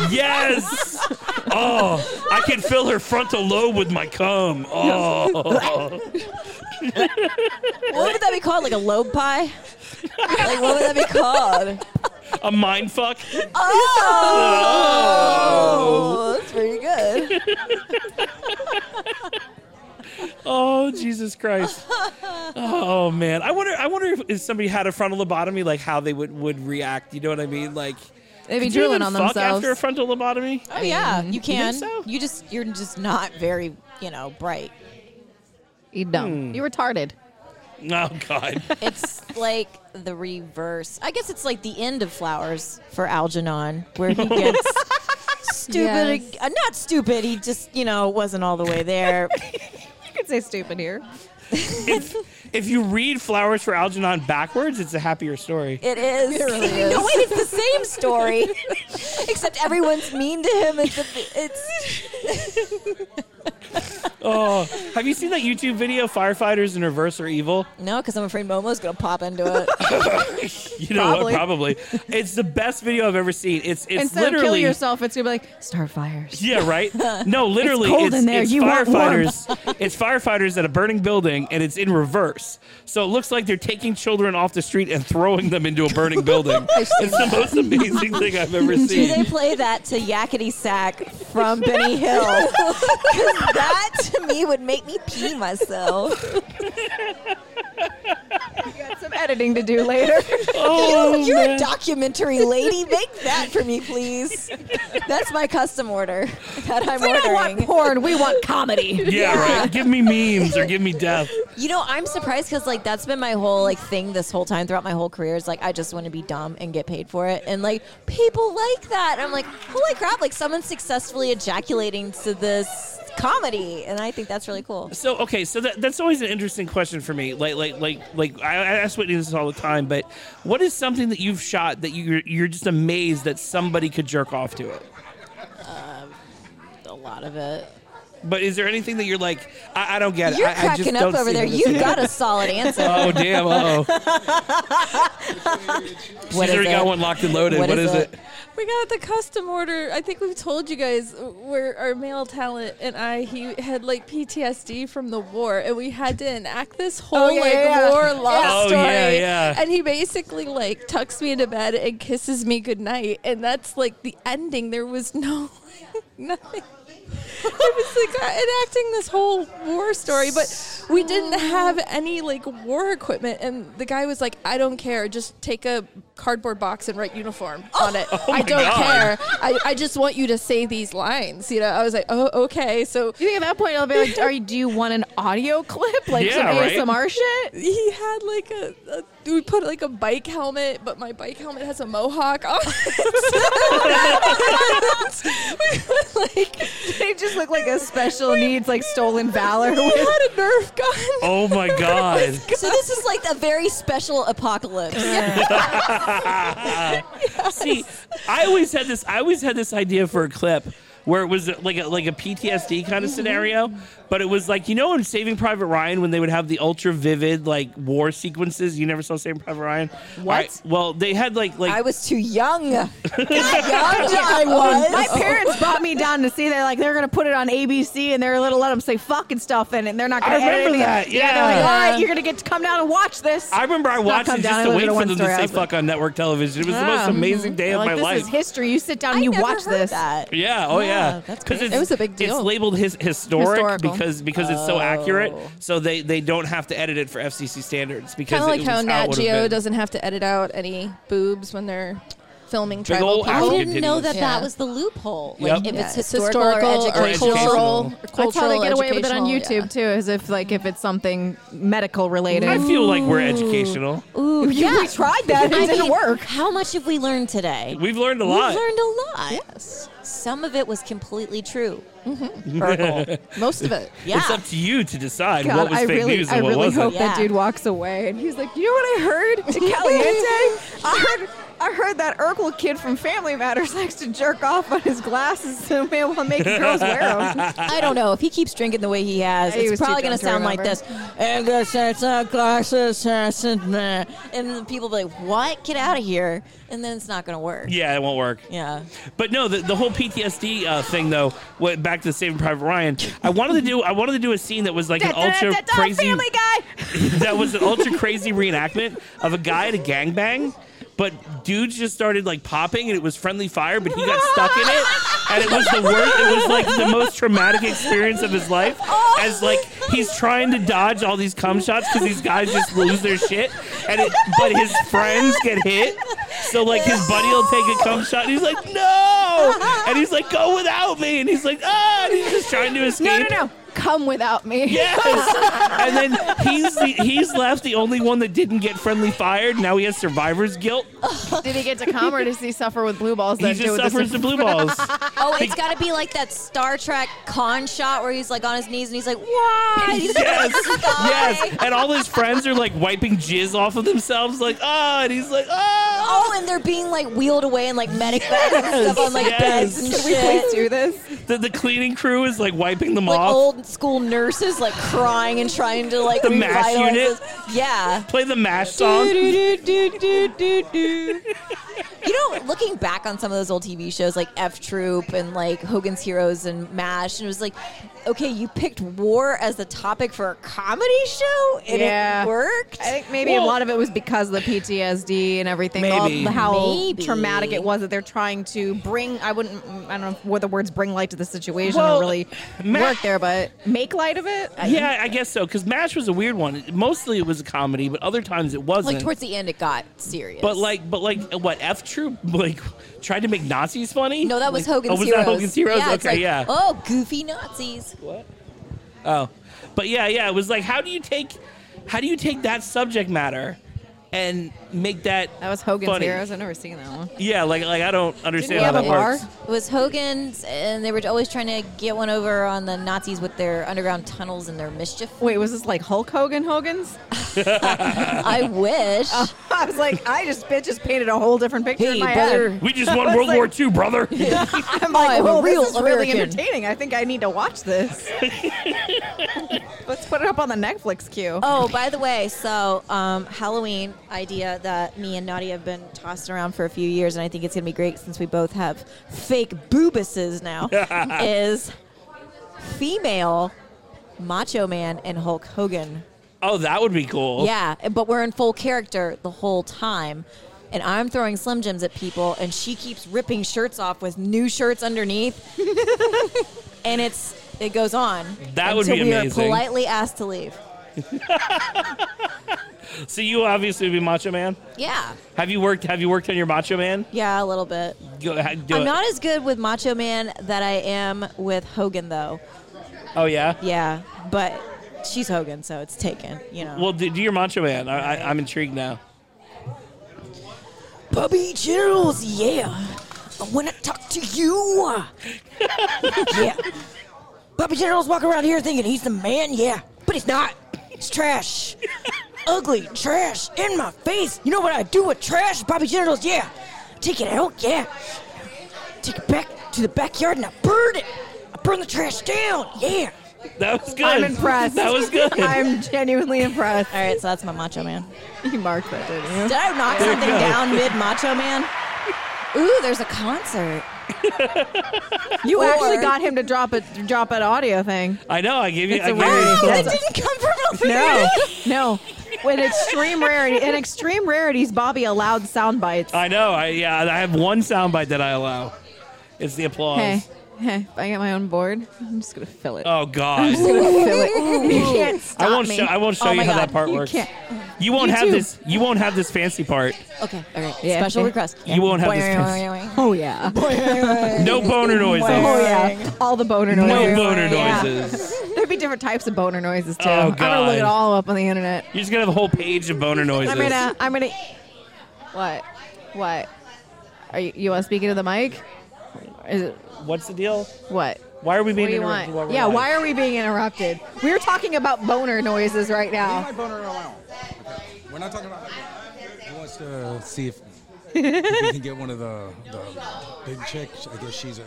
Yes. Oh, I can fill her frontal lobe with my cum.
[laughs]
Oh.
what would that be called? Like a lobe pie? like what would that be called?
A mind fuck.
Oh, that's pretty good.
Oh, Jesus Christ. Oh man. I wonder I wonder if, if somebody had a frontal lobotomy like how they would would react, you know what I mean? Like
They'd be
could you
drooling
even
on
fuck
themselves.
after a frontal lobotomy?
Oh yeah, you
think
can. You,
so?
just you're just not very you know bright.
You dumb.
Hmm.
You retarded.
Oh god.
It's like the reverse. I guess it's like the end of Flowers for Algernon, where
[laughs]
he gets stupid.
Yes.
Uh, not stupid. He just you know wasn't all the way there.
you could say stupid here.
If you read Flowers for Algernon backwards, it's a happier story.
It is.
It really
[laughs]
is.
no, wait, it's the same [laughs] story, except everyone's mean to him. It's, the, it's
Oh, have you seen that YouTube video firefighters in reverse are evil?
no, because I'm afraid Momo's gonna pop into it.
[laughs] You know what? Probably. It's the best video I've ever seen. It's it's
Instead
literally
of kill yourself, it's gonna be like start fires.
Yeah, right. No, literally,
[laughs] it's cold in there.
it's
you want warmth.
firefighters. it's firefighters at a burning building, and it's in reverse. So it looks like they're taking children off the street and throwing them into a burning
[laughs]
building.
I've seen
it's the
that.
most amazing thing I've ever
Do they
seen.
play that to Yakety Sack from Benny
[laughs]
Hill? 'Cause that to me would make me pee myself.
Some editing to do later.
[laughs]
Oh,
you, you're a documentary lady. Make that for me, please. That's my custom order that I'm
We
ordering.
don't want porn. We want comedy.
Yeah, right. Give me memes or give me death.
You know, I'm surprised because like that's been my whole like thing this whole time throughout my whole career is like I just want to be dumb and get paid for it, and like people like that. I'm like, holy crap! Like someone's successfully ejaculating to this comedy, and I think that's really cool.
So okay, so that, that's always an interesting question for me. Like like like like I, I ask Whitney this all the time, but what is something that you've shot that you're you're just amazed that somebody could jerk off to it?
A lot of it.
But is there anything that you're like, I, I don't get it.
You're
I, I just
cracking up
don't
over
see
there.
this
You've
here.
got
[laughs]
a solid answer.
Oh damn! Oh, she's
What is
already got
it?
one locked and loaded.
What
what
is
is,
it?
it?
We got the custom order. I think we've told you guys uh, where our male talent and I he had like PTSD from the war, and we had to enact this whole
yeah,
like
yeah.
war love
Yeah. Oh,
story.
yeah, yeah.
And he basically like tucks me into bed and kisses me goodnight, and that's like the ending. There was no [laughs] nothing. it was like uh, enacting this whole war story, but we didn't have any like war equipment. And the guy was like, "I don't care. Just take a cardboard box and write uniform on it.
[laughs] Oh
I
my
don't
God.
care. I, I just want you to say these lines." You know, I was like, "Oh, okay." So
you think at that point I'll be like, "Are you? Do you want an audio clip like
Yeah,
some
right.
ASMR shit?"
He had like a, a we put like a bike helmet, but my bike helmet has a mohawk on. [laughs]
they just look like a special needs like stolen [laughs] valor.
We had
a Nerf gun.
Oh
[laughs]
my god!
So this is like a very special apocalypse.
[laughs] See, I always had this. I always had this idea for a clip where it was like a, like a PTSD kind of scenario, but it was like you know in Saving Private Ryan when they would have the ultra vivid like war sequences. You never saw Saving Private Ryan. What? well, they had like Um, like
I was too
[laughs]
young. young
[laughs] I
I
was.
was.
My parents brought me down to see that like they're gonna put it on ABC and they're gonna let them say fucking stuff in it and they're not gonna
I
edit
remember
anything.
that,
they're like,
yeah.
all right, you're gonna get to come down and watch this.
I remember I
Not
watched
come
it
down, I
just to
live
wait
in a
for them to
one-story
say
house.
fuck on network television. It was the most
Yeah. Mm-hmm.
amazing day
They're
of
like,
my
this
life.
is history. You sit down and you
never
watch
heard
this.
that.
Yeah. Oh, yeah.
Yeah, that's
'Cause
great.
It's,
It was a big deal.
It's labeled his historic
Historical.
because because it's so accurate. So they they don't have to edit it for FCC standards because
kind of like
it
how
was
Nat
it would've
Geo
been.
doesn't have to edit out any boobs when they're filming
Big
tribal
ol'
people.
African I didn't know
that that was
the loophole.
Like, Yep. if it's historical or educational. Or
cultural,
That's how they
cultural,
get away with it on
educational,
YouTube too, is if like if it's something medical related.
I feel like we're educational.
Ooh,
You- we tried that, it didn't
work. How much have we learned today?
We've learned a
We've
lot.
learned a lot. Yes. Some of it was completely
[laughs]
true.
Mm-hmm.
Most of it. Yeah.
It's up to you to decide
God,
what was
I
fake
really,
news
I
and what
really
wasn't.
hope that dude walks away and he's like, you know what I
[laughs]
heard? To Caliente, I heard, I heard that Urkel kid from Family Matters [laughs] likes to jerk off on his glasses [laughs] to be able to make girls wear them.
[laughs] I don't know. If he keeps drinking the way he has,
He was
it's
too
probably going
drunk to
to sound like this. And the sense of glasses, sense of meh. And the people be like, what? Get out of here. And then it's not going to work.
Yeah, it won't work.
Yeah.
But no, the, the whole PTSD uh, thing though. Went back to Saving Private Ryan. I wanted to do. I wanted to do a scene that was like an ultra crazy.
Family Guy.
that was an ultra crazy reenactment of a guy at a gangbang, but dudes just started like popping and it was friendly fire, but he got stuck in it. And it was the worst, it was like the most traumatic experience of his life. As like he's trying to dodge all these cum shots because these guys just lose their shit. And it, but his friends get hit. So like his buddy will take a cum shot and he's like, no. And he's like, go without me. And he's like, ah, and he's just trying to
No,
escape.
no, no. Come without me. [laughs]
[laughs]
Yes. [laughs] and then he's the, he's left the only one that didn't get friendly fired. Now he has survivor's guilt.
Did he get to come or does he suffer with blue balls?
He
that do
just
with this?
suffers the blue balls.
[laughs] Oh, it's got to be like that Star Trek con shot where he's like on his knees and he's like, why? He's like,
[laughs] Yes,
[laughs]
yes. And all his friends are like wiping jizz off of themselves, like ah. And he's like "Ah."
oh. and they're being like wheeled away in like medic bags and stuff on like
Yes.
beds and
Can we
shit.
please
do this?
the, the cleaning crew is like wiping them
Like
off.
old school nurses like crying and trying to like
The MASH
revitalize
unit?
this- Yeah.
Play the
[laughs]
mash song.
You know, looking back on some of those old TV shows like F Troop and like Hogan's Heroes and MASH, and it was like, okay, you picked war as the topic for a comedy show and
yeah.
it worked.
I think maybe a lot of it was because of the PTSD and everything, all
Maybe.
the- how
Maybe.
traumatic it was that they're trying to bring. I wouldn't, I don't know what the words bring light to the situation
Well,
or really
Ma-
work there, but make light of it.
Yeah, I guess so. Because Mash was a weird one. Mostly it was a comedy, but other times it wasn't.
Like towards the end, it got serious.
But like, but like, what F Troop [laughs] like tried to make Nazis funny?
no, that was Hogan's
oh, was
Heroes.
that Hogan's Heroes?
Yeah, it's
okay,
like,
yeah.
Oh, goofy Nazis.
What? Oh, but yeah, yeah. It was like, how do you take, how do you take that subject matter, and make that
that was Hogan's
funny?
Heroes. I've never seen that one.
Yeah, like like I don't understand how that works.
It was Hogan's, and they were always trying to get one over on the Nazis with their underground tunnels and their mischief.
Wait, was this like Hulk Hogan Hogan's?
[laughs]
I wish.
[laughs] I was like, I just bitch just painted a whole different picture
Hey,
in my [laughs]
brother.
head.
We just
I
won
was
World
like-
War II, brother.
[laughs]
[laughs]
I'm like,
Oh, I'm a
whoa,
real
this is really
American."
entertaining. I think I need to watch this. Let's put it up on the Netflix queue.
Oh, by the way, so um, Halloween idea that me and Nadia have been tossing around for a few years, and I think it's going to be great since we both have fake boobuses
[laughs]
now, is female Macho Man and Hulk Hogan.
Oh, that would be cool.
Yeah, but we're in full character the whole time. And I'm throwing Slim Jims at people, and she keeps ripping shirts off with new shirts
[laughs]
underneath. and it's it goes on.
That would
until
be
we are
amazing.
politely asked to leave.
So you obviously would be Macho Man.
Yeah.
Have you worked? Have you worked on your Macho Man?
Yeah, a little bit.
Go, ha- do
I'm
it.
not as good with Macho Man that I am with Hogan, though.
oh yeah.
Yeah, but she's Hogan, so it's taken. You know.
Well, do, do your Macho Man. I, I, I'm intrigued now.
Puppy Generals, yeah. I want to talk
[laughs]
to you. yeah. Puppy Generals walk around here thinking he's the man, yeah, but he's not. It's trash. Ugly trash in my face. You know what I do with trash, Puppy Generals? Yeah. Take it out, yeah. Take it back to the backyard and I burn it. I burn the trash down, yeah.
That was good.
I'm impressed.
[laughs] That was good.
I'm genuinely impressed.
All right, so that's my Macho Man.
[laughs] You marked that, didn't you?
Did I knock
There you
something
go.
down mid Macho Man? Ooh, there's a
[laughs]
concert.
You actually
Or-
got him to drop a drop an audio thing.
I know. I gave you.
It's
I
a
gave you
rarity.
a-
That's a-
come from
No, [laughs] no. When extreme rarity, in extreme rarities, Bobby allowed sound bites.
I know. I yeah. I have one soundbite that I allow. It's the applause.
Hey, hey, if I get my own board, I'm just gonna fill it.
Oh
I'm
God.
just gonna fill
[laughs]
it. You can't stop
I won't
me.
show. I won't show
Oh
you
my
how
God.
that part
You
works.
can't.
You won't
You
have
too.
this. You won't have this fancy part.
Okay, all right.
Yeah.
Special
Yeah.
request.
You won't have this
[laughs] Oh
[laughs]
yeah.
No boner noises.
Oh yeah. All the boner
No
noises.
boner
Yeah.
noises.
There'd be different types of boner noises too.
Oh,
I'm gonna look
God.
it all up on the internet.
You're just gonna have a whole page of boner noises.
I'm gonna. I'm gonna. What? What? Are you? You want to speak into the mic? Is it?
What's the deal?
What?
Why are we
What
being
do you
interrupted? while
want?
we're
Yeah.
live?
Why are we being interrupted? We're talking about boner noises right
Leave
now.
my boner alone. Okay. We're not talking about. He wants to see if, if he can get one of the, the big chicks. I guess she's a.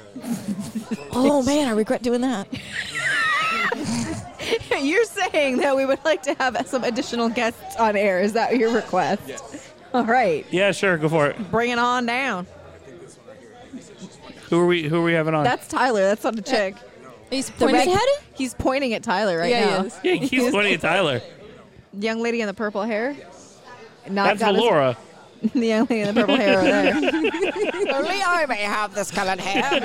Oh man, I regret doing that.
[laughs] You're saying that we would like to have some additional guests on air. Is that your request? All right.
Yeah, sure. Go for it.
Bring it on down.
Who are we? Who are we having on?
That's Tyler. That's not a chick.
He's
pointing-
He's pointing at Tyler right
Yeah, he
now.
is.
yeah, he's pointing at Tyler.
Young lady in the purple hair. Not
That's Melora.
[laughs] the young lady
[laughs]
in the purple hair over there.
Only I may have this colored hair.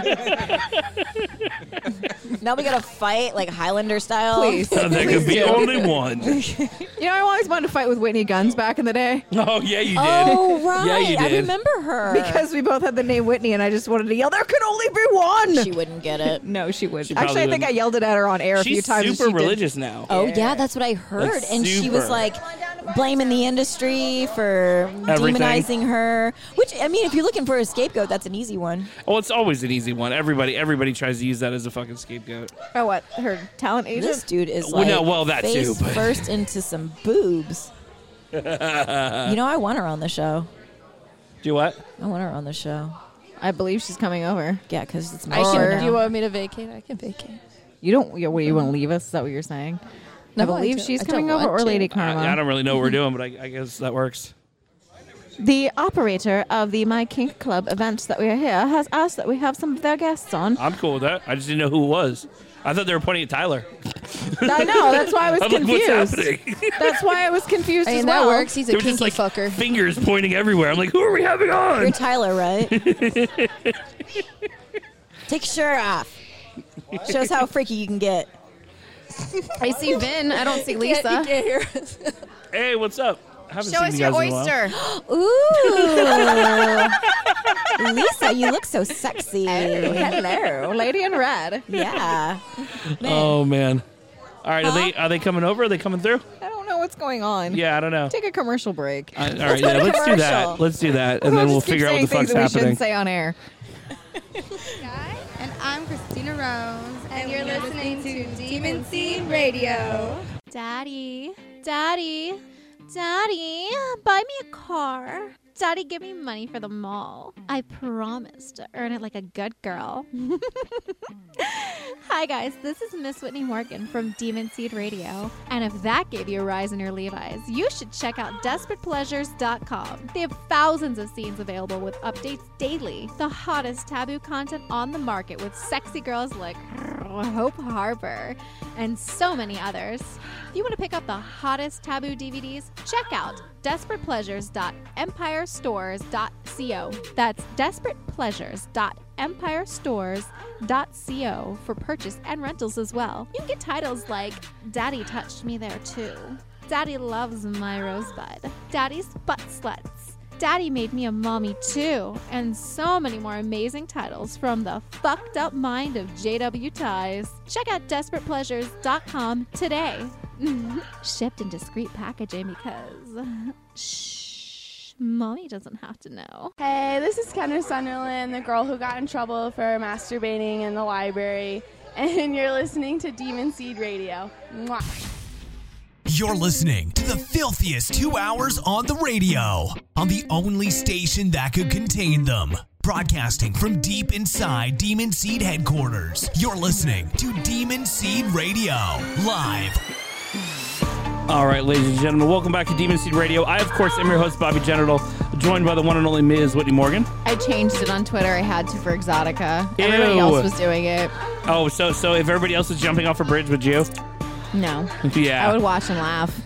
[laughs] now we gotta fight like Highlander style.
Please.
Oh, there could be only one.
You know, I always wanted to fight with Whitney Guns back in the day.
[laughs] Oh yeah, you did.
Oh
[laughs]
right,
Yeah, you did.
I remember her
Because we both had the name Whitney, and I just wanted to yell, there could only be one.
she wouldn't get
[laughs]
it.
no, she wouldn't.
She probably
Actually, I think
wouldn't.
I yelled it at her on air a
She's
few times. and
super
she did-
religious now.
Oh yeah, that's what I heard, and she was
super.
like blaming the industry for
Everything.
demonizing her. Which I mean, if you're looking for a scapegoat, that's an easy one.
Oh, it's always an easy one. Everybody, everybody tries to use that as a fucking scapegoat.
Oh, what? Her talent agent?
This dude is
Well,
like
no, well, that
face
too, but-
first into some boobs.
you
you know, I want her on the show.
Uh. do what?
I want her on the show.
I believe she's coming over.
Yeah, because it's my
I
show.
can,
now.
do you want me to vacate? I can vacate.
You don't, you, what, you want to leave us? Is that what you're saying? I
No, I
believe
don't-
she's
I don't
coming over,
want
or
to.
Lady Karma.
I, I don't really know what we're doing, but I, I guess that works.
The operator of the My Kink Club event that we are here has asked that we have some of their guests on.
I'm cool with that. I just didn't know who it was. I thought they were pointing at Tyler.
[laughs]
I know, that's why I was
[laughs] I'm like,
confused.
What's happening?
That's why I was confused
I
as
mean,
well.
that works. He's a
They were
kinky
just like
fucker.
fingers pointing everywhere. I'm like, who are we having
You're
on?
Tyler,
[laughs]
right? Take your shirt off. Shows how freaky you can get.
I see Vin. I don't see
[laughs] You can't-
Lisa.
you can't hear us.
Hey, what's up? Haven't
Show
seen
us
you
your
guys in a while.
oyster.
[gasps]
Ooh. [laughs] Lisa, you look so sexy.
Hello, Lady in Red.
Yeah.
Oh man. All right, are they are they coming over? Are they coming through?
I don't know what's going on.
Yeah, I don't know.
Take a commercial break.
I- all right, yeah, let's do that. Let's do that, and then we'll figure out what the fuck's
that We
happening.
shouldn't say on air.
And I'm Christina Rose, and, you're listening to Demon Seed Radio.
Daddy, Daddy, Daddy, buy me a car. Daddy, give me money for the mall. I promise to earn it like a good girl. [laughs] Hi, guys. This is Miss Whitney Morgan from Demon Seed Radio. And if that gave you a rise in your Levi's, you should check out DesperatePleasures.com. They have thousands of scenes available with updates daily, the hottest taboo content on the market with sexy girls like Hope Harbor and so many others. If you want to pick up the hottest taboo DVDs, check out DesperatePleasures.EmpireStores.co. That's DesperatePleasures.EmpireStores.co.
Oh,
EmpireStores.co for purchase and rentals as well. You can get titles like Daddy Touched Me There Too, Daddy Loves My Rosebud, Daddy's Butt Sluts, Daddy Made Me a Mommy Too, and so many more amazing titles from the fucked up mind of JW Ties. Check out DesperatePleasures.com today. [laughs] Shipped in discreet packaging because. [laughs] Shh, mommy doesn't have to know.
Hey, this is Kendra Sunderland, the girl who got in trouble for masturbating in the library, [laughs] and you're listening to Demon Seed Radio. Mwah.
You're listening to the filthiest two hours on the radio, on the only station that could contain them. Broadcasting from deep inside Demon Seed headquarters, you're listening to Demon Seed Radio, live.
All right, ladies and gentlemen, welcome back to Demon Seed Radio. I, of course, am your host, Bobby Genital, joined by the one and only Ms. Whitney Morgan.
I changed it on Twitter. I had to for Exotica. Everybody else was doing it.
Oh, so so if everybody else is jumping off a bridge with you? [laughs]
No.
Yeah.
I would watch and
[laughs]
[laughs]
laugh.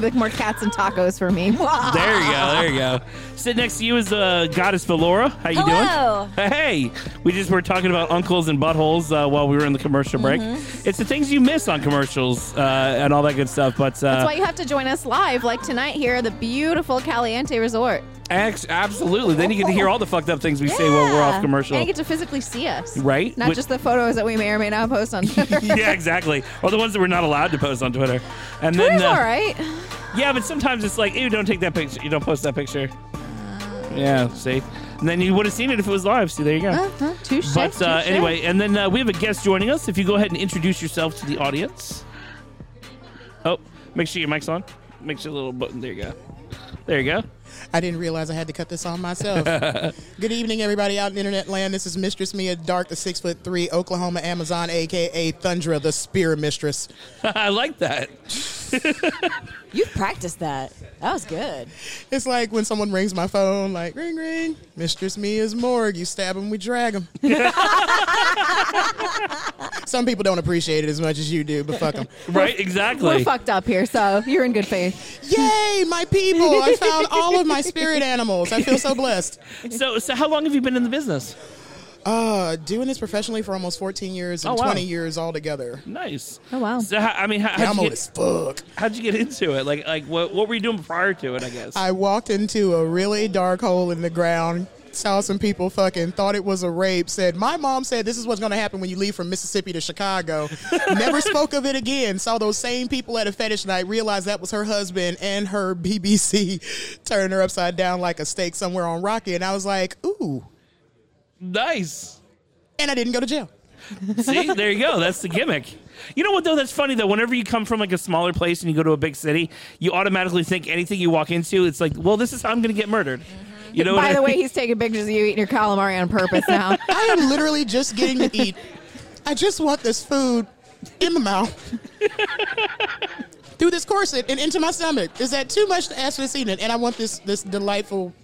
like more cats and tacos for
[laughs]
me.
There you go. There you go. Sitting next to you is uh, Goddess Valora. How you
Hello.
doing? Hey. We just were talking about uncles and buttholes uh, while we were in the commercial break.
Mm-hmm.
It's the things you miss on commercials uh, and all that good stuff. But uh,
That's why you have to join us live, like tonight here at the beautiful Caliente Resort.
Ex- absolutely. Then you get to hear all the fucked up things we say while we're off commercial.
Uh, And you get to physically see us.
Right?
Not
Which-
just the photos that we may or may not post on Twitter.
[laughs] yeah, exactly. Or the ones that we're not allowed to post on Twitter. And
Twitter's
then, uh,
all right.
yeah, but sometimes it's like, ew, don't take that picture. You don't post that picture. Yeah, see? And then you would have seen it if it was live. See, there you go.
Uh-huh. Touche,
But uh,
touche.
anyway, and then uh, we have a guest joining us. If you go ahead and introduce yourself to the audience. Oh, make sure your mic's on. Make sure the little button. There you go. There you go.
I didn't realize I had to cut this on
[laughs]
myself. Good evening, everybody out in internet land. This is Mistress Mia Dark, the six foot three Oklahoma Amazon, aka Thundra, the Spear Mistress.
[laughs] I
[laughs]
like that.
You practiced that.
That was good.
It's like when someone rings my phone, like ring ring. Mistress Mia's morgue. You stab him, we drag
[laughs]
him. Some people don't appreciate it as much as you do, but fuck them.
Right, exactly.
We're fucked up here, so you're in good faith.
Yay, my people! I found all of my spirit animals. I feel so blessed.
So, so how long have you been in the business?
Uh, doing this professionally for almost 14 years and
Oh, wow.
20 years altogether.
Nice.
Oh wow.
So, how- I mean, how,
Yeah,
how'd you
I'm
get,
old as fuck.
How'd you get into it? Like, like what, what were you doing prior to it? I guess.
I walked into a really dark hole in the ground, saw some people fucking thought it was a rape, said, My mom said this is what's gonna happen when you leave from Mississippi to
[laughs]
Chicago. Never spoke of it again. Saw those same people at a fetish night, realized that was her husband and her [laughs] BBC turned her upside down like a steak somewhere on Rocky. And I was like, Ooh.
Nice.
And I didn't go to jail.
See, there you go. That's the gimmick. You know what though? That's funny though. Whenever you come from like a smaller place and you go to a big city, you automatically think anything you walk into, it's like, well, this is how I'm going to get murdered. You know.
By
what
the
I
way,
mean?
he's taking pictures of you eating your calamari on purpose
[laughs]
now.
I am literally just getting to eat. I just want this food in my mouth. Through this corset and into my stomach. Is that too much to ask for this evening? And I want this this delightful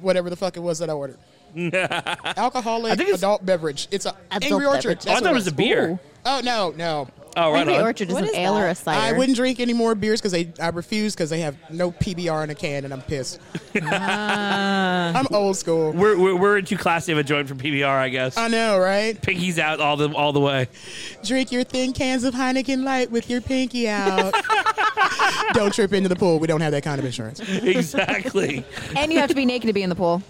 whatever the fuck it was that I ordered.
[laughs]
Alcoholic adult beverage. It's an
Adult
Angry Orchard.
beverage.
That's
Oh, I thought
what
it was a beer. Ooh.
Oh no, no.
Oh, right Angry on. Orchard is What an is ale or a that? cider.
I
[laughs]
wouldn't drink any more beers because I refuse because they have no PBR in a can and I'm pissed.
Ah.
[laughs] I'm old school.
We're, we're we're too classy of a joint for PBR, I guess.
I know, right?
Pinky's out all the all the way. [laughs]
Drink your thin cans of Heineken Light with your pinky
[laughs]
out. don't trip into the pool. We don't have that kind of insurance.
exactly.
and you have to be naked to be in the pool.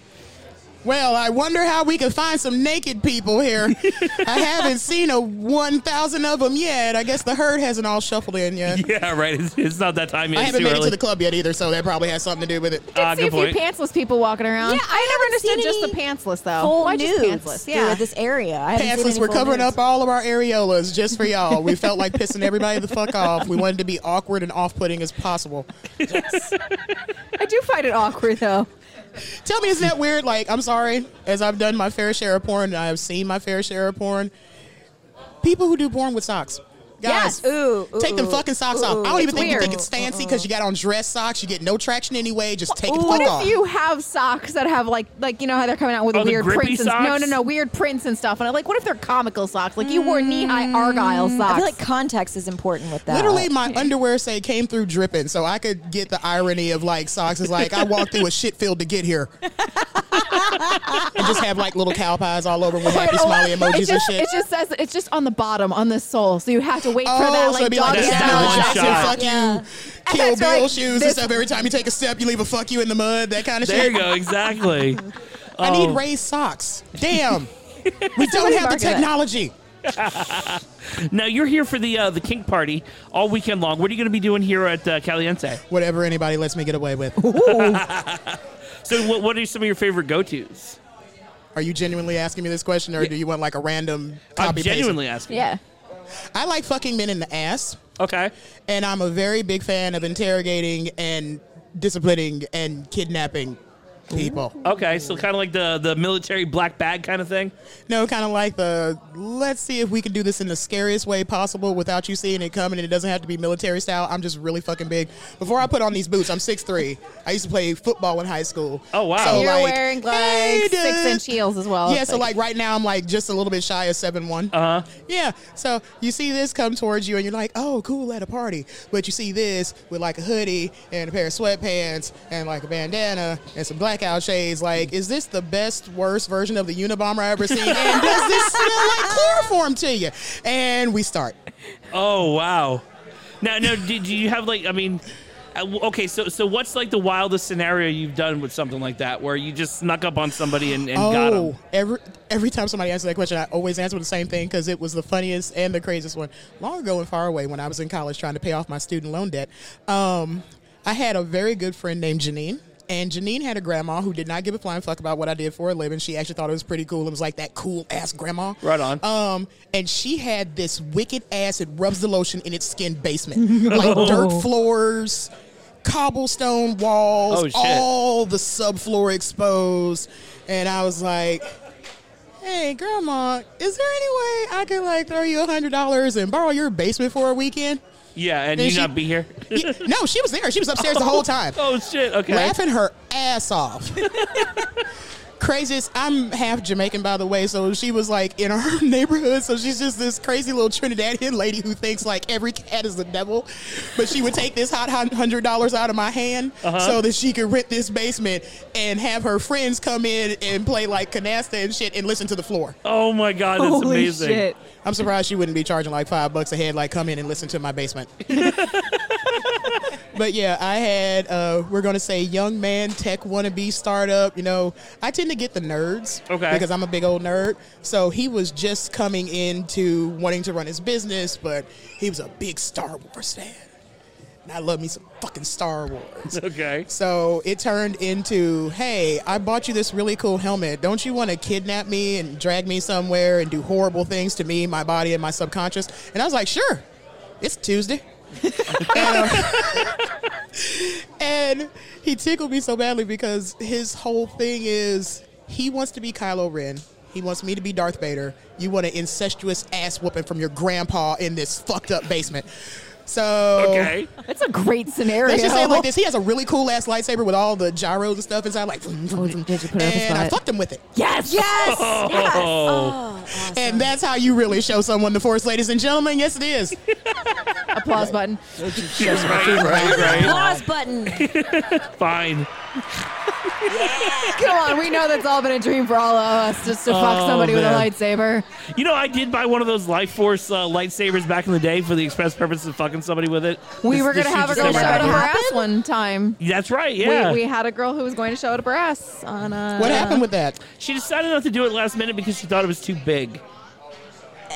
Well, I wonder how we can find some naked people here.
[laughs]
I haven't seen a 1,000 of them yet. I guess the herd hasn't all shuffled
[laughs]
in yet.
Yeah, right. It's, it's not that time. yet.
I
It's
haven't
too
made
early.
it to the club yet either, so that probably has something to do with it.
Ah,
See a
good
few
point.
pantsless people walking around.
Yeah, I
never
haven't seen
understood just
any
the pantsless though.
full
Why just
nudes
pantsless?
through
Yeah,
this area. I haven't seen
Pantsless,
any
we're
full
covering
nudes.
up all of our areolas just for y'all. We felt like pissing everybody the fuck off. We wanted to be awkward and off putting as possible.
I do find it awkward though.
Tell me, isn't that weird? Like, I'm sorry, as I've done my fair share of porn, and I have seen my fair share of porn. People who do porn with socks. Guys,
Yes. Ooh, ooh,
take them
ooh.
fucking socks
Ooh,
off. I don't even
it's
think
weird.
you think it's fancy because you got on dress socks. You get no traction anyway. Just take the
what
fuck
if
off.
you have socks that have like like you know how they're coming out with
Oh, the
weird
grippy
prints? And, no,
socks?
no, no, weird prints and stuff. And I'm like, what if they're comical socks? Like you wore knee high argyle socks.
I feel like context is important with that.
Literally, my underwear say came through dripping, so I could get the irony of like socks is like I walked through a shit field to get here, [laughs] and just have like little cow pies all over [laughs] with happy
Wait, oh, [laughs]
smiley
it
emojis
just,
and shit.
It just says it's just on the bottom on the sole, so you have to wait for
Oh,
that
so
like
it'd be like
dog
a
style
Samuel
gesture.
Jackson fuck you, Kill
That's right.
Bill shoes and
This-
stuff. Every time you take a step, you leave a fuck you in the mud. That kind of
There
shit.
you go. [laughs] Exactly.
I
Oh.
need raised socks. Damn,
[laughs]
we don't have the
bark at that.
technology.
now you're here for the uh, the kink party all weekend long. What are you going to be doing here at uh, Caliente?
Whatever anybody lets me get away with.
So, what, what are some of your favorite go tos?
Are you genuinely asking me this question, or do you want like a random?
I'm
Copy paste?
genuinely asking.
Yeah.
I like fucking men in the ass.
Okay.
And I'm a very big fan of interrogating and disciplining and kidnapping people.
Okay, so kind of like the the military black bag kind of thing.
No, kind of like the let's see if we can do this in the scariest way possible without you seeing it coming, and it doesn't have to be military style. I'm just really fucking big. Before I put on these boots, I'm 6'3. I used to play football in high school.
Oh, wow.
And you're
like,
wearing like
hey, dude.
six inch heels as well.
Yeah, so like right now I'm like just a little bit shy of seven one.
Uh huh.
Yeah. So you see this come towards you and you're like, oh, cool at a party. But you see this with like a hoodie and a pair of sweatpants and like a bandana and some blackout shades. Like, is this the best, worst version of the Unabomber I ever seen? and does this smell like chloroform to you? And we start.
Oh wow. Now, now, did you have like? I mean, uh, w- okay. So, so what's like the wildest scenario you've done with something like that, where you just snuck up on somebody and, and got them?
oh, every every time somebody answers that question, I always answer with the same thing because it was the funniest and the craziest one. Long ago and far away, when I was in college trying to pay off my student loan debt, um, I had a very good friend named Janine. And Janine had a grandma who did not give a flying fuck about what I did for a living. She actually thought it was pretty cool. It was like that cool ass grandma.
Right on.
Um, and she had this wicked ass. It rubs the lotion in its skin basement,
[laughs]
like
Oh.
dirt floors, cobblestone walls,
Oh, shit.
all the subfloor exposed. And I was like, "Hey, grandma, is there any way I can like throw you a hundred dollars and borrow your basement for a weekend?"
Yeah, and
Then
you
she-
not be here. [laughs]
Yeah, no, she was there. She was [laughs] upstairs the whole time
Oh shit. Okay.
laughing her ass off. Craziest. I'm half Jamaican, by the way, so she was like in her [laughs] neighborhood. So she's just this crazy little Trinidadian lady who thinks like every cat is the devil. But she would take this hot hun- hundred dollars out of my hand
Uh-huh.
so that she could rent this basement and have her friends come in and play like canasta and shit and listen to the floor.
Oh my god, that's amazing.
I'm surprised she wouldn't be charging like five bucks a head. Like, come in and listen to my basement. but yeah, I had uh, we're gonna say young man tech wannabe startup. You know, I tend to get the nerds
Okay.
because I'm a big old nerd. So he was just coming into wanting to run his business, but he was a big Star Wars fan. And I love me some fucking Star Wars.
[laughs] Okay.
So it turned into, hey, I bought you this really cool helmet. Don't you want to kidnap me and drag me somewhere and do horrible things to me, my body, and my subconscious? And I was like, sure. It's Tuesday. [laughs] and, uh, and he tickled me so badly because his whole thing is he wants to be Kylo Ren. He wants me to be Darth Vader. You want an incestuous ass whooping from your grandpa in this fucked up basement. So
Okay.
That's a great scenario.
Let's just say it like this. He has a really cool ass lightsaber with all the gyros and stuff inside, like, and I
butt?
fucked him with it.
Yes.
Yes! Yes!
[laughs] Oh.
And that's how you really show someone the force, ladies and gentlemen. Yes, it is.
[laughs] Applause button.
Right, right, right.
Pause button.
Fine.
[laughs]
Come on, we know that's all been a dream for all of us, just to fuck
Oh,
somebody
man.
with a lightsaber.
You know, I did buy one of those Life Force uh, lightsabers back in the day for the express purpose of fucking somebody with it.
We
This-
were
this
gonna have a
just
girl
never
show it up
happened.
her ass one time.
That's right. Yeah.
We, we had a girl who was going to show it up her ass on
uh,
a.
What happened with that?
She decided not to do it last minute because she thought it was too big.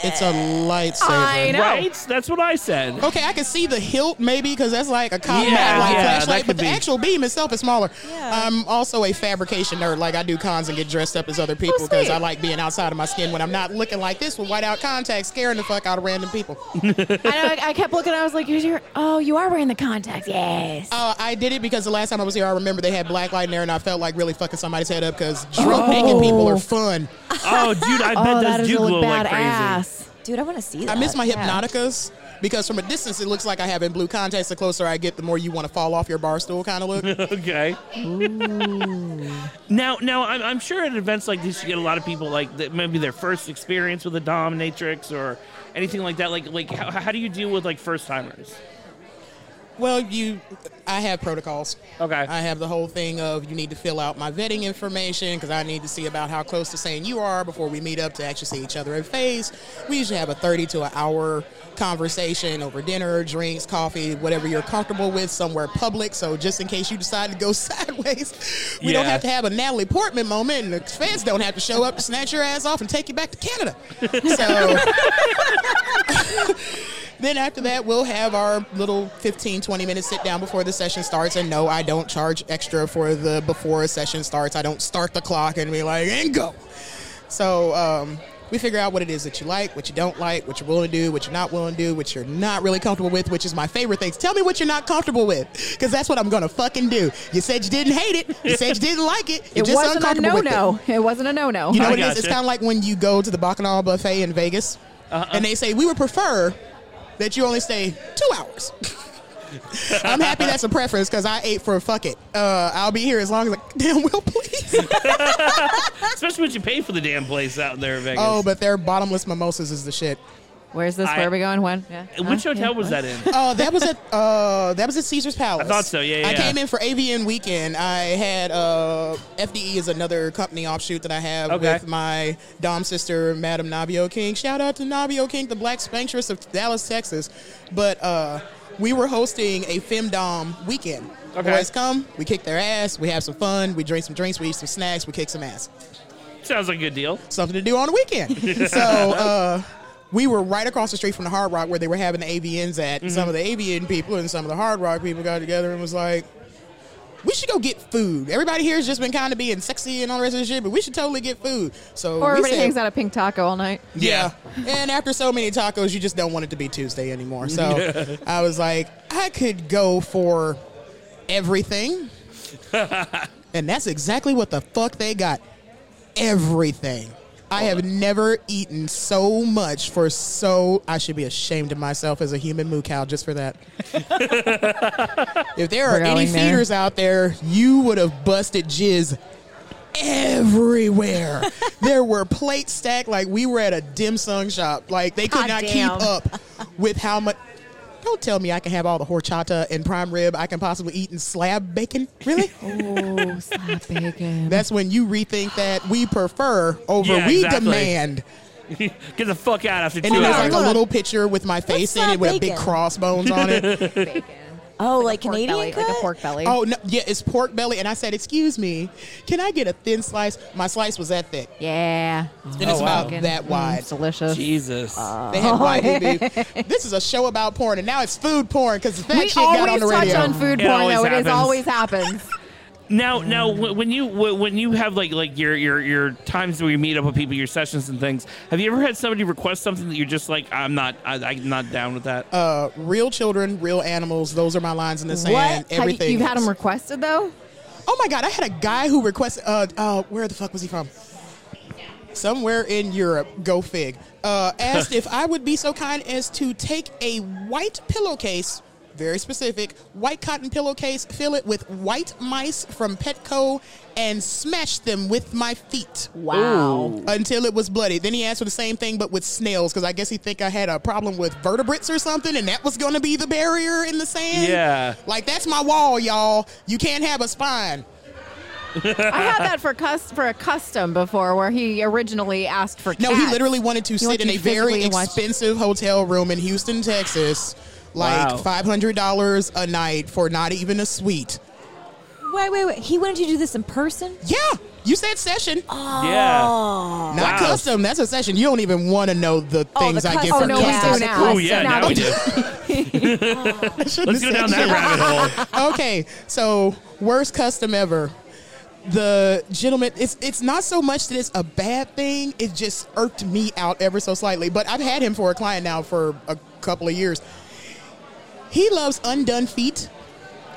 It's a lightsaber. I know.
Right? That's what I said.
[laughs] Okay, I can see the hilt maybe because that's like a cop
Yeah,
mag, like
yeah, that
flashlight,
could
but the
be.
actual beam itself is smaller. I'm also a fabrication nerd. Like I do cons and get dressed up as other people
Oh,
because I like being outside of my skin when I'm not looking like this with white out contacts, scaring the fuck out of random people.
[laughs]
[laughs]
I know. I, I kept looking. I was like, "You're oh, you are wearing the contacts." Yes.
Uh, I did it because the last time I was here, I remember they had black light in there, and I felt like really fucking somebody's head up because drunk naked people are fun.
Oh,
[laughs]
[laughs]
dude, I bet
that
those
is
do
really
glow like crazy.
badass.
Dude, I want to see
I
that.
miss my hypnoticas because from a distance it looks like I have in blue contacts. The closer I get, the more you want to fall off your bar stool kind of look.
[laughs] okay. Now, now I'm, I'm sure at events like this you get a lot of people like that maybe their first experience with a dominatrix or anything like that. Like, like how, how do you deal with like first timers?
Well, you, I have protocols.
Okay.
I have the whole thing of you need to fill out my vetting information because I need to see about how close to saying you are before we meet up to actually see each other in face. We usually have a 30 to an hour conversation over dinner, drinks, coffee, whatever you're comfortable with, somewhere public. So just in case you decide to go [laughs] sideways, we don't
Yeah.
have to have a Natalie Portman moment and the fans don't have to show up to snatch your ass off and take you back to Canada. So. Then after that, we'll have our little 15, 20 minute sit down before the session starts. And no, I don't charge extra for the before a session starts. I don't start the clock and be like, and go. So um, we figure out what it is that you like, what you don't like, what you're willing to do, what you're not willing to do, what you're not really comfortable with, which is my favorite things. Tell me what you're not comfortable with, because that's what I'm going to fucking do. You said you didn't hate it. You said you didn't like it. You're
It
just
wasn't a
uncomfortable
no
with it.
no. It. wasn't a no no.
You know what it is? It's kind of like when you go to the Bacchanal buffet in Vegas, and they say we would prefer that you only stay two hours. [laughs] I'm happy that's a preference because I ate for a fuck it. Uh, I'll be here as long as I [laughs] damn well please.
[laughs] Especially when you pay for the damn place out there in Vegas.
Oh, but their bottomless mimosas is the shit.
Where's
this? I- Where are we
going? When? Yeah.
Which hotel was that in?
[laughs] Oh, that was at uh, that was at Caesar's Palace.
I thought so, yeah, yeah,
I
yeah.
came in for AVN weekend. I had uh, FDE is another company offshoot that I have
Okay.
with my dom sister, Madam Nabio King. Shout out to Nabio King, the Black Spanktress of Dallas, Texas. But uh, we were hosting a femdom weekend.
Okay.
Boys come, we kick their ass, we have some fun, we drink some drinks, we eat some snacks, we kick some ass
Sounds like a good deal.
something to do on the weekend. so uh, we were right across the street from the Hard Rock where they were having the AVNs at. And Some of the AVN people and some of the Hard Rock people got together and was like, we should go get food. Everybody here has just been kind of being sexy and all the rest of the shit, but we should totally get food.
Or
So we
everybody
said-
hangs out at Pink Taco all night.
yeah. and after so many tacos, you just don't want it to be Tuesday anymore. So
Yeah.
I was like, I could go for everything. and that's exactly what the fuck they got. Everything. I have never eaten so much for so. I should be ashamed of myself as a human moo cow just for that. if there are
We're
any
going there.
feeders out there, you would have busted jizz everywhere. [laughs] there were plates stacked like we were at a dim sum shop. Like they could
God
not
damn.
keep up with how much. Don't tell me I can have all the horchata and prime rib I can possibly eat in slab bacon. Really?
[laughs] oh, slab bacon.
That's when you rethink that we prefer over
Yeah,
we
exactly.
demand.
[laughs] Get the fuck out after two
And then there's
hours.
like a little picture with my face in
not
it with a big
bacon.
crossbones on it.
[laughs]
Oh, like, Canadian cut?
belly.
Oh no, yeah, it's pork belly. And I said, "Excuse me, can I get a thin slice?" My slice was that thick.
Yeah. Oh, Mm.
And it's mm, about that wide.
delicious.
Jesus.
Oh.
[laughs] They
[laughs]
had white beef. This is a show about porn, and now it's food porn because that
We
shit got on
always
the
touch
radio.
on food
It
porn,
always
though. It
happens.
is always happens.
Now, now,
Mm.
wh- when you wh- when you have like like your your your times where you meet up with people, your sessions and things, have you ever had somebody request something that you're just like, I'm not, I, I'm not down
[laughs]
with that?
Uh, real children, real animals. Those are my lines in the sand.
What? Have you,
Everything.
you've had
else.
them requested though?
oh my god, I had a guy who requested. Uh, uh, where the fuck was he from? Somewhere in Europe. Go fig.
[laughs]
Uh, asked if I would be so kind as to take a white pillowcase. Very specific, white cotton pillowcase, fill it with white mice from Petco, and smash them with my feet.
Wow. Ooh.
Until it was bloody. Then he asked for the same thing, but with snails, because I guess he think I had a problem with vertebrates or something, and that was going to be the barrier in the sand.
Yeah.
Like that's my wall, y'all. You can't have a spine.
I had that for cus- for a custom before, where he originally asked for.
[laughs] No, he
cats.
literally wanted to
He
sit
wanted
in
you
a very
physically watch-
expensive hotel room in Houston, Texas, like
Wow.
$500 a night for not even a suite.
Wait, wait, wait. He wanted you to do this in person?
Yeah. You said session.
Yeah.
Not custom. That's a session. You don't even want to know the things I get
custom.
from
Oh, no, we
custom.
do now.
Oh yeah, now we do.
Let's
Let's go down that rabbit hole.
[laughs] okay, so worst custom ever. The gentleman, it's it's not so much that it's a bad thing. It just irked me out ever so slightly. But I've had him for a client now for a couple of years. He loves undone feet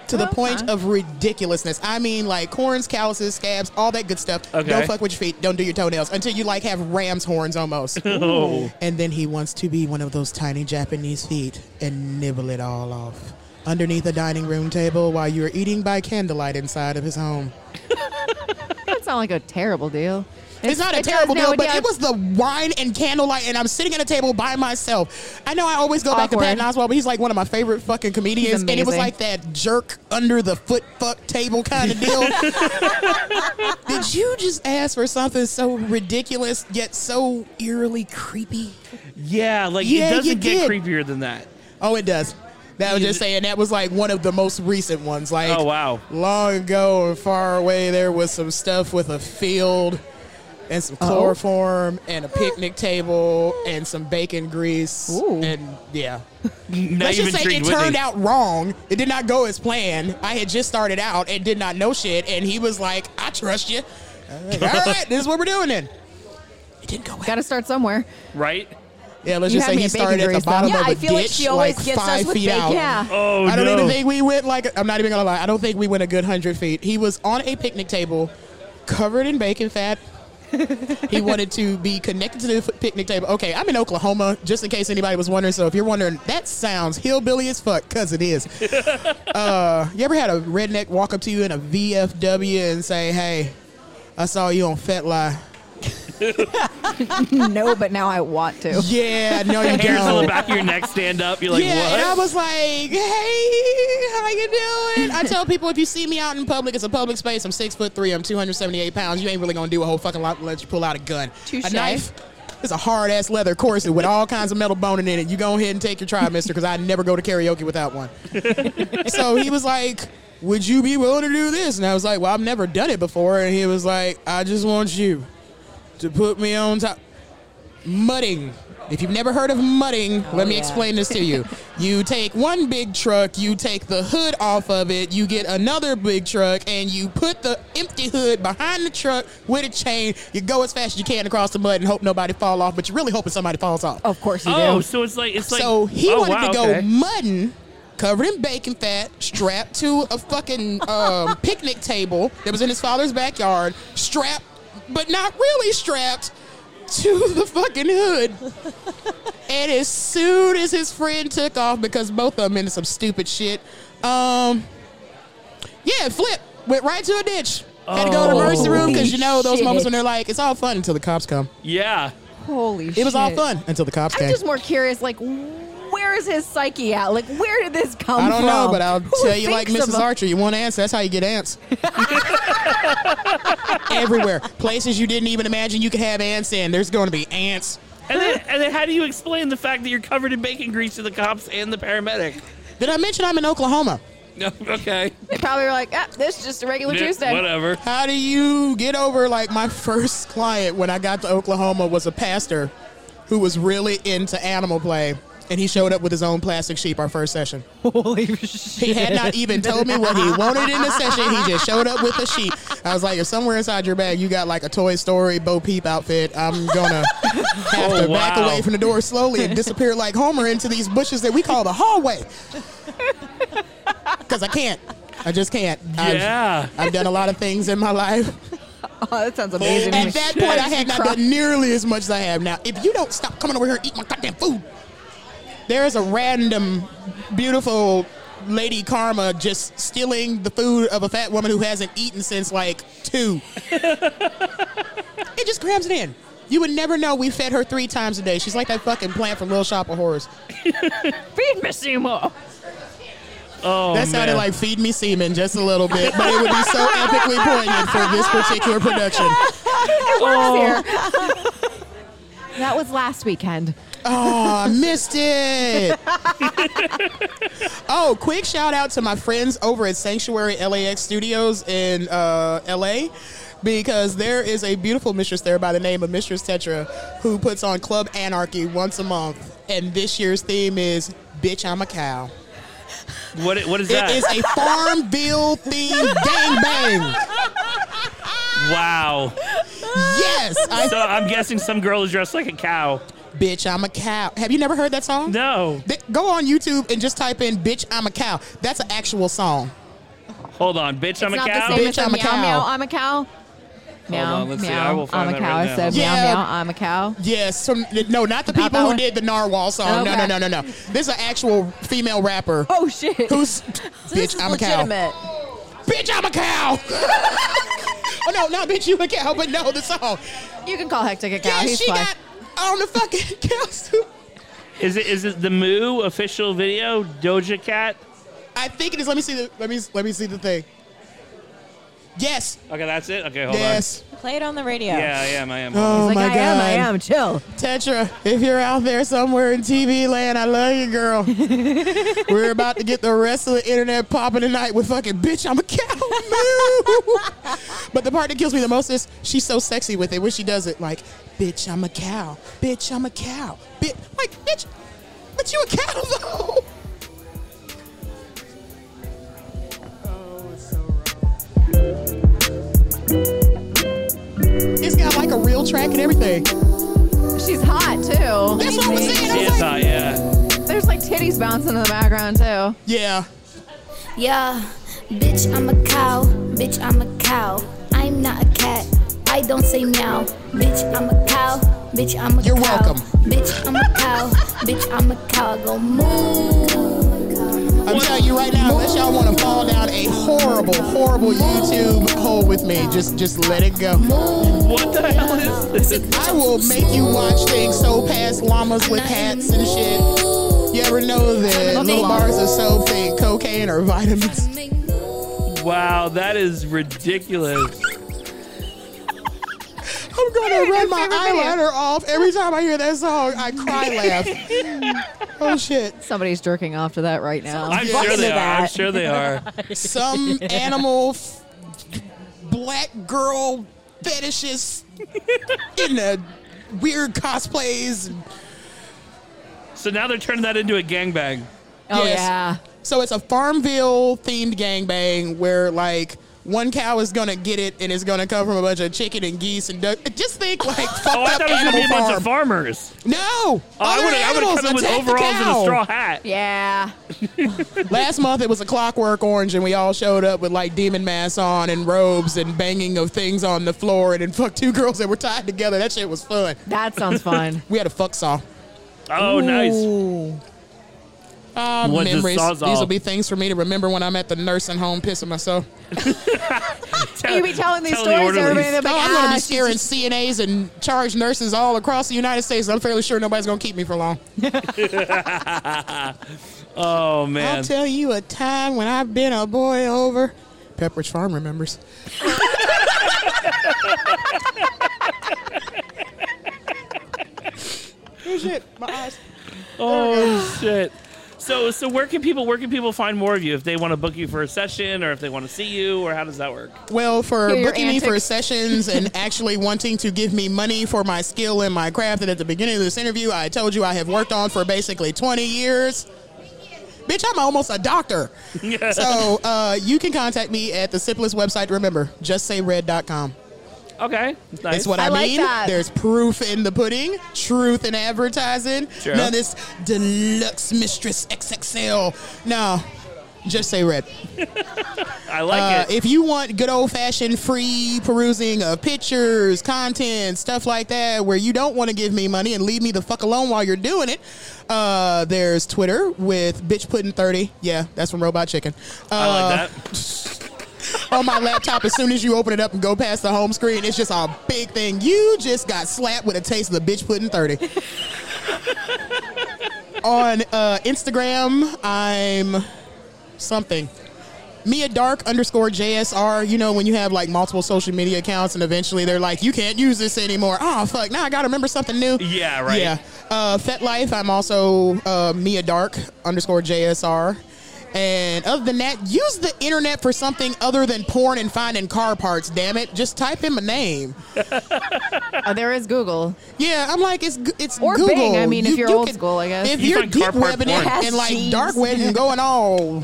to the point of ridiculousness. I mean, like corns, calluses, scabs, all that good stuff.
Okay.
Don't fuck with your feet. Don't do your toenails until you like have ram's horns almost.
Oh.
And then he wants to be one of those tiny Japanese feet and nibble it all off underneath a dining room table while you're eating by candlelight inside of his home.
[laughs] That sounds like a terrible deal.
It's, not a
it does
terrible
now,
deal, but
does.
it was the wine and candlelight, and I'm sitting at a table by myself. I know I always go back to
Awkward.
Patton Oswald, but he's like one of my favorite fucking comedians, and it was
amazing.
like that jerk under the foot fuck table kind
[laughs]
of deal. Did you just ask for something so ridiculous yet so eerily creepy?
Yeah, like
Yeah,
it
you
doesn't get
did.
creepier than that.
Oh, it does. That was just saying that was like one of the most recent ones. Like
Oh wow.
long ago and far away, there was some stuff with a field and some chloroform and a picnic table and some bacon grease and yeah.
Now
Let's
you've
just say it
intrigued Whitney.
turned out wrong. It did not go as planned. I had just started out and did not know shit, and he was like, "I trust you." I was like, All right, this is what we're doing then. It didn't go well.
Got to start somewhere.
right?
Yeah, let's
You
just
had me
say he
at bacon
started at the
grease, though.
bottom
Yeah,
of a
I feel like
ditch,
she always
like,
gets us
five
with
feet
bacon.
out.
Yeah.
Oh
I don't
no.
even think we went like I'm not even gonna lie. I don't think we went a good hundred feet. He was on a picnic table, covered in bacon fat. he wanted to be connected to the f- picnic table. Okay, I'm in Oklahoma, just in case anybody was wondering. So if you're wondering, that sounds hillbilly as fuck, cause it
[laughs]
is. uh, you ever had a redneck walk up to you in a VFW and say, "Hey, I saw you on FetLife."
[laughs] no, but now I want to.
Yeah,
[laughs]
no,
[laughs]
you
Hairs on the
don't.
back of your neck stand up. You're like,
yeah, and I
what?
was like, "Hey, how you doing?" I tell people if you see me out in public, it's a public space. I'm six foot three. I'm 278 pounds. You ain't really gonna do a whole fucking lot unless you pull out a gun, a
Touche.
knife. It's a hard ass leather corset with all kinds of metal boning in it. You go ahead and take your try, Mister, because I never go to karaoke without one.
[laughs]
so he was like, "Would you be willing to do this?" And I was like, "Well, I've never done it before." And he was like, "I just want you to put me on top." mudding. If you've never heard of mudding,
Oh,
let me explain this
[laughs]
to you. you take one big truck, you take the hood off of it, you get another big truck, and you put the empty hood behind the truck with a chain. You go as fast as you can across the mud and hope nobody fall off, but you're really hoping somebody falls off.
Of course you
oh,
do.
so it's like it's like.
so he
oh,
wanted
wow,
to go
okay.
mudding, covered in bacon fat, strapped to a fucking
[laughs]
um, picnic table that was in his father's backyard, strapped, but not really strapped, to the fucking hood. and as soon as his friend took off, because both of them into some stupid shit, um, yeah, flip went right to a ditch. Had to go to the emergency room because you know those
Holy
moments when
shit.
they're like, it's all fun until the cops come. [laughs]
Yeah.
Holy shit.
It was all fun until the cops
I'm
came.
just more curious, like, where is his psyche at? Like, where did this come
I don't
from?
know, but I'll
Who
tell you like
thinks
Mrs.
of a-
Archer, you want ants, that's how you get ants. [laughs] Everywhere. Places you didn't even imagine you could have ants in, there's going to be ants.
And then, and then, how do you explain the fact that you're covered in bacon grease to the cops and the paramedic? [laughs]
Did I mention I'm in Oklahoma?
No, okay.
They probably were like, ah, this is just a regular
Yeah,
Tuesday. [laughs]
Whatever.
How do you get over like my first client when I got to Oklahoma was a pastor who was really into animal play and he showed up with his own plastic sheep our first session.
[laughs] Holy
He
shit.
had not even told me what he wanted in the session. He just showed up with a sheep. I was like, if somewhere inside your bag you got like a Toy Story Bo Peep outfit, I'm
[laughs]
gonna have
Oh,
to back
wow.
away from the door slowly and disappear like Homer into these bushes that we call the hallway. Because I can't. I just can't. I've-
Yeah.
I've done a lot of things in my life.
[laughs] Oh, that sounds amazing.
At that point, I had not done nearly as much as I have now. If you don't stop coming over here and eat my goddamn food, there is a random, beautiful lady Karma just stealing the food of a fat woman who hasn't eaten since like two. it just grabs it in. You would never know we fed her three times a day. She's like that fucking plant from Little Shop of Horrors.
Feed me, Seymour.
Oh,
that sounded
man.
like feed me semen just a little bit, but it would be
[laughs]
so epically poignant for this particular production.
It works here. [laughs] that was last weekend.
Oh, I missed it. oh, quick shout out to my friends over at Sanctuary LAX Studios in uh, LA because there is a beautiful mistress there by the name of Mistress Tetra who puts on Club Anarchy once a month. And this year's theme is Bitch, I'm a Cow.
What, what is that?
It is a Farmville
[laughs]
themed gangbang.
wow.
Yes. I,
So I'm guessing some girl is dressed like a cow.
Bitch, I'm a cow. Have you never heard that song?
No.
Th- go on YouTube and just type in Bitch, I'm a Cow. That's an actual song.
Hold on, bitch,
It's
I'm a
not the
cow.
same Bitch, as I'm a
meow,
cow.
meow, I'm a cow.
Hold
Meow,
on, let's see.
meow.
I will
am
find
a
that
cow.
right
I
now.
said meow,
Yeah.
meow. I'm a cow.
Yes, some, no, not the people who did the narwhal song. No,
Okay.
no, no, no, no. This is an actual female rapper.
[laughs] Oh shit.
Who's
this is
bitch? I'm a cow.
legitimate.
Bitch, I'm a cow. [laughs] oh no, not bitch, you a cow. But no, the song.
You can call Hectic a cow.
Yeah,
He's
she
fine.
got on the fucking [laughs] cow suit.
Is it is it the Moo official video Doja Cat?
I think it is. Let me see the. Let me let me see the thing. Yes.
Okay, that's it. Okay, hold
Yes.
Play it on the radio.
on. Yeah, I am. I am.
Oh my god.
Chill.
Tetra, if you're out there somewhere in TV land, I love you,
[laughs]
girl. We're about to get the rest of the internet popping tonight with fucking bitch. I'm a cow. [laughs] Moo." but the part that kills me the most is she's so sexy with it when she does it. Like, bitch, I'm a cow. Bitch, I'm a cow. Bitch, like, bitch, but you a cow though. It's got like a real track and everything.
She's hot too.
That's what I'm saying.
She is hot. Yeah.
There's like titties bouncing in the background too.
Yeah.
Yeah, bitch, I'm a cow. Bitch, I'm a cow. I'm not a cat. I don't say meow. Bitch, I'm a cow. Bitch, I'm a
You're
cow.
welcome.
Bitch, I'm a cow. bitch, I'm a cow. Go moo.
I'm telling you right now, unless y'all want to fall down a horrible, horrible YouTube hole with me, just just let it go.
What the hell is this?
I will make you watch things so past llamas with hats and shit. You ever know that little bars of soap think cocaine or vitamins?
Wow, that is ridiculous.
I'm gonna run my eyeliner off every time I hear that song. I cry
[laughs]
laugh. [laughs] Oh shit!
Somebody's jerking off to that right now.
I'm sure they are. I'm sure
[laughs]
they are.
Some animal, f- black girl fetishes in the weird cosplays.
So now they're turning that into a
[laughs]
gangbang. [laughs]
Oh
Yes.
yeah.
So it's a Farmville themed gangbang where like one cow is gonna get it and it's gonna come from a bunch of chicken and geese and duck. Just think like fucked
Oh, I
up
thought it was gonna be
animal
a bunch
farm.
of farmers.
no,
Oh, I
other
would have. I would
animals
have come in with
attack the
overalls and a
cow.
straw hat.
Yeah.
Last month it was a Clockwork Orange and we all showed up with like demon masks on and robes and banging of things on the floor and then fuck two girls that were tied together. That shit was fun.
That sounds fun.
[laughs] We had a fuck saw.
Oh, nice.
Ooh. Ah,
What's the
memories.
saw's
These
all?
will be things for me to remember when I'm at the nursing home pissing
[laughs]
myself.
you be telling these
Tell
stories,
the
everybody.
orderlies.
and they're
No,
like,
Oh, I'm going to
ah,
be
she's
scaring CNAs and charge nurses all across the United States. I'm fairly sure nobody's going to keep me for long.
Oh
I'll
man.
tell you a time when I've been a boy over. Pepperidge Farm remembers. oh shit, my eyes. [sighs]
Oh shit. So so where can people where can people find more of you if they want to book you for a session or if they want to see you or how does that work? [laughs]
Well, for
Hear your
booking me for
antics.
sessions [laughs] and actually wanting to give me money for my skill and my craft that at the beginning of this interview I told you I have worked on for basically 20 years. Bitch, I'm almost a
[laughs]
doctor. so uh, you can contact me at the simplest website. Remember, justsayred.com.
Okay. Nice.
That's what I,
I like
mean.
that.
There's proof in the pudding, truth in advertising.
Sure.
Now this deluxe mistress XXL. No, just say red.
I like
Uh,
it.
if you want good old fashioned free perusing of pictures, content, stuff like that, where you don't want to give me money and leave me the fuck alone while you're doing it, uh, there's Twitter with bitch pudding thirty. Yeah, that's from Robot Chicken. Uh,
I like that.
[laughs] on my laptop, as soon as you open it up and go past the home screen, it's just a big thing. You just got slapped with a taste of the bitch pudding
[laughs]
thirty. on uh, Instagram, I'm something. Mia Dark underscore JSR. You know when you have like multiple social media accounts and eventually they're like, you can't use this anymore. Oh fuck! Now I gotta remember something new.
Yeah, right.
Yeah. Uh, Fet Life. I'm also uh, Mia Dark underscore JSR. And other than that, use the internet for something other than porn and finding car parts. Damn it! Just type in my name.
[laughs] Oh, there is Google.
Yeah, I'm like it's [laughs] it's
Or
Google.
Bing, I mean, if you're old
can-
school, I guess.
If
You
you are
find car
deep
park
webbing it
porn.
and like
Jeez.
dark web and going all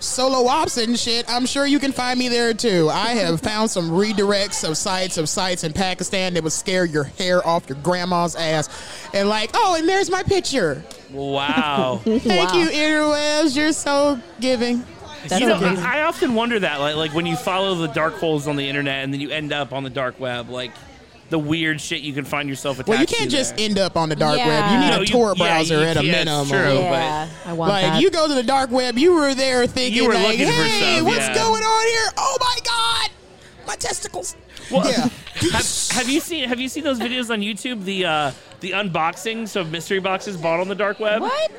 solo ops and shit, I'm sure you can find me there too. I have found some redirects of sites of sites in Pakistan that would scare your hair off your grandma's ass, and like, oh, and there's my picture. [laughs]
Wow.
Thank you, interwebs. You're so giving.
you know, I, I often wonder that, like, like when you follow the dark holes on the internet and then you end up on the dark web, like the weird shit you can find yourself attached.
Well, you can't
to
just
there.
end up on the dark web. You need
No,
a Tor
yeah,
browser
you-
at a
yeah, it's
minimum.
True,
I want like you go to the dark web, you were there
but
thinking
you were
like,
looking for
"Hey,
some.
what's
yeah.
going on here? Oh my god, my testicles!"
Well, have, have you seen Have you seen those videos on YouTube? The uh, the unboxings of mystery boxes bought on the dark web.
What?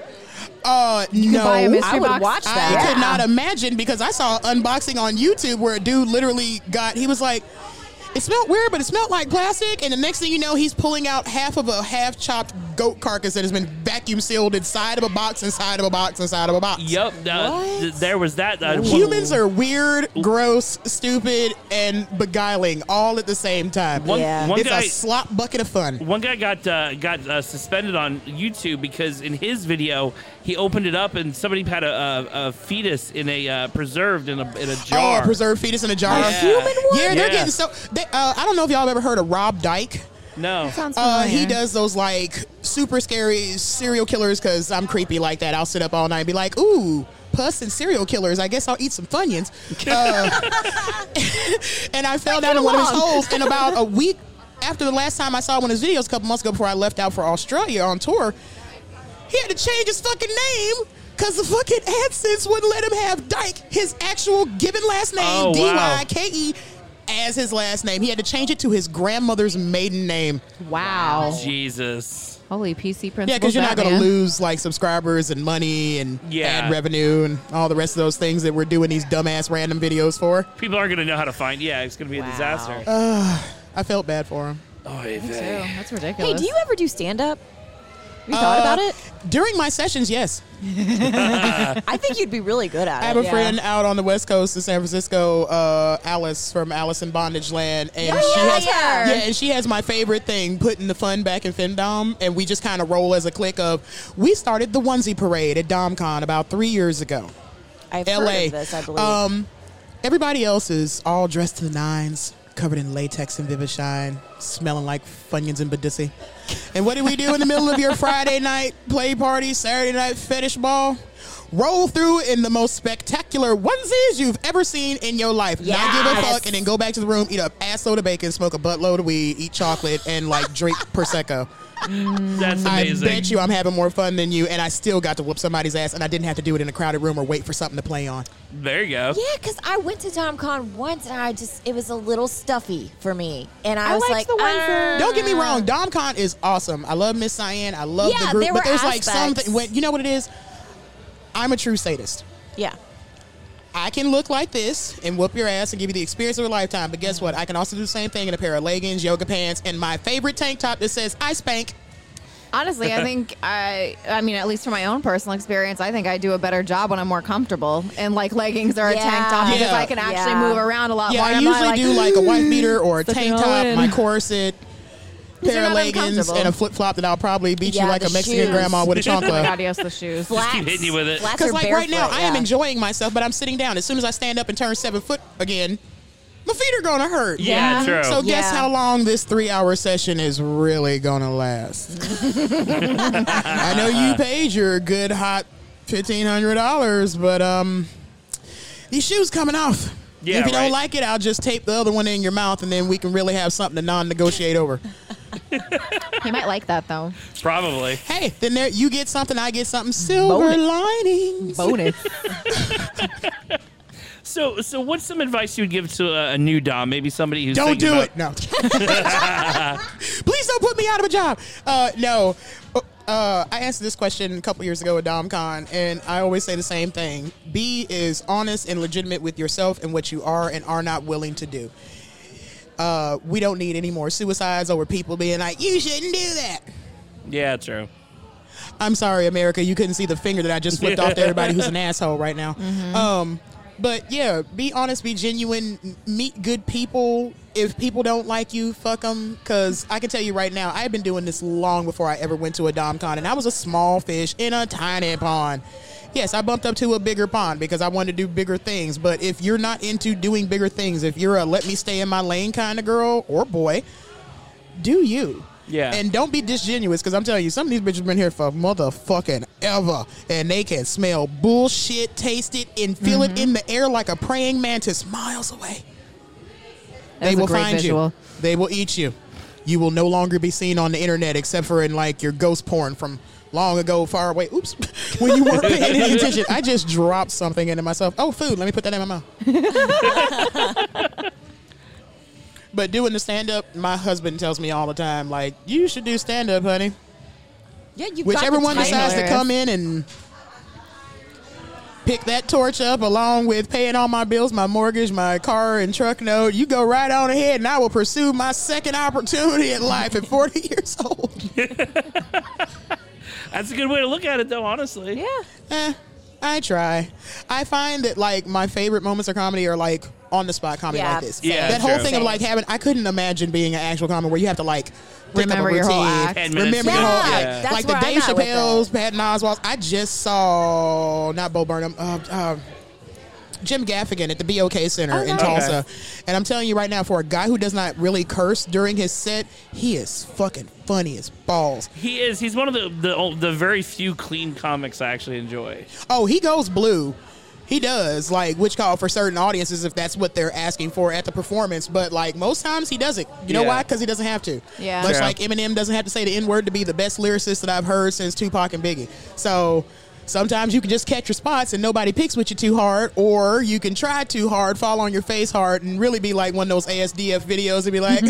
Uh, no,
buy a mystery I would box?
watch
that.
I could
Yeah.
not imagine because I saw unboxing on YouTube where a dude literally got. He was like. It smelled weird, but it smelled like plastic. And the next thing you know, he's pulling out half of a half-chopped goat carcass that has been vacuum sealed inside of a box, inside of a box, inside of a box.
Yep. Uh, th- there was that. Uh,
Humans are weird, gross, stupid, and beguiling all at the same time.
One- Yeah. one
it's
guy-
a slop bucket of fun.
One guy got uh, got uh, suspended on YouTube because in his video he opened it up and somebody had a, a, a fetus in a uh, preserved in a in a
Oh,
jar.
a preserved fetus in a jar.
A human one?
Yeah, they're
Yeah.
getting so. They, uh, I don't know if y'all have ever heard of Rob Dyke.
No.
Uh, he does those like super scary serial killers because I'm creepy like that. I'll sit up all night and be like, ooh, puss and serial killers. I guess I'll eat some Funyuns. Uh, [laughs] and I fell down in one of his
along.
holes. And about a week after the last time I saw one of his videos, a couple months ago before I left out for Australia on tour, he had to change his fucking name. Cause the fucking AdSense wouldn't let him have Dyke, his actual given last name,
Oh, wow.
D Y K E, as his last name. He had to change it to his grandmother's maiden name.
Wow.
Jesus.
Holy PC principles.
Yeah, because you're not going to
Batman.
lose like subscribers and money and
Yeah.
ad revenue and all the rest of those things that we're doing these dumbass random videos for.
People aren't going to know how to find. Yeah, it's going to be a disaster.
Uh, I felt bad for him.
oh,
That's ridiculous.
Hey, do you ever do stand up? Have you
Uh,
thought about it?
During my sessions, yes.
[laughs] I think you'd be really good at it.
I have a
yeah.
friend out on the west coast in San Francisco, uh, Alice from Alice in Bondage Land, and
Yeah,
she
yeah,
has
yeah.
yeah, and she has my favorite thing, putting the fun back in Findom, and we just kind of roll as a clique of. We started the onesie parade at DomCon about three years ago.
I've heard
L.A.
of this, I believe.
Um, everybody else is all dressed to the nines, covered in latex and vivishine, smelling like Funyuns and Badissi. And what do we do in the middle of your Friday night play party, Saturday night fetish ball? Roll through in the most spectacular onesies you've ever seen in your life. Not give a
Yes.
fuck, and then go back to the room, eat a assload of bacon, smoke a buttload of weed, eat chocolate, and like drink prosecco.
That's amazing.
I bet you I'm having more fun than you, and I still got to whoop somebody's ass, and I didn't have to do it in a crowded room or wait for something to play on.
There you go.
Yeah, because I went to DomCon once and I just, it was a little stuffy for me. And I,
I
was like,
liked
uh,
the
ones
Don't get me wrong, DomCon is awesome. I love Miss Cyan. I love
Yeah,
the group,
there
but
were
there's like
aspects.
something. When, you know what it is? I'm a true sadist.
Yeah.
I can look like this and whoop your ass and give you the experience of a lifetime, but
Mm-hmm.
guess what? I can also do the same thing in a pair of leggings, yoga pants, and my favorite tank top that says "I spank."
Honestly, I
[laughs]
think I I mean at least from my own personal experience, I think I do a better job when I'm more comfortable and like leggings or a tank top because
Yeah.
I can actually Yeah. move around a lot
Yeah,
more.
I
I'm
usually
not
do like a white
[laughs]
beater or a
Slipping
tank
all
top,
in.
my [laughs] corset,
These are
pair of
not
leggings,
uncomfortable.
and a flip flop that I'll probably beat you like a Mexican grandma
[laughs]
with a
[laughs] Oh my
chancla.
God, yes, the shoes.
Just keep hitting you with it.
Because like right now, I am enjoying myself, but I'm sitting down. As soon as I stand up and turn seven foot again, my feet are gonna hurt.
Yeah, Yeah. true.
So guess
Yeah.
how long this three-hour session is really gonna
[laughs]
last? I know you paid your good hot fifteen hundred dollars, but um, these shoes coming off.
Yeah,
if you
right.
don't like it, I'll just tape the other one in your mouth, and then we can really have something to non-negotiate over.
[laughs] He might like that though.
Probably.
Hey, then there you get something, I get something. Silver
Bonus.
linings.
Bonus.
So, so what's some advice you would give to a, a new dom? Maybe somebody who's
Don't
thinking
do
about-
[laughs] it. No. please don't put me out of a job. Uh, no. Uh, Uh, I answered this question a couple years ago at DomCon, and I always say the same thing. Be is honest and legitimate with yourself and what you are and are not willing to do. Uh, we don't need any more suicides over people being like, you shouldn't do that.
Yeah, true.
I'm sorry, America, you couldn't see the finger that I just flipped off to everybody who's an asshole right now.
Mm-hmm.
Mhm.
Um, but yeah, be honest, be genuine, m- meet good people. If people don't like you, fuck them. Because I can tell you right now, I've been doing this long before I ever went to a Dom Con, and I was a small fish in a tiny pond. Yes, I bumped up to a bigger pond because I wanted to do bigger things. But if you're not into doing bigger things, if you're a let me stay in my lane kind of girl or boy, do you.
Yeah.
And don't be disingenuous because I'm telling you, some of these bitches been here for motherfucking ever. And they can smell bullshit, taste it, and feel
Mm-hmm.
it in the air like a praying mantis miles away.
That
they
was a
will
great
find
visual.
you. They will eat you. You will no longer be seen on the internet except for in like your ghost porn from long ago, far away. Oops. [laughs] when you weren't paying any attention. I just dropped something into myself. Oh, food. Let me put that in my mouth. But doing the stand up, my husband tells me all the time, like, you should do stand up, honey.
Yeah, you.
Which everyone decides to come in and pick that torch up along with paying all my bills, my mortgage, my car and truck note. You go right on ahead and I will pursue my second opportunity in life at 40 [laughs] years old.
That's a good way to look at it, though. Honestly.
Yeah. Eh, I try. I find that like my favorite moments of comedy are like on the spot comedy
Yeah,
like this.
same. Yeah,
that whole
true.
thing
Same.
of like having I couldn't imagine being an actual comic where you have to like pick up a
Remember your whole
routine,
act. Ten minutes
Remember
to
your
go.
whole
Yeah.
act.
That's
like the
where I'm
Dave
at with
Chappelle's, Patton Oswalt's. I just saw not Bo Burnham, uh, uh, Jim Gaffigan at the BOK Center
Oh,
in
nice.
Tulsa.
Okay.
And I'm telling you right now, for a guy who does not really curse during his set, he is fucking funny as balls.
He is. He's one of the, the the very few clean comics I actually enjoy.
Oh, he goes blue. He does, like, which call for certain audiences if that's what they're asking for at the performance. But, like, most times he doesn't. You know
Yeah.
why? Because he doesn't have to.
Yeah.
Much
Yeah.
like Eminem doesn't have to say the N word to be the best lyricist that I've heard since Tupac and Biggie. So sometimes you can just catch your spots and nobody picks with you too hard, or you can try too hard, fall on your face hard, and really be like one of those ASDF videos and be like,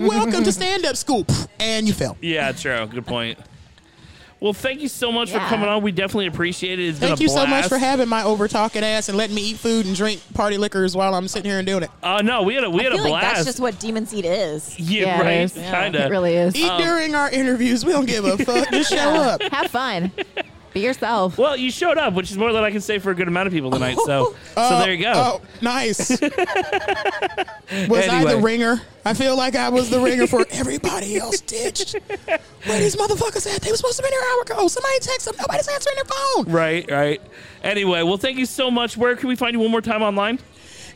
[laughs] welcome to stand up school. And you fail.
Yeah, true. Good point. Well, thank you so much for coming on. We definitely appreciate it. It's
Thank
been
you
a blast.
so much for having my over talking ass and letting me eat food and drink party liquors while I'm sitting here and doing it.
Oh no, we had a we had
I
a
feel like
blast.
that's just
what Demon Seed is.
[laughs] Yeah,
Yeah, it
right.
is. Yeah.
Kinda. Um,
It really is. Eat during our interviews. We don't give
[laughs]
a [laughs] fuck. Just show up.
Have fun. Be yourself.
Well, you showed up, which is more than I can say for a good amount of people tonight.
[laughs]
So, so
Oh,
there you go.
Oh,
[laughs]
nice. was I the
Anyway.
ringer? I feel like I was the ringer
[laughs]
for everybody else ditched. Where these motherfuckers at? They were supposed to be there an hour ago. Somebody text them. Nobody's answering their phone.
Right, right. Anyway, well, thank you so much. Where can we find you one more time online?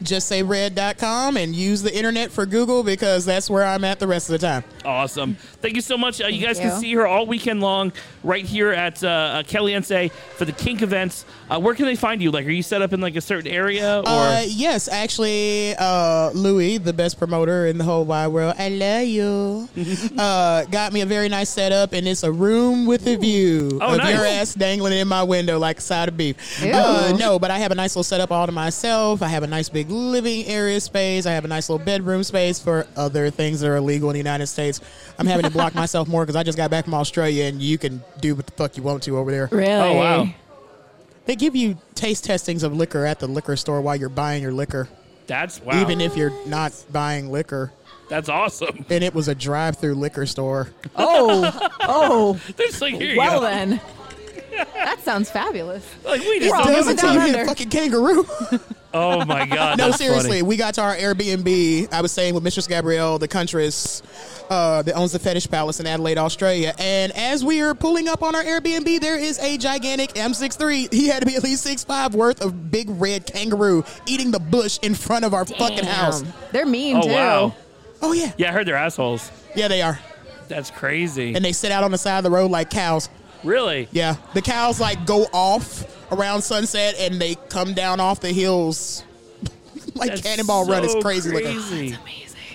Just say red.com and use the internet for Google because that's where I'm at the rest of the time.
Awesome. Thank you so much. Uh, you guys
you.
can see her all weekend long right here at uh, uh, Kellyanne Say for the Kink events. Uh, where can they find you? Like, are you set up in like a certain area? Or
Uh, yes, actually, uh, Louis, the best promoter in the whole wide world, I
[laughs]
love you. uh, got me a very nice setup, and it's a room with a view
Oh,
of
nice.
your ass dangling in my window like a side of beef.
Ew.
Uh, no, but I have a nice little setup all to myself. I have a nice big living area space. I have a nice little bedroom space for other things that are illegal in the United States. I'm having
[laughs]
to block myself more because I just got back from Australia, and you can do what the fuck you want to over there.
Really? Oh, wow.
They give you taste testings of liquor at the liquor store while you're buying your liquor.
That's wow.
Even if you're not buying liquor.
That's awesome.
And it was a drive-through liquor store. [laughs]
Oh, oh.
There's like here you [laughs]
well
go.
then. That sounds fabulous.
Like we
It does until you hit a fucking kangaroo. [laughs]
Oh my god.
no,
that's
seriously,
funny.
we got to our Airbnb. I was staying with Mistress Gabrielle, the countess uh, that owns the Fetish Palace in Adelaide, Australia. And as we are pulling up on our Airbnb, there is a gigantic M63. He had to be at least 6'5 worth of big red kangaroo eating the bush in front of our fucking house.
They're mean
Oh wow.
Oh yeah.
Yeah, I heard they're assholes.
Yeah, they are.
That's crazy.
And they sit out on the side of the road like cows.
really?
Yeah, the cows like go off around sunset and they come down off the hills [laughs] like
That's
Cannonball Run is
so
crazy, looking.
crazy.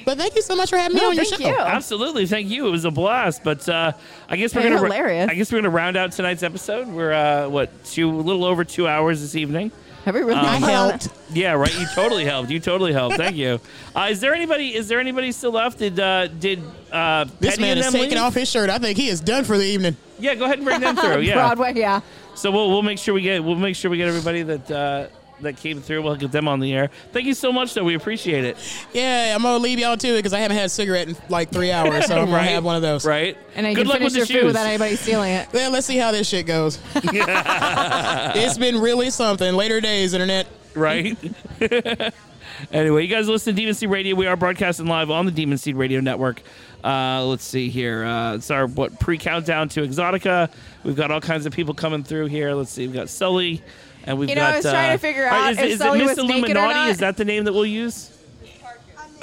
But thank you so much for having me on your show.
Absolutely, thank you. It was a blast. But uh, I guess we're
Hey,
gonna
hilarious.
I guess we're gonna round out tonight's episode. We're uh, what two a little over two hours this evening.
Have we really
[laughs]
gone
Um,
down-
Yeah, right. You totally helped. You totally helped. Thank you. Uh, is there anybody? Is there anybody still left? Did uh, did uh,
This
Petty
man
and
is
them
taking
leave?
off his shirt. I think he is done for the evening.
Yeah, go ahead and
[laughs]
bring them through. Yeah,
Broadway,
yeah.
So we'll we'll make sure we get we'll make sure we get everybody that uh, that came through. We'll get them on the air. Thank you so much, though. We appreciate it.
Yeah, I'm gonna leave y'all to it because I haven't had a cigarette in like
[laughs]
three hours, so I'm gonna
Right?
have one of those.
Right.
And I
Good
can
luck
finish
with the
your
shoes.
food without anybody
stealing it.
Well, let's see how this shit
[laughs]
goes. [laughs] it's been really something. Later days, internet.
right? [laughs] anyway, you guys listen to Demon Seed Radio. We are broadcasting live on the Demon Seed Radio Network. Uh, let's see here. Uh, it's our what pre countdown to Exotica. We've got all kinds of people coming through here. Let's see. We've got Sully, and we've
You know,
got.
I was trying
uh,
to figure
all right,
out
is,
if
is
Sully
it Miss
was naked or
Illuminati?
not.
Is that the name that we'll use? Uh,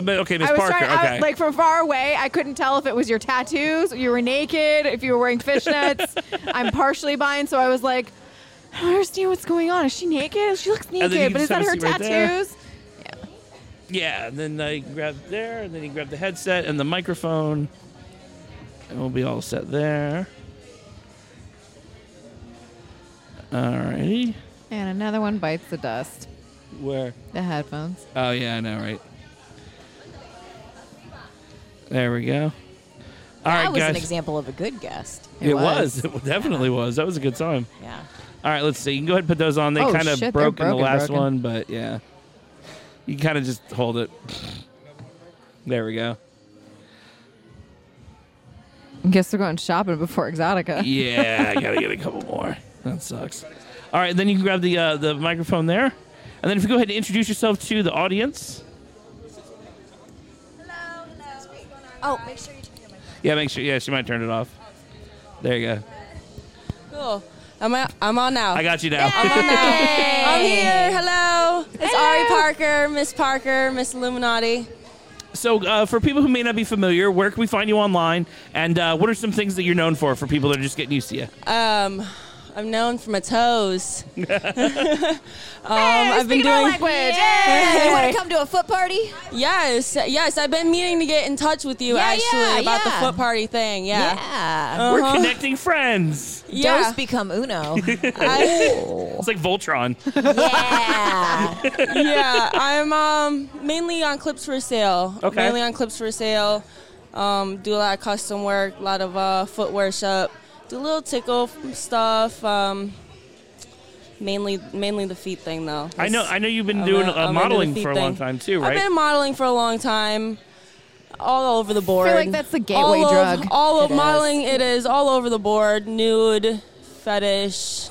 Okay, Miss
I was
Parker.
trying. I
okay.
was, like from far away, I couldn't tell if it was your tattoos, you were naked, if you were wearing
[laughs]
fishnets. I'm partially blind, so I was like, I don't understand what's going on. Is she naked? She looks
then you
naked, but is
just have
that
a
her
seat right there.
tattoos?
Yeah, and then I grab there, and then you grab the headset and the microphone, and we'll be all set there. Alrighty.
And another one bites the dust.
Where?
The headphones.
Oh yeah, I know, right? There we go. All right,
that was
guys.
an example of a good guest.
It, was. It definitely was. That was a good time.
Yeah.
All right, let's see. You can go ahead and put those on. They
Oh,
kind
shit, they're
of broke in the
broken,
last
broken.
one, but yeah. You kind of just hold it. There we go.
Guess they're going shopping before Exotica.
[laughs] Yeah, I gotta
[laughs]
get a couple more. That sucks. All right, then you can grab the uh, the microphone there, and then if you go ahead and introduce yourself to the audience.
Oh, make sure you
Yeah, make sure. Yeah, she might turn it off. There you go.
Cool. I'm, out, I'm on now.
I got you now. [laughs]
I'm here. Hello. It's Ari Parker, Miss Parker, Miss Illuminati.
So, uh, for people who may not be familiar, where can we find you online, and uh, what are some things that you're known for for people that are just getting used to you?
Um, I'm known for my toes. [laughs] um, I've been
speaking our
doing [laughs]
language.
Yeah.
Hey. You wanna come
to a foot party? Yes, yes. I've been meaning to get in touch with you
Yeah,
actually
yeah,
about
yeah.
the foot party thing. Yeah,
We're
Uh-huh.
connecting friends.
Yeah. Dos [laughs] become uno.
[laughs] it's like Voltron.
yeah, I'm um, mainly on clips for sale.
Okay.
Mainly on clips for sale. Um, do a lot of custom work, a lot of uh, footwear shop. Do a little tickle stuff. Um, mainly, mainly the feet thing though.
I know. I know you've been
I'm
doing
a-
uh,
I'm into the
modeling
feet
for a long
thing.
time too,
I've
right?
been modeling for a long time, all over the board.
like that's the gateway
all of-
drug.
all of
It is.
modeling, it is all over the board. Nude, fetish.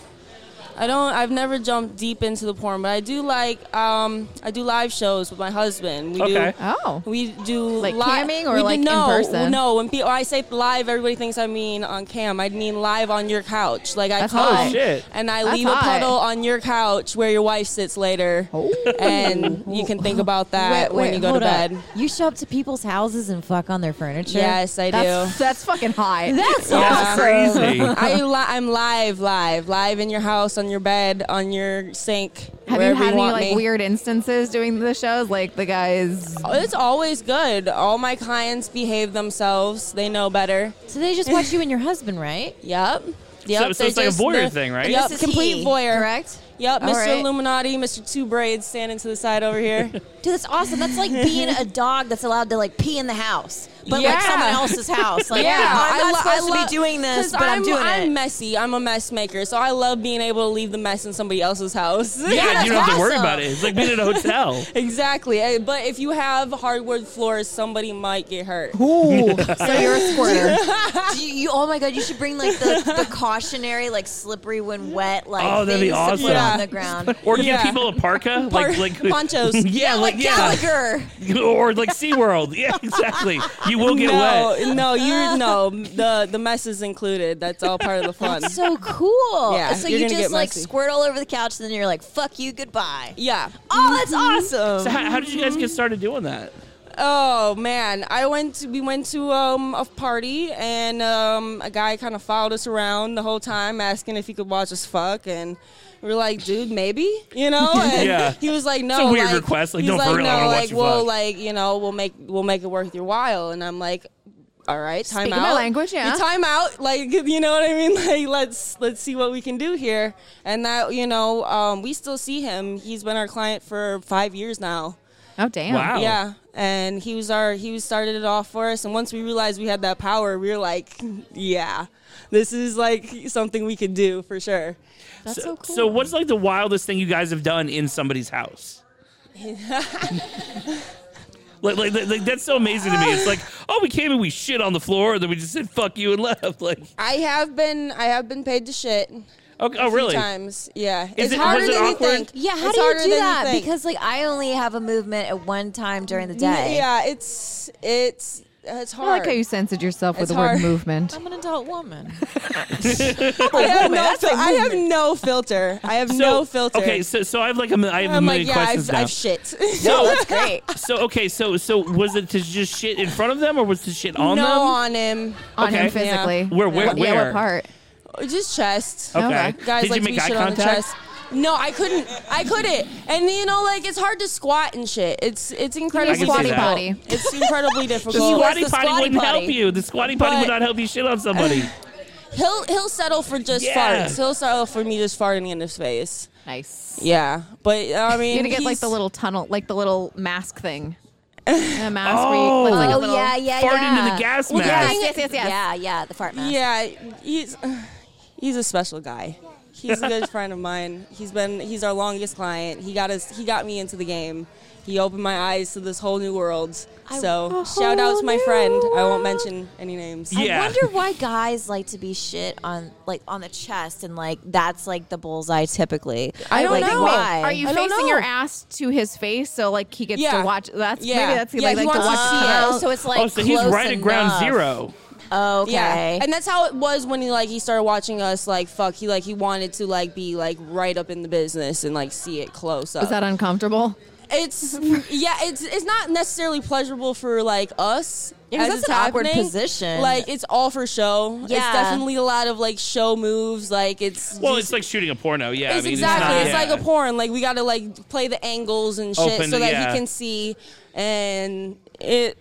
I don't. I've never jumped deep into the porn, but I do like. Um, I do live shows with my husband. We
Okay.
do.
Oh.
We do
Like
li-
camming or
we do-
like in
no,
person?
No, when people I say live, everybody thinks I mean on cam. I mean live on your couch. Like I
That's
come
hot. Oh, shit.
and I
That's
leave
hot. Oh.
a puddle on your couch where your wife sits later, and you
[laughs]
can think about that
Wait,
when
wait,
you go to
hold up.
bed.
You show up to people's houses and fuck on their furniture.
Yes, I
That's-
do.
That's fucking
[laughs]
hot.
That's [laughs]
Yeah. [laughs]
crazy.
I li- I'm live, live, live in your house, on your bed, on your sink.
Have you
wherever
had any
want
like
me.
weird instances doing the shows? Like the guys.
Oh, It's always good. All my clients behave themselves. They know better.
So they just watch you and your husband, right?
[laughs] Yep. Yep.
So- so
they
it's like a
just-
voyeur
they're-
thing, right?
Yep.
This is
Complete
he,
voyeur.
correct?
Yep.
All
Mr.
right.
Illuminati, Mr. Two Braids standing to the side over here.
[laughs]
[laughs]
Dude, that's awesome. That's like being a dog that's allowed to like pee in the house, but like
Yeah.
someone else's house. Like,
[laughs] yeah,
I'm not
I lo- I
supposed
lo-
to be doing this,
'cause
but I'm, doing
I'm
it.
messy. I'm a mess maker, so I love being able to leave the mess in somebody else's
[laughs]
house.
yeah, you don't have to worry about it. It's like being in a hotel.
Exactly, Eh, but if you have hardwood floors, somebody might get hurt. [laughs]
so [laughs] you're a squirter. Do you, you- oh my god, you should bring like the, the cautionary, like slippery when wet, like
oh, that'd be
things to put
awesome.
on the ground.
[laughs] Or give
Yeah.
people a parka,
Par-
like like
ponchos.
[laughs]
Yeah,
yeah, like,
like
yeah.
Gallagher.
[laughs] or
[laughs]
like SeaWorld. [laughs] Yeah, exactly. You will get
no,
wet. [laughs]
No, you no. The the mess is included. That's all part of the fun.
That's so cool.
Yeah,
so
you're
you
gonna
just
get
like
messy.
squirt all over the couch, and then you're like, "Fuck you, goodbye."
Yeah.
Oh, that's awesome.
Mm-hmm. So how, how did you guys get started doing that?
Oh man, I went. To, we went to um, a party, and um, a guy kind of followed us around the whole time, asking if he could watch us fuck, and we were like, "Dude, maybe," you know.
[laughs]
And
Yeah.
He was like,
It's
"No."
a weird
like-
request, like,
he's
"No, for
like,
real, I
no,
wanna watch
like,
you
we'll
fuck."
like, you know, we'll make we'll make it worth your while, and I'm like. all right, time
Speaking
out.
my language, yeah.
You time out, like [laughs] you know what I mean. Like let's let's see what we can do here. And that you know, um, we still see him. He's been our client for five years now.
Oh damn!
Yeah, and he was our he was started it off for us. And once we realized we had that power, we were like, [laughs] yeah, this is like something we could do for sure.
so, so what's like the wildest thing you guys have done in somebody's house? Like, like, like, like, that's so amazing to me. It's like, oh, we came and we shit on the floor, and then we just said fuck you and left. [laughs] Like,
I have been I have been paid to shit.
Okay,
a
oh
few
really?
Times, yeah.
Is
it's
it- was
harder
it
than
awkward?
you think.
Yeah, how
It's
do
harder
you do
than
that?
think.
because like I only have a movement at one time during the day.
Yeah, it's it's it's
I
hard.
like how you censored yourself with
It's
the word
hard.
movement.
an adult woman. [laughs] I
[laughs]
have woman, no, that's a fil- I have woman. no filter. I have
So-
no filter.
Okay, so so I have like a, mi- I have a
I'm
million
like, yeah,
questions
I've,
now.
I've shit. [laughs]
No,
that's great.
So okay, so so was it to just shit in front of them, or was to shit on
no,
them?
on him.
On him Okay. physically. Where- where- Yeah, where? what part?
Just chest.
Okay. Okay.
Guys
Did you
like to
make
be
eye
shit on the
contact?
chest. No, I couldn't. I couldn't. And you know, like it's hard to squat and shit. It's it's incredibly
squatty
difficult.
potty.
[laughs]
It's incredibly difficult.
The
He was
squatty
the
potty
squatty
wouldn't
potty.
help you. The squatty potty would
But-
not help you shit on
[laughs]
somebody.
He'll he'll settle for just
Yeah.
farts. He'll settle for me just farting in his face.
Nice.
Yeah, but I
[laughs]
mean,
You're gonna get like
he's-
the little tunnel, like the little mask [laughs] thing. A mask
Oh.
where you, like, like a
Oh,
little
yeah, yeah, Fart into yeah. the gas
Well,
mask.
Yes, yes, yes, yes.
Yeah, yeah, the fart mask.
Yeah, he's he's a special guy. He's a good friend of mine. He's been he's our longest client. He got us he got me into the game. He opened my eyes to this whole new world. so shout out to my friend. I won't mention any names.
I wonder why guys like to be shit on like on the chest and like that's like the bullseye typically.
I
like, Why?
Are you facing your ass to his face so like he gets
Yeah.
to watch? That's
Yeah.
maybe that's
Yeah,
like,
he
like the
wants
watch
to see
come
it.
out.
So it's, like,
oh, so he's
close
right at ground
enough.
zero.
Okay.
And that's how it was when he like he started watching us like fuck he like he wanted to like be like right up in the business and like see it close up.
Is that uncomfortable?
It's yeah, it's it's not necessarily pleasurable for like us.
Yeah, 'cause
as
that's
it's
an awkward
happening.
position.
Like it's all for show. It's
Yeah.
definitely a lot of like show moves. Like it's
Well,
just-
it's like shooting a porno. Yeah,
it's
I mean,
exactly
It's,
it's,
not, yeah.
like a porn. Like we gotta like play the angles and shit
Open
so
the-
that
yeah.
he can see and it.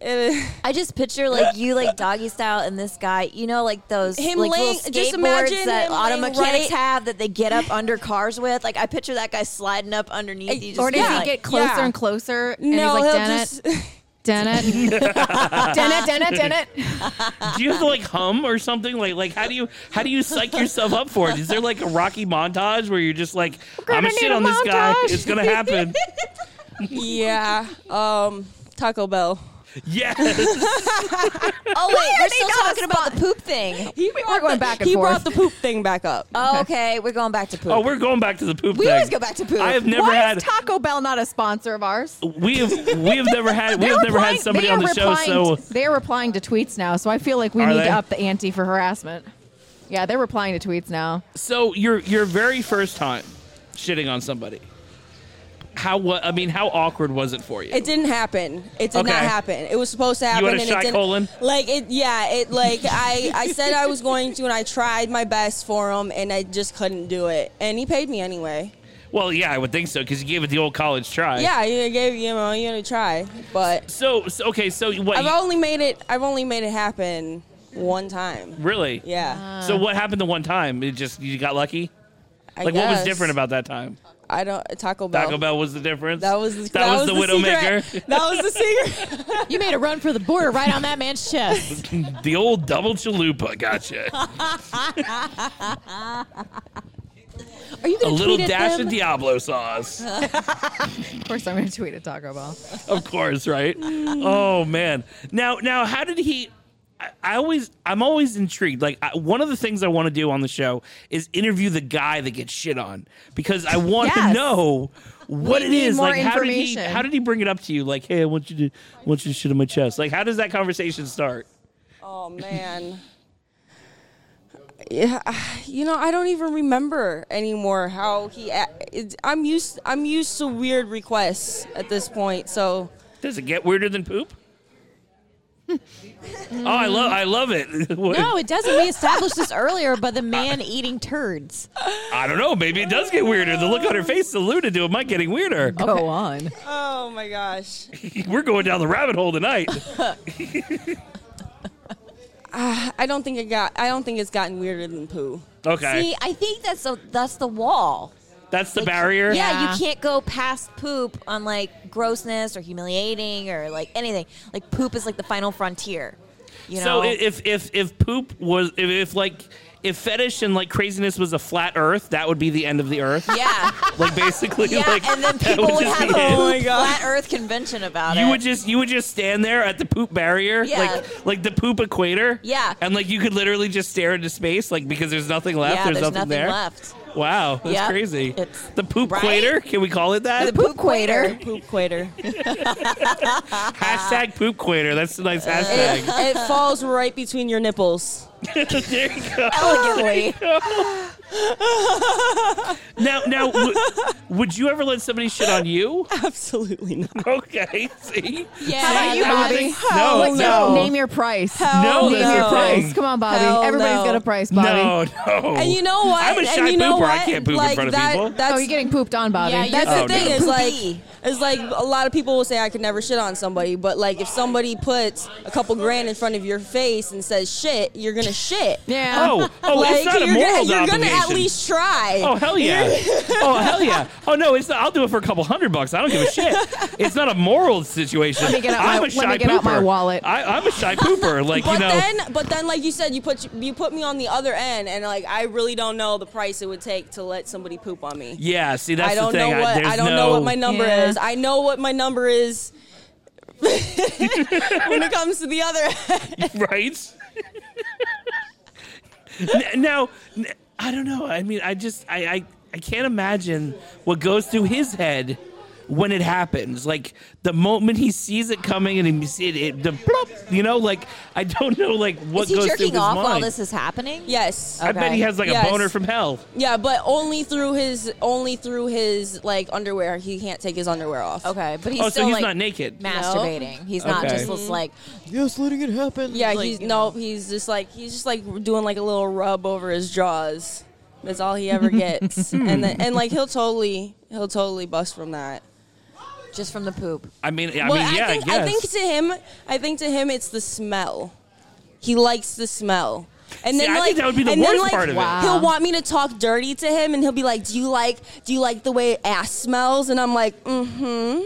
it
I just picture like you like doggy style and this guy, you know, like those
Him
like
laying-
little skateboards
just imagine
that
him
auto
laying
mechanics
right-
have that they get up under cars with. Like I picture that guy sliding up underneath you. Just
Or does
being
he
like-
get closer and closer? And
No,
he's like,
he'll
"Done [laughs]
[laughs]
just- [laughs]
it, done it, done
[laughs]
it, done it, done it."
do you have to like hum or something? Like, like how do you how do you psych yourself up for it? Is there like a Rocky montage where you're just like, [laughs] I'm
gonna
gonna shit
need a
on this guy.
montage.
It's gonna happen.
[laughs] yeah. Um Taco Bell.
yes.
Oh wait, we're still
got a
talking about the poop thing.
We're going back and [laughs] [laughs] he brought the poop thing back up.
Oh, okay, we're going back to poop.
Oh, we're going back to the poop.
We
thing.
always go back to poop.
I have never
Why
had.
is Taco Bell not a sponsor of ours?
we have we have never had we
They're
have never
replying-
had somebody
they
on
are
the show.
replying
So
t- they're replying to tweets now, so I feel like we
Are
need
they?
to up the ante for harassment. Yeah, they're replying to tweets now.
so your your very first time shitting on somebody. How what I mean? How awkward was it for you?
It didn't happen. It did
Okay.
not happen. It was supposed to happen.
had a
and
shy
it didn't,
colon?
Like it, yeah. It like I, I said I was going to, and I tried my best for him, and I just couldn't do it. And he paid me anyway.
well, yeah, I would think so because you gave it the old college try.
yeah, I gave you know you had to try, but
So, so okay, so what?
I've
you-
only made it. I've only made it happen one time.
really?
Yeah.
So what happened the one time? It just you got lucky.
I
like what was
guess.
different about that time?
I don't Taco Bell.
Taco Bell was the difference.
That was the,
that, was, the,
secret.
widowmaker.
[laughs] That was the secret.
[laughs] you made a run for the border right on that man's
[laughs]
[laughs]
chest.
[laughs] the old double chalupa. Gotcha.
Are [laughs] you
A little dash of Diablo sauce.
[laughs] of course, I'm going to tweet at Taco Bell.
[laughs] of course, right?
Mm.
Oh man. Now, now, how did he? I, I always, I'm always intrigued. Like I, one of the things I want to do on the show is interview the guy that gets shit on because I want to
Yes.
know what
We
it
need
is.
more
Like how did he?
information.
How did he bring it up to you? Like, hey, I want you to, I want you to shit on my chest. Like, how does that conversation start?
Oh man. Yeah, you know I don't even remember anymore how he. a- It's, I'm used. I'm used to weird requests at this point. So
Does it get weirder
[laughs]
than poop? Oh, I love, I love it. [laughs] What-
No, it doesn't. We established this earlier, but the man eating turds.
I don't know. Maybe it does get weirder. The look on her face alluded to it might getting weirder.
Go on.
Oh my gosh. [laughs]
[laughs] We're going down the rabbit hole tonight.
uh, I don't think it got. I don't think it's gotten weirder than poo.
Okay.
See, I think that's the that's the wall.
That's the barrier.
Yeah, you can't go past poop on like grossness or humiliating or like anything. Like poop is like the final
[laughs]
frontier. You know.
So i- if if if poop was if, if like if fetish and like craziness was a flat Earth, that would be the end of the Earth.
yeah.
[laughs] Like basically,
Yeah,
like
and then
that
people would
just
have
be
a
it. Oh
Oh
whole flat Earth convention about
You
it.
would just you would just stand there at the poop barrier,
Yeah.
like like the poop equator.
Yeah.
And like you could literally just stare into space, like because there's nothing left.
Yeah,
there's,
there's
nothing,
nothing
there.
left.
Wow, that's
Yep.
crazy. the poop equator. Can we call it that?
poop quater.
Poop quater.
[laughs]
hashtag poop equator. That's a nice
Uh,
it,
hashtag.
it falls right between your nipples.
[laughs] there you go. [laughs]
Elegantly.
Now, now, w- would you ever let somebody shit on you?
Absolutely not.
Okay, see.
Yeah, How about you,
I would
Bobby?
think-
Hell
no,
no.
no.
Name your price.
No,
name
that's
your
the
price.
thing.
Come on, Bobby.
Hell
Everybody's
no.
got a price, Bobby.
No, no.
And you know what?
I'm a
And
shy
you know
pooper. I
what?
can't poop
Like,
in front
that-
of people. Oh,
that's-
oh, you're getting pooped on, Bobby.
That's
you're
the thing
poopy.
is like is like a lot of people will say I could never shit on somebody, but like if somebody puts a couple grand in front of your face and says shit, you're gonna shit.
Yeah.
Oh, oh,
like,
it's not a
you're,
moral
gonna, you're gonna at
obligation.
least try.
Oh hell yeah!
[laughs]
[laughs] oh hell yeah! Oh no, it's not, I'll do it for a couple hundred bucks. I don't give a shit. It's not a moral situation.
Let me get out
I'm
my-
a
let
shy
me get out my
pooper.
wallet.
I, I'm a shy pooper. Like
but
you know,
then, but then, like you said, you put you put me on the other end, and like I really don't know the price it would take to let somebody poop on me.
yeah. See, that's
I don't
the thing.
know what
there's
I don't
no,
know what my number
Yeah.
is. I know what my number is [laughs] when it comes to the other
[laughs]
end.
right? N- now, n- I don't know. I mean, I just, I, I, I can't imagine what goes through his head when it happens. Like the moment he sees it coming and he see it, it the plop, you know, like I don't know, like what
is he
goes through his
jerking off
mind.
while this is happening?
Yes.
I bet he has like
Yes.
a boner from hell.
Yeah, but only through his only through his like underwear. He can't take his underwear off.
Okay, but he's
oh,
still
so he's
like
not naked.
masturbating. He's not
Okay.
just this, like
Yes, letting it happen. Mm-hmm. Yeah,
Like,
he's
you
no, he's just like he's just like doing like a little rub over his jaws. That's all he
[laughs]
ever gets, and then and like he'll totally he'll totally bust from that.
just from the poop.
I mean, I
well,
mean, yeah,
I think,
guess.
I think to him, I think to him, it's the smell. He likes the smell. And
See,
then
I
like,
think that would be the
and then,
worst
like,
part of it. Wow.
He'll want me to talk dirty to him, and he'll be like, "Do you like, do you like the way ass smells?" And I'm like, "Mm-hmm."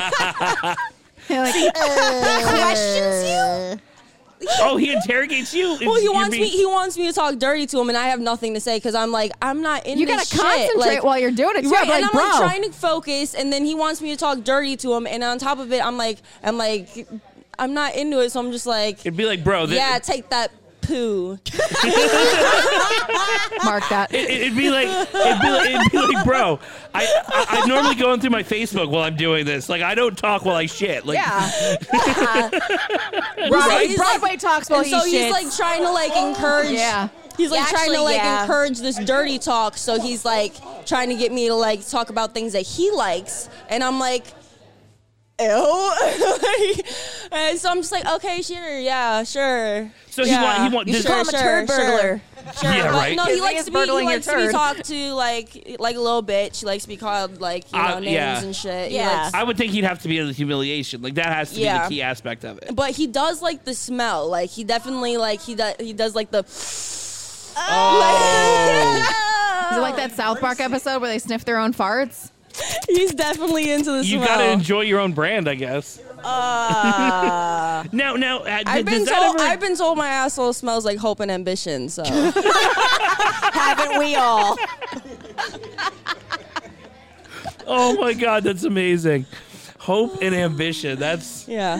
"Uh."
Questions [laughs] you?
[laughs] oh, he interrogates you.
Well, he
You're
wants
being-
me. He wants me to talk dirty to him, and I have nothing to say because I'm like, I'm not in.
You
this
gotta
shit.
concentrate
Like-
while you're doing it, too.
Right,
Like,
and I'm
bro.
like trying to focus, and then he wants me to talk dirty to him, and on top of it, I'm like, I'm like, I'm not into it, so I'm just like,
It'd be like, bro, that,
yeah, take that poo.
Mark that.
It, it'd be like it'd be like, it'd be like bro. I, I I'm normally going through my Facebook while I'm doing this. Like I don't talk while I shit. Like
Yeah.
Right?
Broadway,
He's
Broadway
like-
talks while
and so
he
he's
shits.
like trying to like encourage.
Yeah.
He's like
Yeah,
trying to
actually,
like
yeah.
encourage this dirty talk. So he's like trying to get me to like talk about things that he likes, and I'm like, ew. [laughs] and so I'm just like, okay, sure, yeah, sure.
So he
yeah.
want- he want- You should
sure,
call him a
sure,
turd burglar.
Sure.
Yeah,
But
right.
No,
His
he
thing
likes
is
to be he
burgling your
likes to be
turd.
talked to like like a little bitch. He likes to be called like you know
Uh,
names
yeah.
and shit. He
Yeah.
likes-
I would think he'd have to be in the humiliation. Like that has to
Yeah.
be the key aspect of it.
but he does like the smell. Like he definitely like he does he does like the.
Is it like that South Park episode where they sniff their own farts?
He's definitely into [laughs] the
You
smell.
gotta enjoy your own brand, I guess.
Uh,
[laughs] Now, now, uh, d-
I've been
does that
told
ever-
I've been told my asshole smells like hope and ambition. So
Haven't we all?
oh my god, that's amazing. Hope and ambition. That's [laughs]
[laughs] yeah.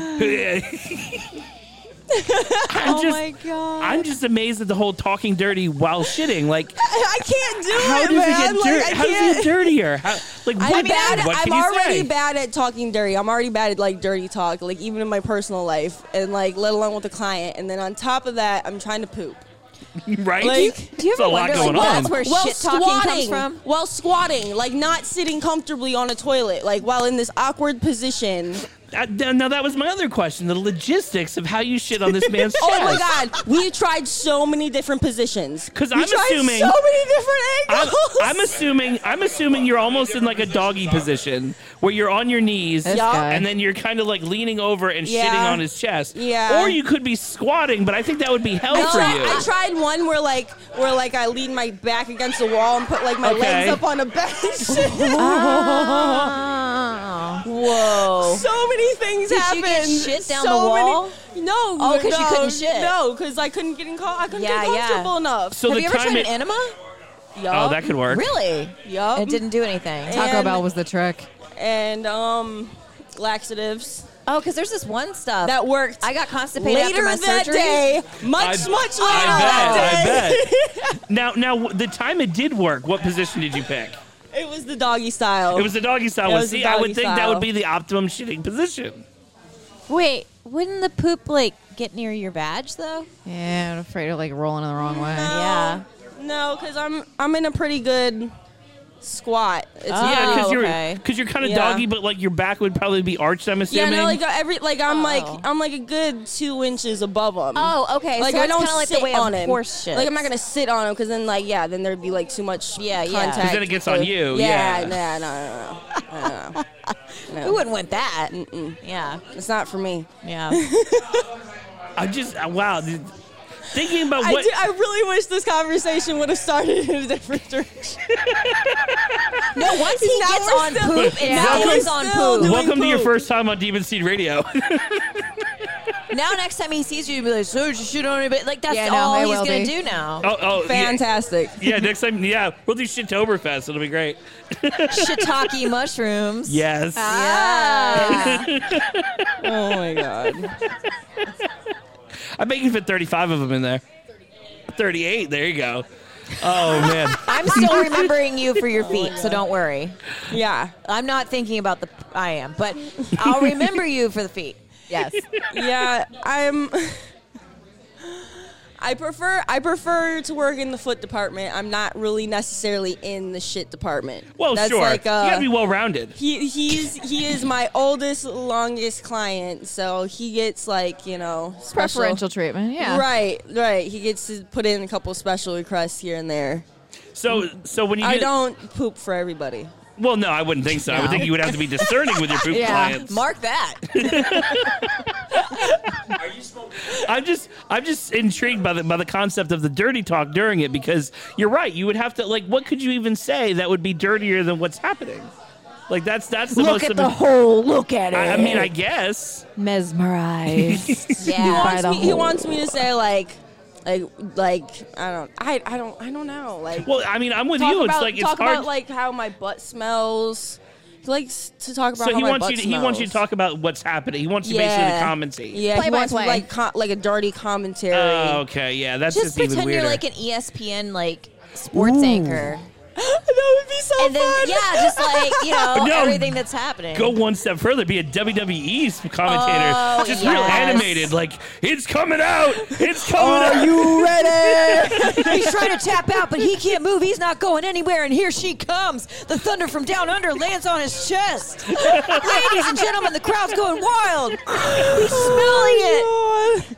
I'm
oh
just-
my god.
I'm just amazed at the whole talking dirty while shitting. Like,
[laughs] I can't do
how
it,
does it
man.
get
like,
dirty?
I
how does
can't.
it get
[laughs]
dirtier? How, like, what,
I'm bad.
what
I'm
can you
already
say?
bad at talking dirty. I'm already bad at like dirty talk, like even in my personal life, and like let alone with a client. And then on top of that, I'm trying to poop.
[laughs] right?
Like,
Do you
It's
ever
a lot
wonder like,
going
that's
on.
where
while
shit talking comes
squatting,
from?
While squatting, like not sitting comfortably on a toilet, like while in this awkward position.
Uh, th- now that was my other question: the logistics of how you shit on this man's chest.
[laughs] Oh my God, we tried so many different positions.
'Cause
We
I'm
tried
assuming-
so many different
I'm,
angles.
I'm assuming I'm assuming you're almost in like a doggy position where you're on your knees
This guy.
and then you're kind of like leaning over and shitting
Yeah.
on his chest.
Yeah.
Or you could be squatting, but I think that would be hell
I,
for
tri-
you.
I tried one where like where like I lean my back against the wall and put like my
Okay.
legs up on a bench.
[laughs]
Whoa.
Ah. So many things
Did you
happened.
get shit down
so
the wall?
Many- no.
Oh, 'cause you
no,
couldn't shit.
No, because I couldn't get in. Co- I couldn't
Yeah,
get
yeah.
comfortable enough.
So Have the you ever time tried it- an
enema?
Oh, that could work.
Really? Yup.
It didn't do anything.
Taco And- Bell was
the trick.
And um, laxatives.
Oh, because there's this one stuff
That worked.
I got constipated
Later
after my
that
surgery.
day, much
I-
much later
I
that day.
bet.
[laughs]
I bet. now, now w- the time it did work. What position did you pick?
It was the doggy style.
It was the doggy style.
Oh. It
one.
was the
See, I would
doggy
think that would
style.
be the optimum shitting position.
Wait, wouldn't the poop like get near your
[laughs]
badge though?
Yeah, I'm afraid of like rolling in the wrong way.
Yeah. No, because I'm I'm in a pretty good squat.
Oh,
It's
yeah,
pretty-
Ah, you're because you're kind of
Yeah.
doggy, but like your back would probably be arched. I'm
Yeah,
assuming.
no, like uh, every like I'm like I'm like a good two inches above him.
Oh, okay,
Like
so
I
it's
don't
kinda like the
sit
way a
on him.
horse shits.
Like I'm not gonna sit on him because then like yeah, then there'd be like too much yeah
yeah. 'Cause
contact.
then
it gets on you, yeah.
yeah, no, no, no, no, no, no.
[laughs]
no.
Who wouldn't want that?
Mm-mm.
Yeah.
It's not for me. [laughs]
Yeah.
I just uh, wow. th- Thinking about
I,
what
do- I really wish this conversation would have started in a different [laughs] direction.
no, once he
Now
gets
we're
on
still-
poop, it
now
now
we're
stays on
still
poop.
doing
Welcome to your
poop.
first time on Demon Seed
[laughs]
Radio.
Now next time he sees you, he'll be like, "So did you shit on anybody?" Like that's
Yeah, no,
all
I
he's
will
gonna
be.
do now.
[laughs] Oh, oh, yeah.
Fantastic.
yeah, next time, yeah, we'll do Shitoberfest. It'll be great.
Shiitake mushrooms.
Yes.
Ah.
Yeah.
[laughs]
[laughs]
oh my god.
I bet you can fit 35 of them in there. 38. There you go. Oh
[laughs]
man.
[laughs] I'm still remembering you for your feet, so don't worry.
Yeah.
I'm not thinking about the. I am, but I'll remember you for the feet. Yes.
[laughs] yeah, I'm. [laughs] I prefer I prefer to work in the foot department. I'm not really necessarily in the shit department.
Well,
That's
sure.
Like, uh,
you gotta be well rounded.
he he's he is my oldest, longest client, so he gets like you know special-
Preferential treatment, yeah.
Right, right. He gets to put in a couple special requests here and there.
So, so when you
I
do-
don't poop for everybody.
Well, no, I wouldn't think so. I would think you would have to be discerning with your [laughs]
[laughs]
poop clients.
Mark that.
I'm just, I'm just intrigued by the by the concept of the dirty talk during it because you're right. You would have to like, what could you even say that would be dirtier than what's happening? Like that's that's the most.
hole. Look at
I, I mean, I guess. [laughs]
[laughs]
mesmerized.
He
yeah,
wants, me, he wants me to say like, like, like I don't, I, I don't, I don't know. Like,
Well, I mean, I'm with
talk
you.
About,
it's like it's
talk
hard.
about like how my butt smells. He likes to talk about
so
how
he
my
wants
butt
you. To, he
smells.
wants you to talk about what's happening. He wants you basically to commentate.
Yeah,
Play
he
by
wants
play.
like co- like a dirty commentary.
Oh, okay. Yeah, that's just,
Just pretend
even weirder.
you're like an E
[laughs]
ESPN like sports anchor.
[gasps] that would be so
and then,
fun.
Yeah, just like
[laughs]
you know
No.
everything that's happening.
Go one step further, be a WWE commentator,
Oh,
just real
yes.
animated, like it's coming out, it's coming out.
you ready?
[laughs]
[laughs]
He's trying to tap out, but he can't move. He's not going anywhere, and here she comes. The thunder from down under lands on his chest. Ladies and gentlemen, the crowd's going wild. He's smelling it.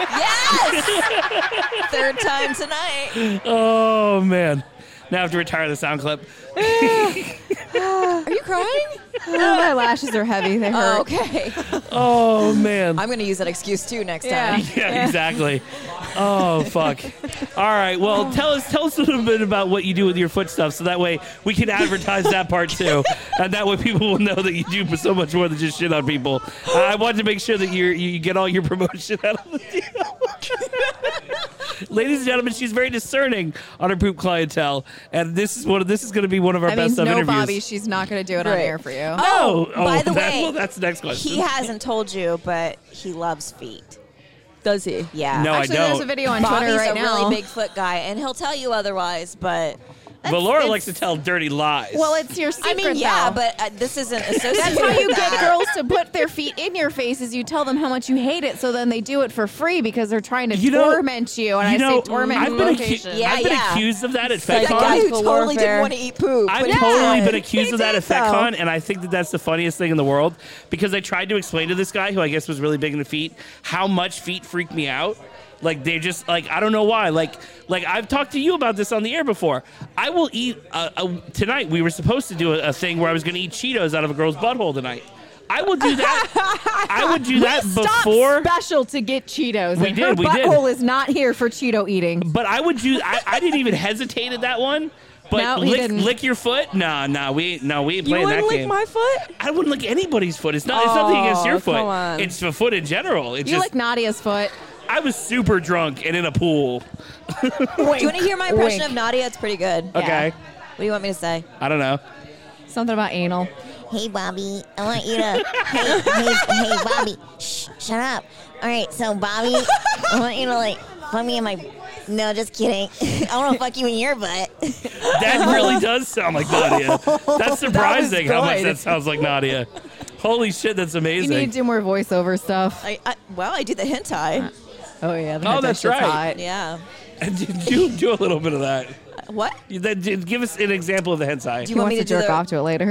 Oh,
[laughs]
Yes! Third time tonight.
Oh man! Now I have to retire the sound clip.
Are you
[laughs]
crying?
Oh, my lashes are heavy. They hurt.
Oh, okay.
Oh man!
I'm going to use that excuse too next
[laughs] yeah,
time.
exactly. Oh fuck! All right.
Oh.
Well, tell us tell us a little bit about what you do with your foot stuff, so that way we can advertise
[laughs]
that part too, and that way people will know that you do so much more than just shit on people. I want to make sure that you you get all your promotion out of the deal. [laughs] Ladies and gentlemen, she's very discerning on her poop clientele, and this is one. of- This is going to be one of our
I mean,
best
no,
of interviews.
Bobby, she's not going to do it on
Right.
air for you.
Oh, oh,
by the
[laughs] that-
way,
well, that's the next question.
He hasn't told you, but he loves feet.
Does he?
Yeah.
No, I
Actually, there's
don't.
a video on
Bobby's
Twitter right
a
now.
really big foot guy, and he'll tell you otherwise, but
but Laura likes to tell dirty lies.
Well, it's your secret.
I mean, yeah,
though.
but uh, this isn't associated.
That's how you
with
get
that.
girls to put their feet in your face is you tell them how much you hate it, so then they do it for free because they're trying to
You know-
torment you. And
you
I
know,
say torment
I've been, acu-
location.
I've been accused of that at
Like
FedCon.
a guy who totally didn't want to eat poop.
I've
but he
totally
did.
been accused of that at
did, though.
FetCon, and I think that that's the funniest thing in the world because I tried to explain to this guy, who I guess was really big into feet, how much feet freak me out. Like they just like I don't know why. Like like I've talked to you about this on the air before. I will eat uh, uh, tonight. We were supposed to do a, a thing where I was going to eat Cheetos out of a girl's butthole tonight. I will do that. I would
[laughs]
do that
we stopped
before.
special to get Cheetos.
We
and
did,
Her
we did.
butthole is not here for Cheeto eating.
But I would do. I, I didn't even hesitate at that one. But
No, he
lick,
didn't.
lick your foot? Nah, nah, we no, we ain't
You
playing
wouldn't
that
lick
game.
my
foot?
I wouldn't lick anybody's foot. It's not. it's nothing against your
Oh,
foot.
come on.
It's the foot in general. It's
you
just.
like Nadia's
[laughs]
foot.
I was super drunk and in
[laughs]
a pool.
Do you want to hear my impression
Wink.
of Nadia? It's pretty good.
Okay.
What do you want me to say?
I don't know.
Something about anal.
Hey, Bobby, I want you to.
[laughs]
hey, hey, hey, Bobby, shh, shut up. All right, so Bobby, I want you to like fuck me in my. No,
[laughs]
just kidding. I want to fuck you in
[laughs]
your butt.
That really does sound like Nadia.
That
That's
was
surprising how much
good.
that sounds like Nadia. Holy shit, that's
You need
amazing.
to do more voiceover stuff.
I, I, well, I did the hentai.
Oh yeah.
Oh, that's right.
Yeah.
Did you do a little bit of that?
What?
You- That, did- give us an example of the hentai.
he wants to jerk off to it
[laughs]
later.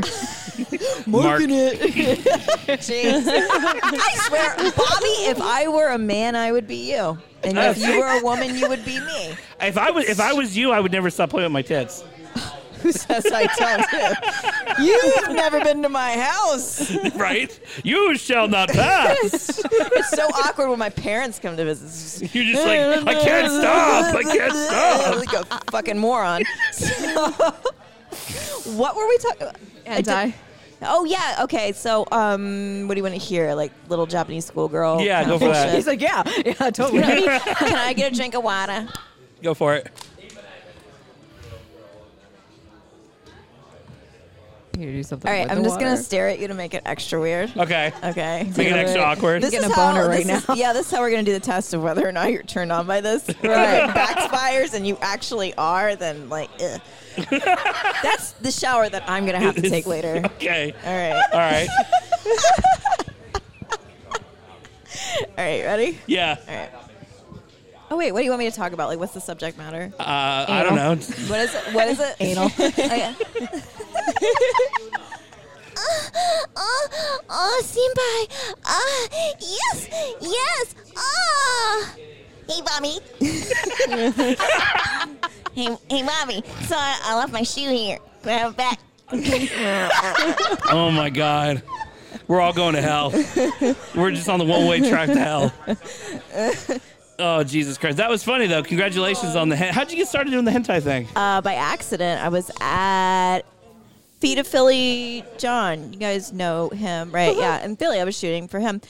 Mark.
it. Jeez. I swear, Bobby, if I were a man, I would be you. And if you were a woman, you would be me.
If I was if I was you, I would never stop playing with my tits.
[laughs] Who says I don't? You've never been to my house.
[laughs] right? You shall not pass.
[laughs] it's so awkward when my parents come to visit.
You're just like, "I can't stop,
[laughs]
I can't stop."
like a fucking moron. So, [laughs] what were we talking about?
Hentai.
Oh yeah, okay. So, um, what do you want to hear? Like little Japanese schoolgirl.
Yeah,
kinda
go for that.
bullshit?
He's
like, yeah, yeah,
[laughs]
totally.
Can I get a drink of water?
Go for it.
All right,
with
I'm
the
just gonna
water.
stare at you to make it extra weird.
Okay.
Okay.
Make it extra awkward.
This
Getting
is
a
how-
boner
this
right
is- yeah, this is how we're gonna do the test of whether or not you're turned on by
[laughs]
this. [laughs] Right. Backfires and you actually are, then like,
[laughs]
ugh. that's the shower that I'm gonna have to take later.
[laughs] Okay.
All right.
All right.
All right. Ready?
Yeah.
All right. Oh wait, what do you want me to talk about? Like, what's the subject matter?
Uh, I don't know.
What is it? What is it?
Anal.
[laughs]
[laughs]
Okay.
Oh, oh, senpai. Ah, yes, yes. Ah. Hey, Bobby. hey, hey, Bobby. So I, I left my shoe here. Grab it back.
Oh my god. We're all going to hell. We're just on the one way track to hell. Oh Jesus Christ. That was funny though. Congratulations on the hen- How'd you get started doing the hentai thing?
uh, by accident, I was at Feet of Philly John. You guys know him, right?
Uh-huh.
yeah, in Philly, I was shooting for him,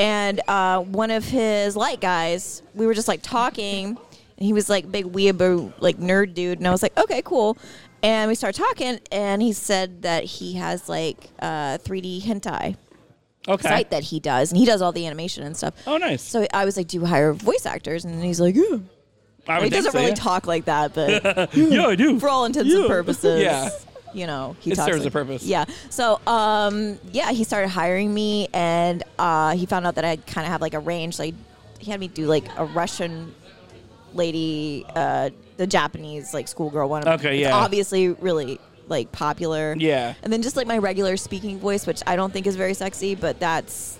and uh, one of his light guys. We were just like talking, and he was like big weeaboo, like nerd dude, and I was like, okay, cool. And we started talking, and he said that he has like uh, 3D hentai
Okay.
site that he does, and he does all the animation and stuff.
Oh, nice.
So I was like, do you hire voice actors? And he's like, yeah.
I
he
would think
doesn't
so,
really
yeah.
talk like that, but
[laughs] yeah, I do.
For all intents and
Yeah.
purposes,
Yeah.
you know, he
It
talks
serves
like-
a purpose.
Yeah. So, um, yeah, he started hiring me, and uh, he found out that I kind of have like a range. Like, he had me do like a Russian lady, uh, the Japanese like schoolgirl one.
Okay,
It's
yeah.
Obviously, really like popular.
Yeah.
And then just like my regular speaking voice, which I don't think is very sexy, but that's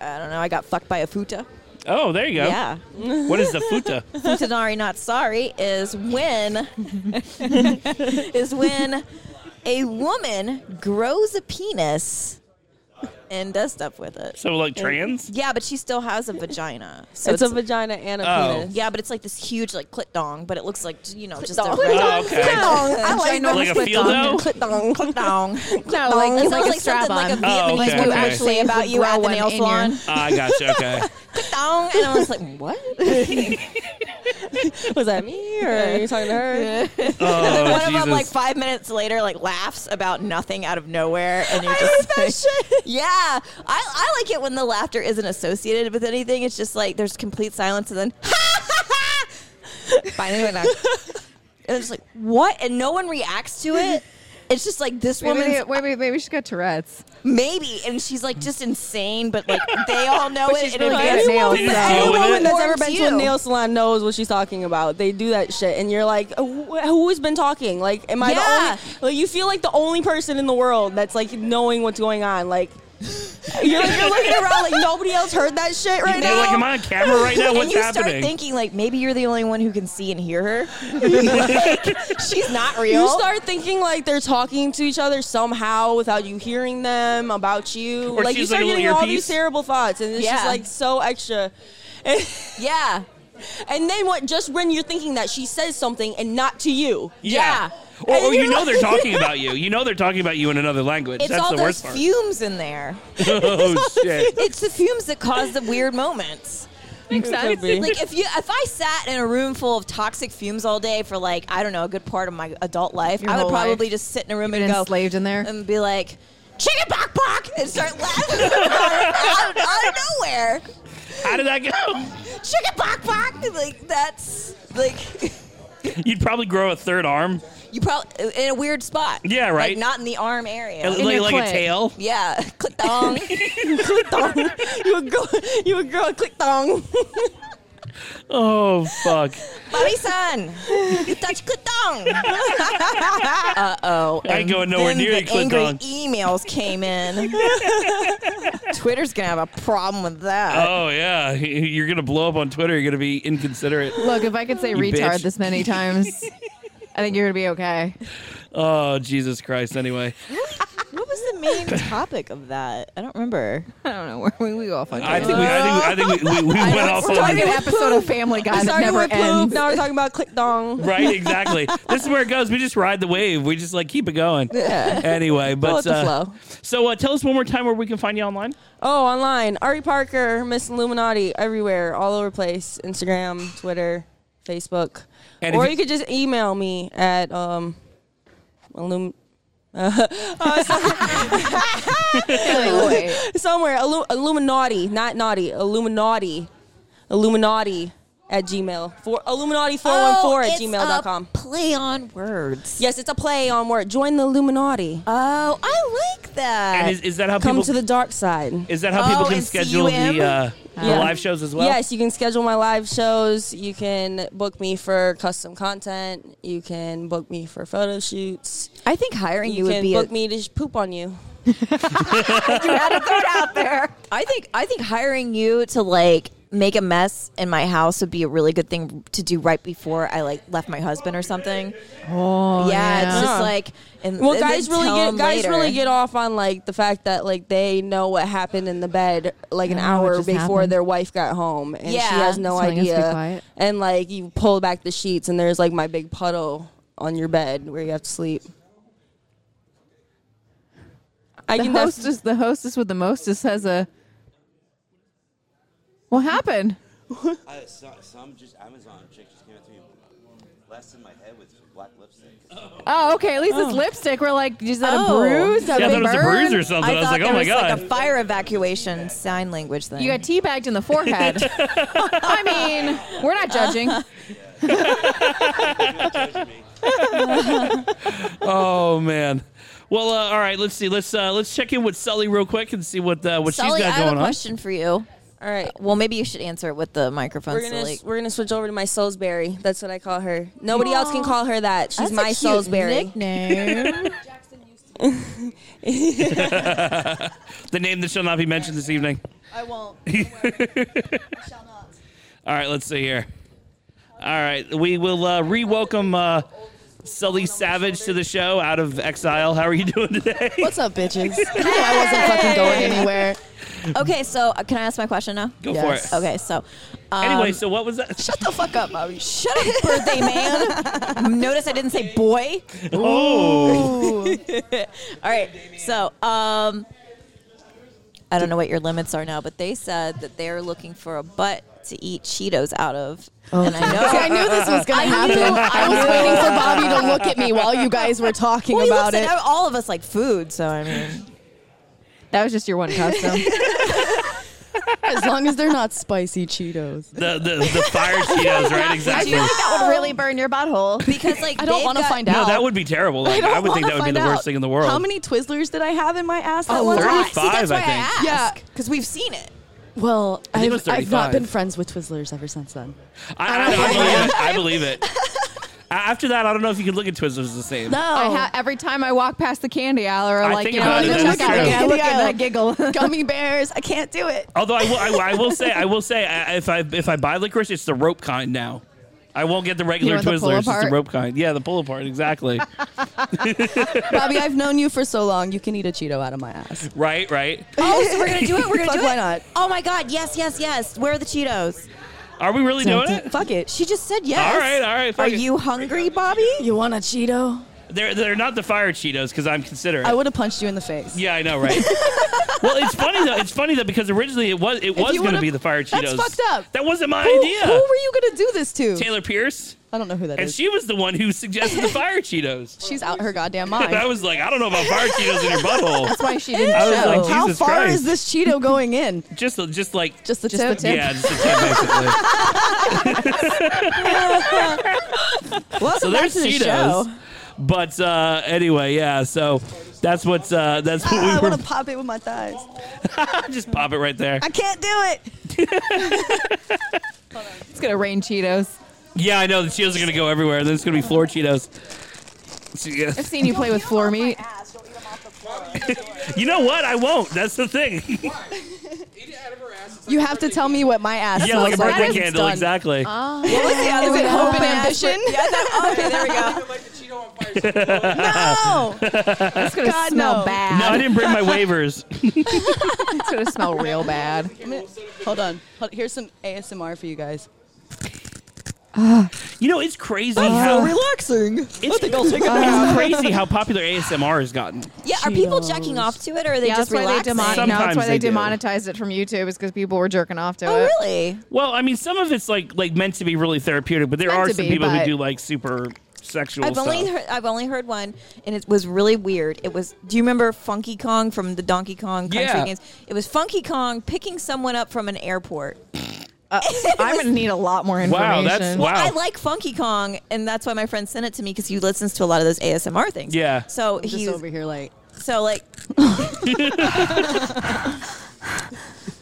I don't know. I got fucked by a futa.
Oh, there you go.
Yeah.
What is the futa?
Futanari not sorry is when [laughs] is when a woman grows a penis and does stuff with it.
So, like, trans?
Yeah, but she still has a vagina. So
It's a vagina and a
Oh.
penis.
Yeah, but it's like this huge like clit dong, but it looks like you know just
dong.
a
Clit dong,
Oh, okay. clit
dong. I
like that. Like a
clit dong.
dildo?
Clit dong, clit dong.
No, like- it's like
It sounds
a
something like a
strap-on.
Vietnamese
Oh, okay,
word
okay.
actually
Say
about
would
you at
grow
the
one
nail
in your-
[laughs]
salon.
Ah, I gotcha. Okay.
Clit dong, and I was like, what?
[laughs]
was that me or
Yeah, you're talking to
[laughs]
her?
Yeah. and
Oh,
then one of them,
Jesus.
like five minutes later, like laughs about nothing out of nowhere, and you're just like, [laughs] yeah. I, I like it when the laughter isn't associated with anything. [laughs]
[laughs]
It's just like there's complete silence, and then finally went out. and it's like what, and no one reacts to it. It's just like this
Maybe-
woman.
Wait, wait, maybe she's got Tourette's.
Maybe, and she's like just insane, but like they all know
But
it.
she's
and
really
it's
good at
like,
nails,
anyone-
though.
anyone
Anyone
that's ever been to a nail
nail salon knows what she's talking about. They do that shit, and you're like, "Wh- who's been talking? Like, am I
Yeah.
the only? Like, you feel like the only person in the world that's like knowing what's going on. Like, you're, like, you're looking around like nobody else heard that shit right
You're
now.
like, am I on camera
[laughs]
right
[laughs]
now?
and
What's
you
happening?
start thinking like maybe you're the only one who can see and
[laughs]
hear her. [laughs] Like, she's not real.
You start thinking like they're talking to each other somehow without you hearing them about you.
Or
like you
she's like
start
a
getting
little
all
earpiece.
these terrible thoughts, and it's
Yeah.
just like so extra. [laughs]
yeah.
And then what? Just when you're thinking that she says something and not to you.
Yeah. Or,
And
or you
you're
know they're
like-
talking about you. You know they're talking about you in another language.
It's
That's
all
the
those
worst part.
fumes in there.
[laughs] oh shit!
it's the fumes that cause the weird moments.
Makes sense. Could be.
Like if you if I sat in a room full of toxic fumes all day for like I don't know a good part of my adult life,
Your
I would
whole life.
probably just sit in a room
You've
and
been
go
enslaved in there.
and be like chicken bok bok and
[laughs]
start laughing about it out, out of nowhere.
How did that go?
Chicken bok bok like that's like
You'd probably grow a third arm.
you probably in a weird spot.
Yeah, right.
Like not in the arm area.
It look In your like a clit. tail?
Yeah, click
[laughs]
thong.
click thong. You would go. You would grow a click thong.
Oh fuck!
Bobby son, you touch click thong. [laughs] uh oh.
I ain't going nowhere near
the
you, click
angry
thong.
emails came
[laughs]
in. Twitter's gonna have a problem with that.
Oh yeah, [laughs] you're gonna blow up on Twitter. You're gonna be inconsiderate.
Look, if I could say
Oh. You
retard
bitch.
this many
[laughs]
times, I think you're gonna be okay.
Oh Jesus Christ! Anyway,
What was the main topic of that? I don't remember.
I don't know where we, we go off on.
I think we, I think, I think we, we, we
[laughs] I know,
went
we're
off on
talking an episode of Family Guy that never ends.
Now we're talking about click dong.
[laughs] Right,
[laughs]
exactly. this is where it goes. We just ride the wave. We just like keep it going.
Yeah.
Anyway,
Go
but
with the
uh,
flow.
so uh, tell us one more time where we can find you online.
Oh, online. Ari Parker, Miss Illuminati, everywhere, all over place. Instagram, Twitter, Facebook.
And
or
if
you, could just email me at um illum [laughs] uh, uh, some- [laughs] somewhere illu- Illuminati, not naughty, Illuminati, Illuminati at Gmail for Illuminati four one four at
Oh, it's
gmail.com.
a Play on words.
Yes, it's a play on word. Join the Illuminati.
Oh, I like that.
And is, is that how
Come
people
to the dark side. Oh,
Is that how people can schedule the uh, the
Yeah.
live shows as well?
Yes, you can schedule my live shows. You can book me for custom content. You can book me for photo shoots.
I think hiring you would
can
be a-
book me to sh- poop on you.
I think I think hiring you to like make a mess in my house would be a really good thing to do right before I like left my husband or something.
Oh
yeah, it's
yeah.
just like and
well,
and then
guys really
tell
get
him
guys
later.
really get off on like the fact that like they know what happened in the bed like an hour
just
before
happened.
their wife got home and
Yeah.
she has no
Telling us to be
idea.
quiet.
And like you pull back the sheets and there's like my big puddle on your bed where you have to sleep. I
the
can def-
hostess, the hostess with the mostess has a. What happened?
[laughs] I, some, some just Amazon chick just came up to me and blasted my head with black lipstick.
Oh, okay. At least
Oh.
it's lipstick. We're like, is that
Oh.
a bruise? A big burn?
I, thought there was like oh a fire evacuation sign language thing.
You got teabagged in the
[laughs]
forehead. I mean, we're not judging.
[laughs] oh man. Well, uh, all right. Let's see. Let's uh, let's check in with Sully real quick and see what uh, what
Sully,
she's
I
got
have
going
a
on.
question for you.
All right.
Well, maybe you should answer it with the microphone.
We're gonna
Sully.
we're gonna switch over to my Salisbury. That's what I call her. Nobody else can
Aw.
call her that.
That's
She's
a
my
cute
Salisbury [laughs]
nickname.
[laughs] the name that shall not be mentioned this evening. [laughs]
I won't.
Shall not. All right, let's see here. All right, we will uh, re-welcome uh, Sully Savage to the show out of exile. How are you doing today?
What's up, bitches? You know [laughs] I wasn't
[laughs]
fucking going anywhere.
okay, so uh, can I ask my question now?
Go for Yes. it.
Okay, so um,
anyway, so what was that? Shut
the fuck up, Bobby. Shut up, birthday
[laughs]
man. Notice I didn't say boy.
Oh.
Ooh. [laughs] All right. So, um, I don't know what your limits are now, but they said that they're looking for a butt to eat Cheetos out of. And I know.
Oh. [laughs] See, I knew this was gonna
I
happen.
knew-
I was
knew.
waiting for Bobby to look at me while you guys were talking
Well, he
about
looks
it.
at
[laughs]
all of us like food, so I mean.
[laughs]
That was just your one custom.
As long as they're not spicy Cheetos.
The the, the fire Cheetos,
[laughs]
right? Exactly.
I feel like that would really burn your butthole
because like I don't
they've
want to
got-
find
no,
out.
that would be terrible. Like, I,
don't
would think
wanna
that would be
find
the worst
out.
thing in the world.
How many Twizzlers did I have in my ass? That
Oh,
one time?
35, See, that's why I I think. asked.
Yeah, because we've seen it. Well,
I think it
I've,
was
I've not
35.
been friends with Twizzlers ever since then.
I, I, I believe it. I believe
[laughs]
it. A- After that, I don't know if you could look at Twizzlers the same.
I ha- every time I walk past the candy aisle, or
I
like
think
you know,
about it,
look
that's
at the
true.
candy
Yeah,
aisle,
look at
I giggle.
[laughs] Gummy bears, I can't do it.
Although I will, I, will- I will say, I will say, I- if I if I buy licorice, it's the rope kind now. I won't get the regular
want the pull
Twizzlers. It's the
apart?
rope kind. Yeah, the pull apart. Exactly.
[laughs]
[laughs]
Bobby, I've known you for so long. You can eat a Cheeto out of my ass.
right. Right.
Oh, so we're gonna do it. We're gonna
[laughs] Fuck,
do it.
why not?
Oh my god! Yes, yes, yes. Where are the Cheetos?
Are we really doing it?
Fuck it. She just said yes.
All right, all right, fuck
Are
it.
you hungry, Bobby? You want a Cheeto?
They're they're not the fire Cheetos because I'm considerate.
I would have punched you in the face.
yeah, I know,
[laughs]
right? well, it's funny though. It's funny though because originally it was it was going
you
to
would've-
be the fire Cheetos.
That's fucked up.
That wasn't my
Who-
idea.
Who were you gonna do this to?
Taylor Pierce,
I don't know who that is.
and she was the one who suggested the fire
[laughs]
Cheetos.
She's out her goddamn
[laughs]
mind.
I was like, I don't know about fire Cheetos in your butthole. I was like,
How
Jesus
far
Christ.
is this Cheeto going in?
[laughs] Just, just like
Just the Just tip? the tip.
Yeah, just
[laughs]
the tip, basically.
Welcome
so
back
there's
to the
Cheetos.
show.
But uh, anyway, yeah. So that's what's uh, that's what
Ah, I
we
want
were.
to pop it with my thighs.
[laughs] just pop it right there.
I can't do it.
[laughs] It's gonna rain Cheetos.
Yeah, I know the Cheetos are gonna go everywhere. There's gonna be floor Cheetos. So, yeah.
I've seen you play with floor meat.
You know what? I won't. That's the thing.
You have to tell me what
[laughs]
my ass
yeah, like a
smells like.
birthday
when it's
candle,
done.
exactly.
Oh,
[laughs]
What was the other one? Hope and ambition. Yeah, okay, there we [laughs] go.
no,
[laughs] It's gonna [laughs] smell bad.
I didn't bring my waivers.
[laughs] it's gonna smell real bad.
Hold on. Hold- Here's some ASMR for you guys.
You know, it's crazy
[laughs]
how
relaxing.
It's, it's crazy how popular ASMR has gotten.
Yeah, are people jacking off to it, or are they
Yeah,
just
that's why they
relaxing?
demon- no, that's
Sometimes
why they,
they do.
demonetized it from YouTube is because people were jerking off to
Oh,
it.
Oh, really?
Well, I mean, some of it's like like meant to be really therapeutic, but there
Meant
are
to
some
be,
people who
but-
do like super sexual
I've
stuff.
only heard, I've only heard one, and it was really weird. It was. Do you remember Funky Kong from the Donkey Kong country
Yeah.
games? It was Funky Kong picking someone up from an
[laughs]
airport.
I'm gonna need a lot more information.
Wow, that's-
Well,
wow.
I like Funky Kong, and that's why my friend sent it to me because he listens to a lot of those ASMR things.
Yeah.
So
just
he's
over here like.
So
[laughs]
like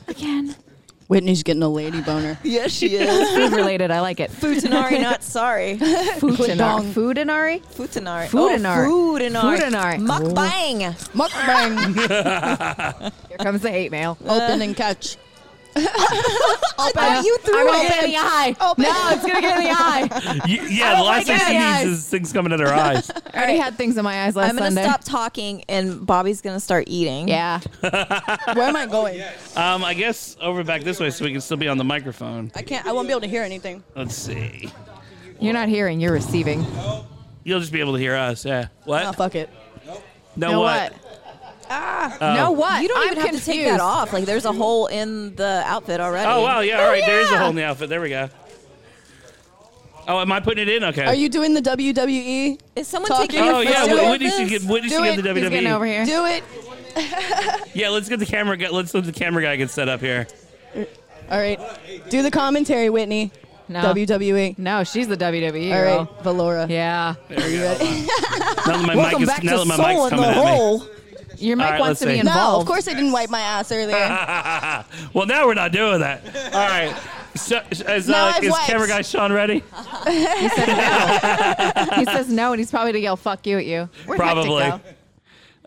Again.
Whitney's getting a lady [laughs] boner.
Yes, she [laughs]
is. Food related. I like it. [laughs]
Futanari, not sorry.
[laughs]
Futanari. Futanari.
Futanari.
Futanari.
Oh, Futanari.
Futanari.
Mukbang.
[laughs]
[laughs] Mukbang.
Here comes the hate mail.
Open
[laughs]
and catch.
Uh,
you threw
I'm gonna
it.
get in the eye.
Open.
No, it's gonna get in the eye.
Y- yeah,
Oh
the last thing she needs is things coming out of her eyes.
I already had things in my eyes last
I'm gonna
Sunday.
stop talking, and Bobby's gonna start eating.
Yeah.
[laughs] Where am I going?
Um, I guess over back this way so we can still be on the microphone.
I can't. I won't be able to hear anything.
Let's see.
You're not hearing. You're receiving.
You'll just be able to hear us. Yeah. What?
Oh, fuck it.
no,
know
what?
Ah,
No
what?
You don't
I'm
even have to take that
confused.
off. Like there's a hole in the outfit already.
Oh wow. Yeah. All right. There is a hole in the outfit. There we go. Oh, am I putting it in? Okay.
Are you doing the E WWE?
Is someone
taking Oh, your yeah, photo Whitney of should this? get- Whitney
Do
should get
it.
the E. He's WWE. getting over here.
Do it.
yeah. Let's get the camera. Guy, let's let the camera guy get set up here.
All right. Do the commentary, Whitney.
No.
WWE.
No, she's the WWE.
All
girl.
right, Valora.
Yeah.
There you go. now that my mic
Welcome
is
back
now that
to
my
Soul
mic's
in
coming
the
at
Hole.
me.
Your
All
mic
right,
wants
let's
to be
see.
No, of
involved.
course I didn't wipe my ass earlier.
[laughs] well, now we're not doing that. All right. So, is,
Now
uh,
I've
is
wiped.
camera guy Sean ready?
[laughs]
he says no, and he's probably gonna yell "fuck you" at you. Where'd Hectic
Probably.
go?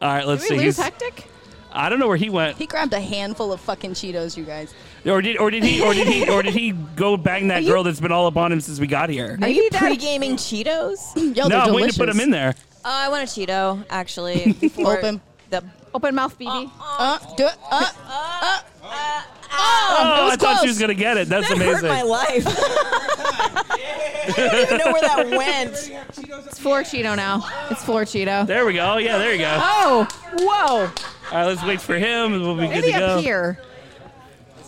All right. Let's
[laughs] Did we
see.
lose
He's-
Hectic?
I don't know where he went.
he grabbed a handful of fucking Cheetos, you guys.
Or did or did he or did he or did he go bang that girl that's been all up on him since we got here?
Are you pre-gaming Cheetos?
Yo,
no, I'm waiting to put him in there.
Uh, I want a Cheeto
[laughs]
actually. before
Open.
the
Open mouth, BB.
Uh, do it. Uh, uh,
Oh,
it was
I thought she
close.
was gonna get
[laughs]
it. That's amazing.
life. I don't even know where
[laughs]
that
[laughs]
went.
It's floor Cheeto now. It's floor Cheeto.
There we go. Yeah, there you go.
Oh, whoa!
All right, let's wait for him. and We'll be
Where
good
did
to
he
go.
appear?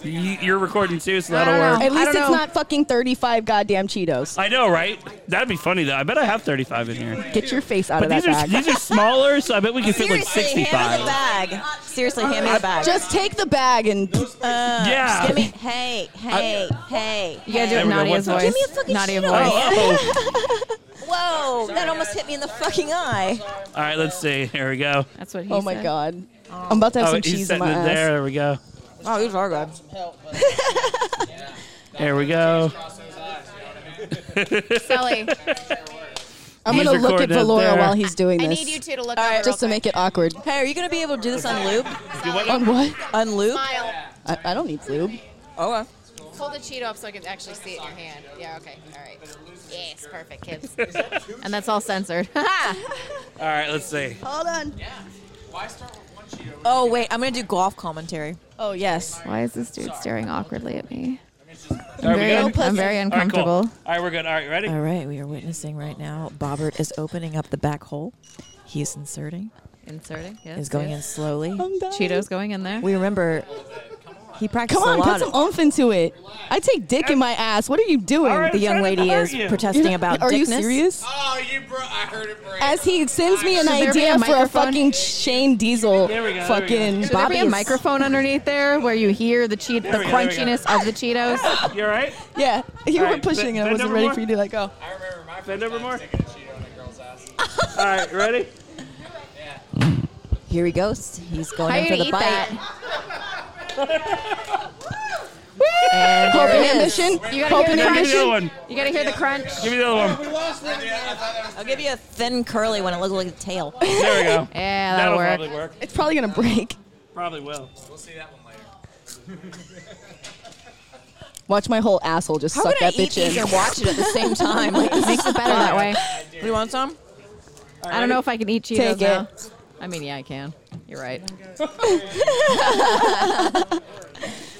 You, you're recording too, so that'll
At
work.
least it's not fucking 35 goddamn Cheetos.
I know, right? That'd be funny though. I bet I have 35 in here.
Get your face out
But
of that
these are
bag.
these are smaller, so I bet we
[laughs]
can fit like
Seriously, hand me the
65.
bag. Seriously, hand me the bag.
Uh, Just take the bag and.
Uh,
Yeah.
just give me, hey, hey, hey.
You gotta do
hey.
it in There we go. Oh, Nadia's What's up?
Give me a fucking
Nadia
Cheeto.
voice.
[laughs] Whoa, that almost hit me in the fucking eye.
All right, let's see. Here we go.
That's what
he Oh my said. God. I'm about to have
oh,
some
he's
cheese in
setting
my
it
ass.
there. There we go.
Oh, these are [laughs] good.
There we go.
Sally.
I'm
He's
gonna look at
recorded up
Valora
there.
while he's doing
I
this.
need you two to look over real
just to make it awkward.
Hey, are you gonna be able to do this on lube?
On what?
On lube?
Smile.
I, I don't need lube.
Oh, uh,
Hold the Cheeto up so I can actually see it in your hand. Yeah, okay. All right. Yes, perfect, kids. and that's all censored. [laughs]
All right, let's see.
Hold on. Yeah.
[laughs]
Oh wait, I'm gonna do golf commentary.
[laughs] Oh yes.
Why is this dude staring awkwardly at me?
All right,
I'm
we
very,
good?
I'm very
All right, cool.
uncomfortable.
All right, we're good. All right, ready?
All right, we are witnessing right now. Bobbert is opening up the back hole. He is inserting.
Inserting. Yes.
He's going in
yes.
slowly.
Cheetos going in there.
We remember he practiced
Come on,
a lot.
put some oomph into it. I take dick in my ass. What are you doing?
All right, The I'm young trying to lady is argue. protesting
You're-
about
Are you
dickness.
serious?
Oh, you bro! I heard it break.
As he sends me an
Should there be
idea
a
for a
microphone?
fucking Shane
There we
Diesel
go, there we go.
fucking
Should there
Bobby
be a
is-
microphone underneath there where you hear the cheat, the
There we go, there we go.
crunchiness of the Cheetos?
You all right?
[laughs] Yeah, you
All
were
right,
pushing
bend-
and I
bend
wasn't
over
ready
more.
for you to let go.
Bend over more.
[laughs]
All right, ready?
Here he goes. He's
How are
going
you
in for
gonna
the
eat
bite.
that?
And
Hope
there
and
it is.
ambition.
You gotta hear the
Give
crunch.
me the other one.
You gotta hear the crunch.
Give me the other one.
I'll give you a thin curly one. It looks like a tail.
There we go.
[laughs] Yeah,
That'll
that'll work.
probably work.
It's probably gonna break.
Probably will.
We'll see that one [laughs]
Watch my whole asshole just
How
suck
could I
that
eat
bitch
these
in.
or watch it at the same time? Like, this
Makes
is
it better that
[laughs]
way.
We want some?
I don't know if I can eat Cheetos
Take it.
now. I mean, yeah, I can. You're right.
[laughs]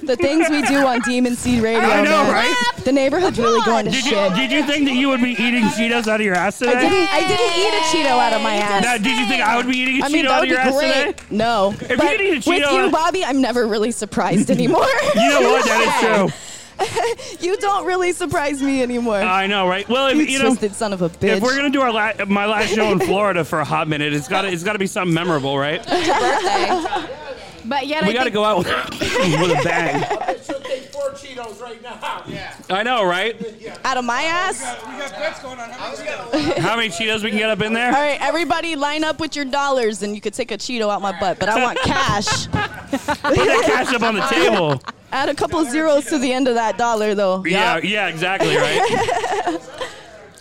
The things we do on Demon Seed Radio.
I know,
man.
right?
The neighborhood's really going to
Did
shit.
you, did you think that you would be eating Cheetos out of your ass today?
I didn't. I didn't eat a Cheeto out of my ass.
Now, did you think I would be eating a
I
Cheeto
mean, that
out of
would
your
be
ass
great.
today?
[laughs] No,
If
but
you didn't eat a
with
Cheeto
you,
out-
Bobby, I'm never
[laughs]
really surprised anymore.
You know what? That is
[laughs]
true.
you don't really surprise me anymore.
I know, right? Well, if,
you,
you know,
twisted son of a bitch.
if we're gonna do our la- my last show in Florida for a hot minute, it's got it's got to be something memorable, right? [laughs]
But yet,
we
I
got to
think
go out with, with a
[laughs]
bang.
I should take four Cheetos right now. [laughs] Yeah.
I know, right?
out of my ass.
We got bets going on. How many Cheetos?
How many Cheetos we can get up in
All
there?
right, everybody, line up with your dollars, and you could take a Cheeto out my butt. But
[laughs]
I want cash.
Put that cash up on the
[laughs]
table.
Add a couple zeros to the end of that dollar, though.
Yeah, yeah, exactly, right?
[laughs]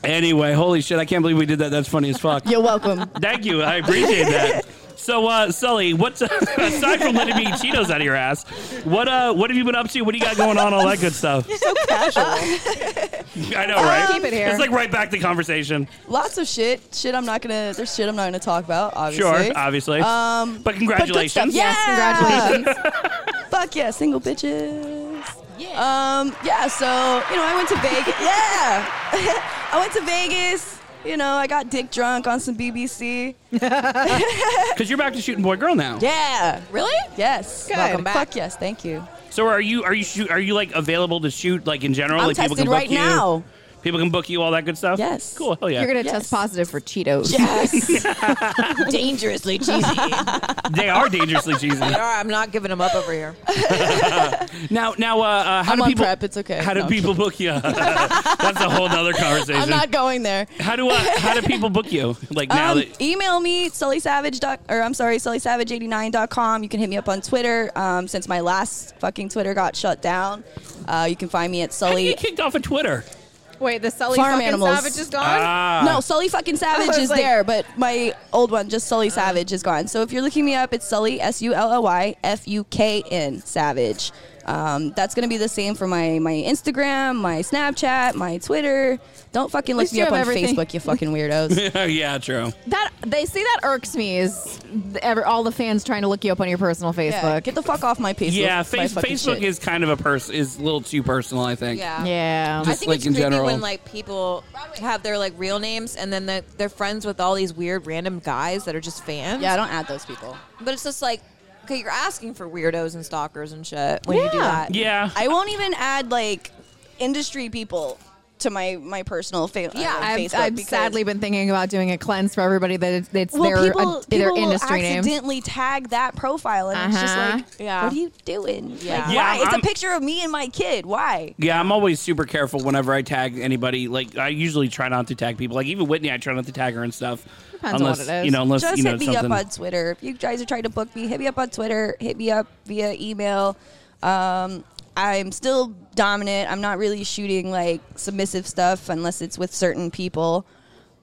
anyway, holy shit, I can't believe we did that. That's funny as fuck.
You're [laughs] welcome.
Thank you. I appreciate that. So, uh, Sully, what's [laughs] aside from letting me eat Cheetos out of your ass? What uh, what have you been up to? What do you got going on? All that good stuff.
So
[laughs]
casual.
I know, right?
Keep it here.
It's like right back to conversation.
Lots of shit. Shit, I'm not gonna. There's shit I'm not gonna talk about. Obviously.
Sure, obviously.
Um,
but congratulations.
But good stuff. yeah.
congratulations.
[laughs] Fuck yeah, single bitches. Yeah. Um, yeah, so, you know, I went to Vegas. [laughs] Yeah. I went to Vegas. You know, I got dick drunk on some BBC.
Because you're back to shooting boy girl now.
Yeah. [laughs] Really? Yes.
Good.
Welcome back. Fuck yes, thank you.
So are you are you shoot, are you like available to shoot like in general?
I'm
like people can
tested
book
right
you.
now.
People can book you all that good stuff. Yes. Cool. Hell yeah.
you're gonna test positive for Cheetos. [laughs]
Yes.
Dangerously cheesy.
[laughs] they are dangerously cheesy.
[laughs]
They are. I'm not giving them up over here.
Now, now, uh, uh, how
I'm
do
on
people?
prep, it's okay.
How do
No, I'm
people book you? [laughs] That's a whole other conversation.
I'm not going there.
how do uh, how do people book you? Like now
Um,
that
email me sullysavage dot or I'm sorry sullysavage89.com. You can hit me up on Twitter. Um, since my last fucking Twitter got shut down, uh, you can find me at
[laughs]
How did you
Sully
get kicked off of Twitter.
Wait, the Sully
Farm
fucking
animals.
savage is gone.
Ah.
No, Sully fucking
[laughs]
Savage
I
is
was like- Ah.
there, but my old one, just Sully Savage, is gone. So if you're looking me up, it's Sully S U L L Y F U K N Savage. Um, that's gonna be the same for my my Instagram, my Snapchat, my Twitter. Don't fucking look
least
me
you
up on
have everything.
Facebook,
[laughs]
you fucking
[laughs]
weirdos.
yeah, true.
That they see that irks me is the- ever, all the fans trying to look you up on your personal Facebook.
Get the fuck off my Facebook.
yeah,
my
face,
fucking
Facebook
shit.
is kind of a person is a little too personal. I think.
Yeah.
Yeah.
I
Just
think
like
it's
in
creepy
general.
when like people have their like real names and then the, they're friends with all these weird random guys that are just fans.
Yeah, I don't add those people.
But it's just like
okay, you're asking for weirdos and stalkers and shit when you do
Yeah.
that.
Yeah.
I won't even add like industry people to my my personal fa- uh,
Yeah, I've,
Facebook
I've
because-
sadly been thinking about doing a cleanse for everybody that it's, it's
well,
their, uh,
people,
their
people
industry
will
name.
accidentally tag that profile, and it's just
Uh-huh.
like,
Yeah.
what are you doing?
Yeah. Yeah,
Like, why? It's a
I'm-
picture of me and my kid. Why?
Yeah, I'm always super careful whenever I tag anybody. Like I usually try not to tag people. Like even Whitney, I try not to tag her and stuff.
Depends on
unless
what it is.
you know, unless
just
you know
hit me
something.
up on Twitter. If you guys are trying to book me, hit me up on Twitter. Hit me up via email. Um, I'm still dominant. I'm not really shooting like submissive stuff unless it's with certain people.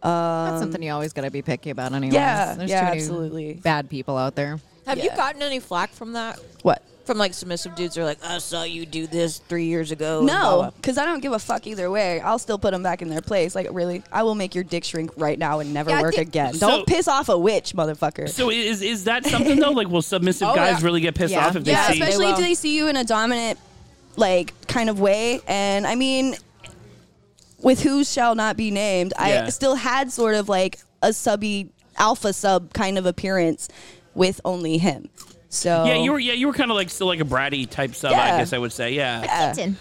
Um,
That's something you always got to be picky about, anyways.
Yeah,
There's
yeah,
too many
absolutely.
bad people out there.
Have you gotten any flack from that?
What?
From like submissive dudes who are like, I saw you do this three years ago. and blah, blah."
No, because I don't give a fuck either way. I'll still put them back in their place. Like, really, I will make your dick shrink right now and never
Yeah, I
work
think-
again.
So-
don't piss off a witch, motherfucker.
So i- is is that something though? Like, will submissive
[laughs] Oh,
guys
yeah.
really get pissed
yeah.
off if they
yeah,
see?
especially if they see you in a dominant, like, kind of way. And I mean, with who shall not be named,
Yeah.
I still had sort of like a subby alpha sub kind of appearance with only him. So
Yeah, you were yeah you were kind of like still like a bratty type sub. I
Oh. Yeah.
guess I would say yeah.
Yeah.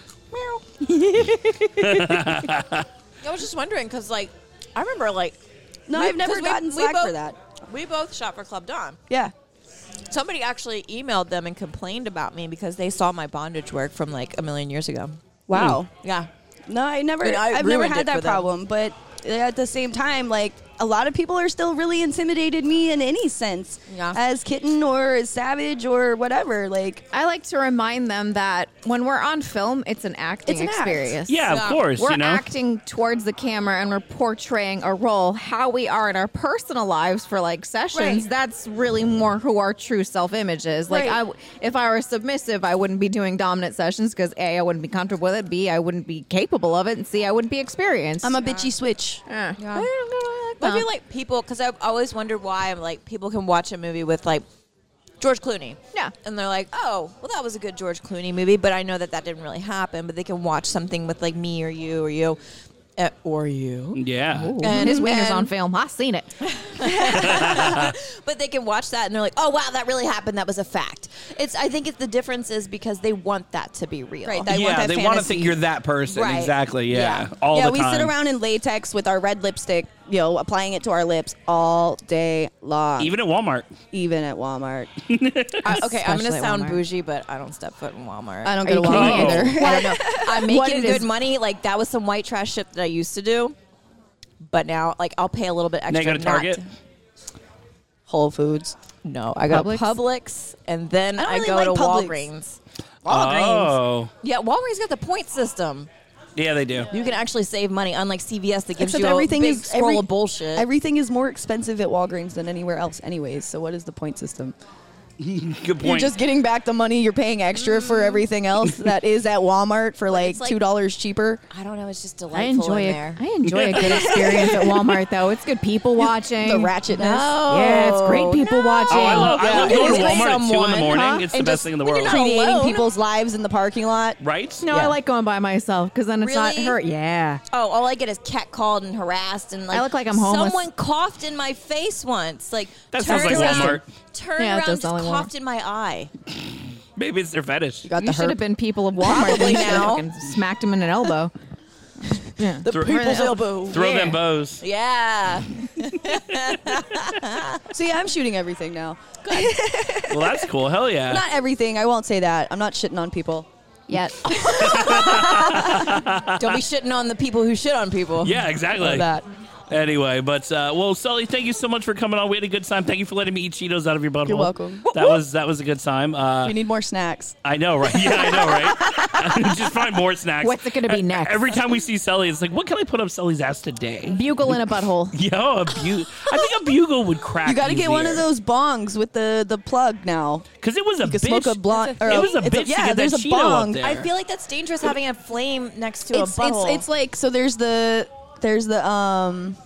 [laughs]
[laughs]
I was just wondering because like I remember like
No, I've never
'cause
gotten slack for that.
We both shot for Club Dom.
Yeah.
Somebody actually emailed them and complained about me because they saw my bondage work from like a million years ago. Hmm.
Wow.
Yeah.
No, I never.
And I
I've never
ruined it
had
for
that
them.
problem. But at the same time, like a lot of people are still really intimidated me in any sense,
Yeah.
as kitten or as savage or whatever. Like
I like to remind them that when we're on film, it's an acting
It's an act.
experience.
Yeah, of Yeah. course,
We're
you know.
acting towards the camera and we're portraying a role. How we are in our personal lives for like sessions,
Right.
that's really more who our true self image is. Like,
Right.
I w if I were submissive, I wouldn't be doing dominant sessions because A, I wouldn't be comfortable with it, B, I wouldn't be capable of it, and C, I wouldn't be experienced. I'm
a bitchy switch.
Yeah.
I feel like people because I've always wondered why I'm like people can watch a movie with like George Clooney.
Yeah.
And they're like, oh, well, that was a good George Clooney movie, but I know that that didn't really happen. But they can watch something with like me or you or you. uh, Or you.
Yeah.
And-
his wiener's
and-
on film. I seen it.
[laughs] but they can watch that and they're like, oh, wow, that really happened. That was a fact. It's I think it's the difference is because they want that to be real.
Uh,
Right.
yeah, they want to think you're that person.
Right.
Exactly. Yeah. All
yeah,
the
we
time.
sit around in latex with our red lipstick, you know, applying it to our lips all day long.
Even at Walmart.
Even
[laughs]
at Walmart.
I- Uh, okay, I'm gonna
Especially at
sound
Walmart.
bougie, but I don't step foot in Walmart.
I don't
Are
go
you
to Walmart
kidding me?
either.
I don't know. [laughs] I'm
What
making
it
good
is-
money. Like that was some white trash shit that I used to do, but now like I'll pay a little bit
Now
extra.
you go to Target? Whole Foods.
No, I go to
Publix?
Publix, and then
I
I,
don't really
go
like
to
Publix.
Walgreens.
Oh.
Yeah, Walgreens got the point system.
Yeah, they do.
You can actually save money, unlike CVS that gives
Except
you
everything
a big
is
scroll
every-
of bullshit.
Everything is more expensive at Walgreens than anywhere else, anyways. So what is the point system?
[laughs] Good
You're
point.
just getting back the money you're paying extra for everything else that is at Walmart for like,
like-
two dollars cheaper.
I don't know. It's just
I
delightful
enjoy
in
it.
there.
I enjoy a good experience at Walmart, though. It's good
[laughs]
people watching. The ratchetness. Yeah, it's great people watching.
Oh, I love, I love
Yeah.
going to
It's
Walmart
like
at two in the
someone,
morning.
huh?
It's the
And
best
just
thing in the
when you're
world.
not
Creating
alone.
people's lives in the parking lot.
right?
No, I like going by myself because then it's not
Really?
hurt. Yeah.
Oh, all I get is cat called and harassed and like
I look like I'm homeless.
Someone coughed in my face once. Like
That
turned
sounds like
around,
Walmart.
Turned
Yeah, it
around,
does
just
sound like Walmart.
coughed in my eye.
Maybe it's their fetish. You
got
You should have been people of Walmart.
Probably
You should have
now.
fucking smacked him in an elbow. yeah.
The people's elbow.
Throw
Yeah.
them bows.
[laughs]
Yeah.
So yeah, I'm shooting everything now.
Well, that's cool. Hell yeah.
Not everything. I won't say that. I'm not shitting on people. [laughs]
Yet.
Don't be shitting on the people who shit on people.
[laughs] Yeah,
Love
exactly.
that.
Anyway, but uh, well, Sully, thank you so much for coming on. We had a good time. Thank you for letting me eat Cheetos out of your butthole.
You're welcome.
That was that was a good time. Uh,
we need more snacks.
I know, right? [laughs] Yeah, I
[laughs]
know, right? Just find more snacks.
What's it gonna be
E-
next?
Every time we see Sully, it's like, what can I put up Sully's ass today?
Bugle in a butthole.
[laughs] Yo, a bu- I think a bugle would crack.
You got to get one of those bongs with the the plug now.
Because it was a
you can
bitch-
smoke a blunt.
That's a
Or
thing. It was a
it's
bitch to
yeah,
get that
there's a
Cheeto up
bong.
there.
I feel like that's dangerous having a flame next to
it's,
a butthole.
It's, it's like so. There's the there's the um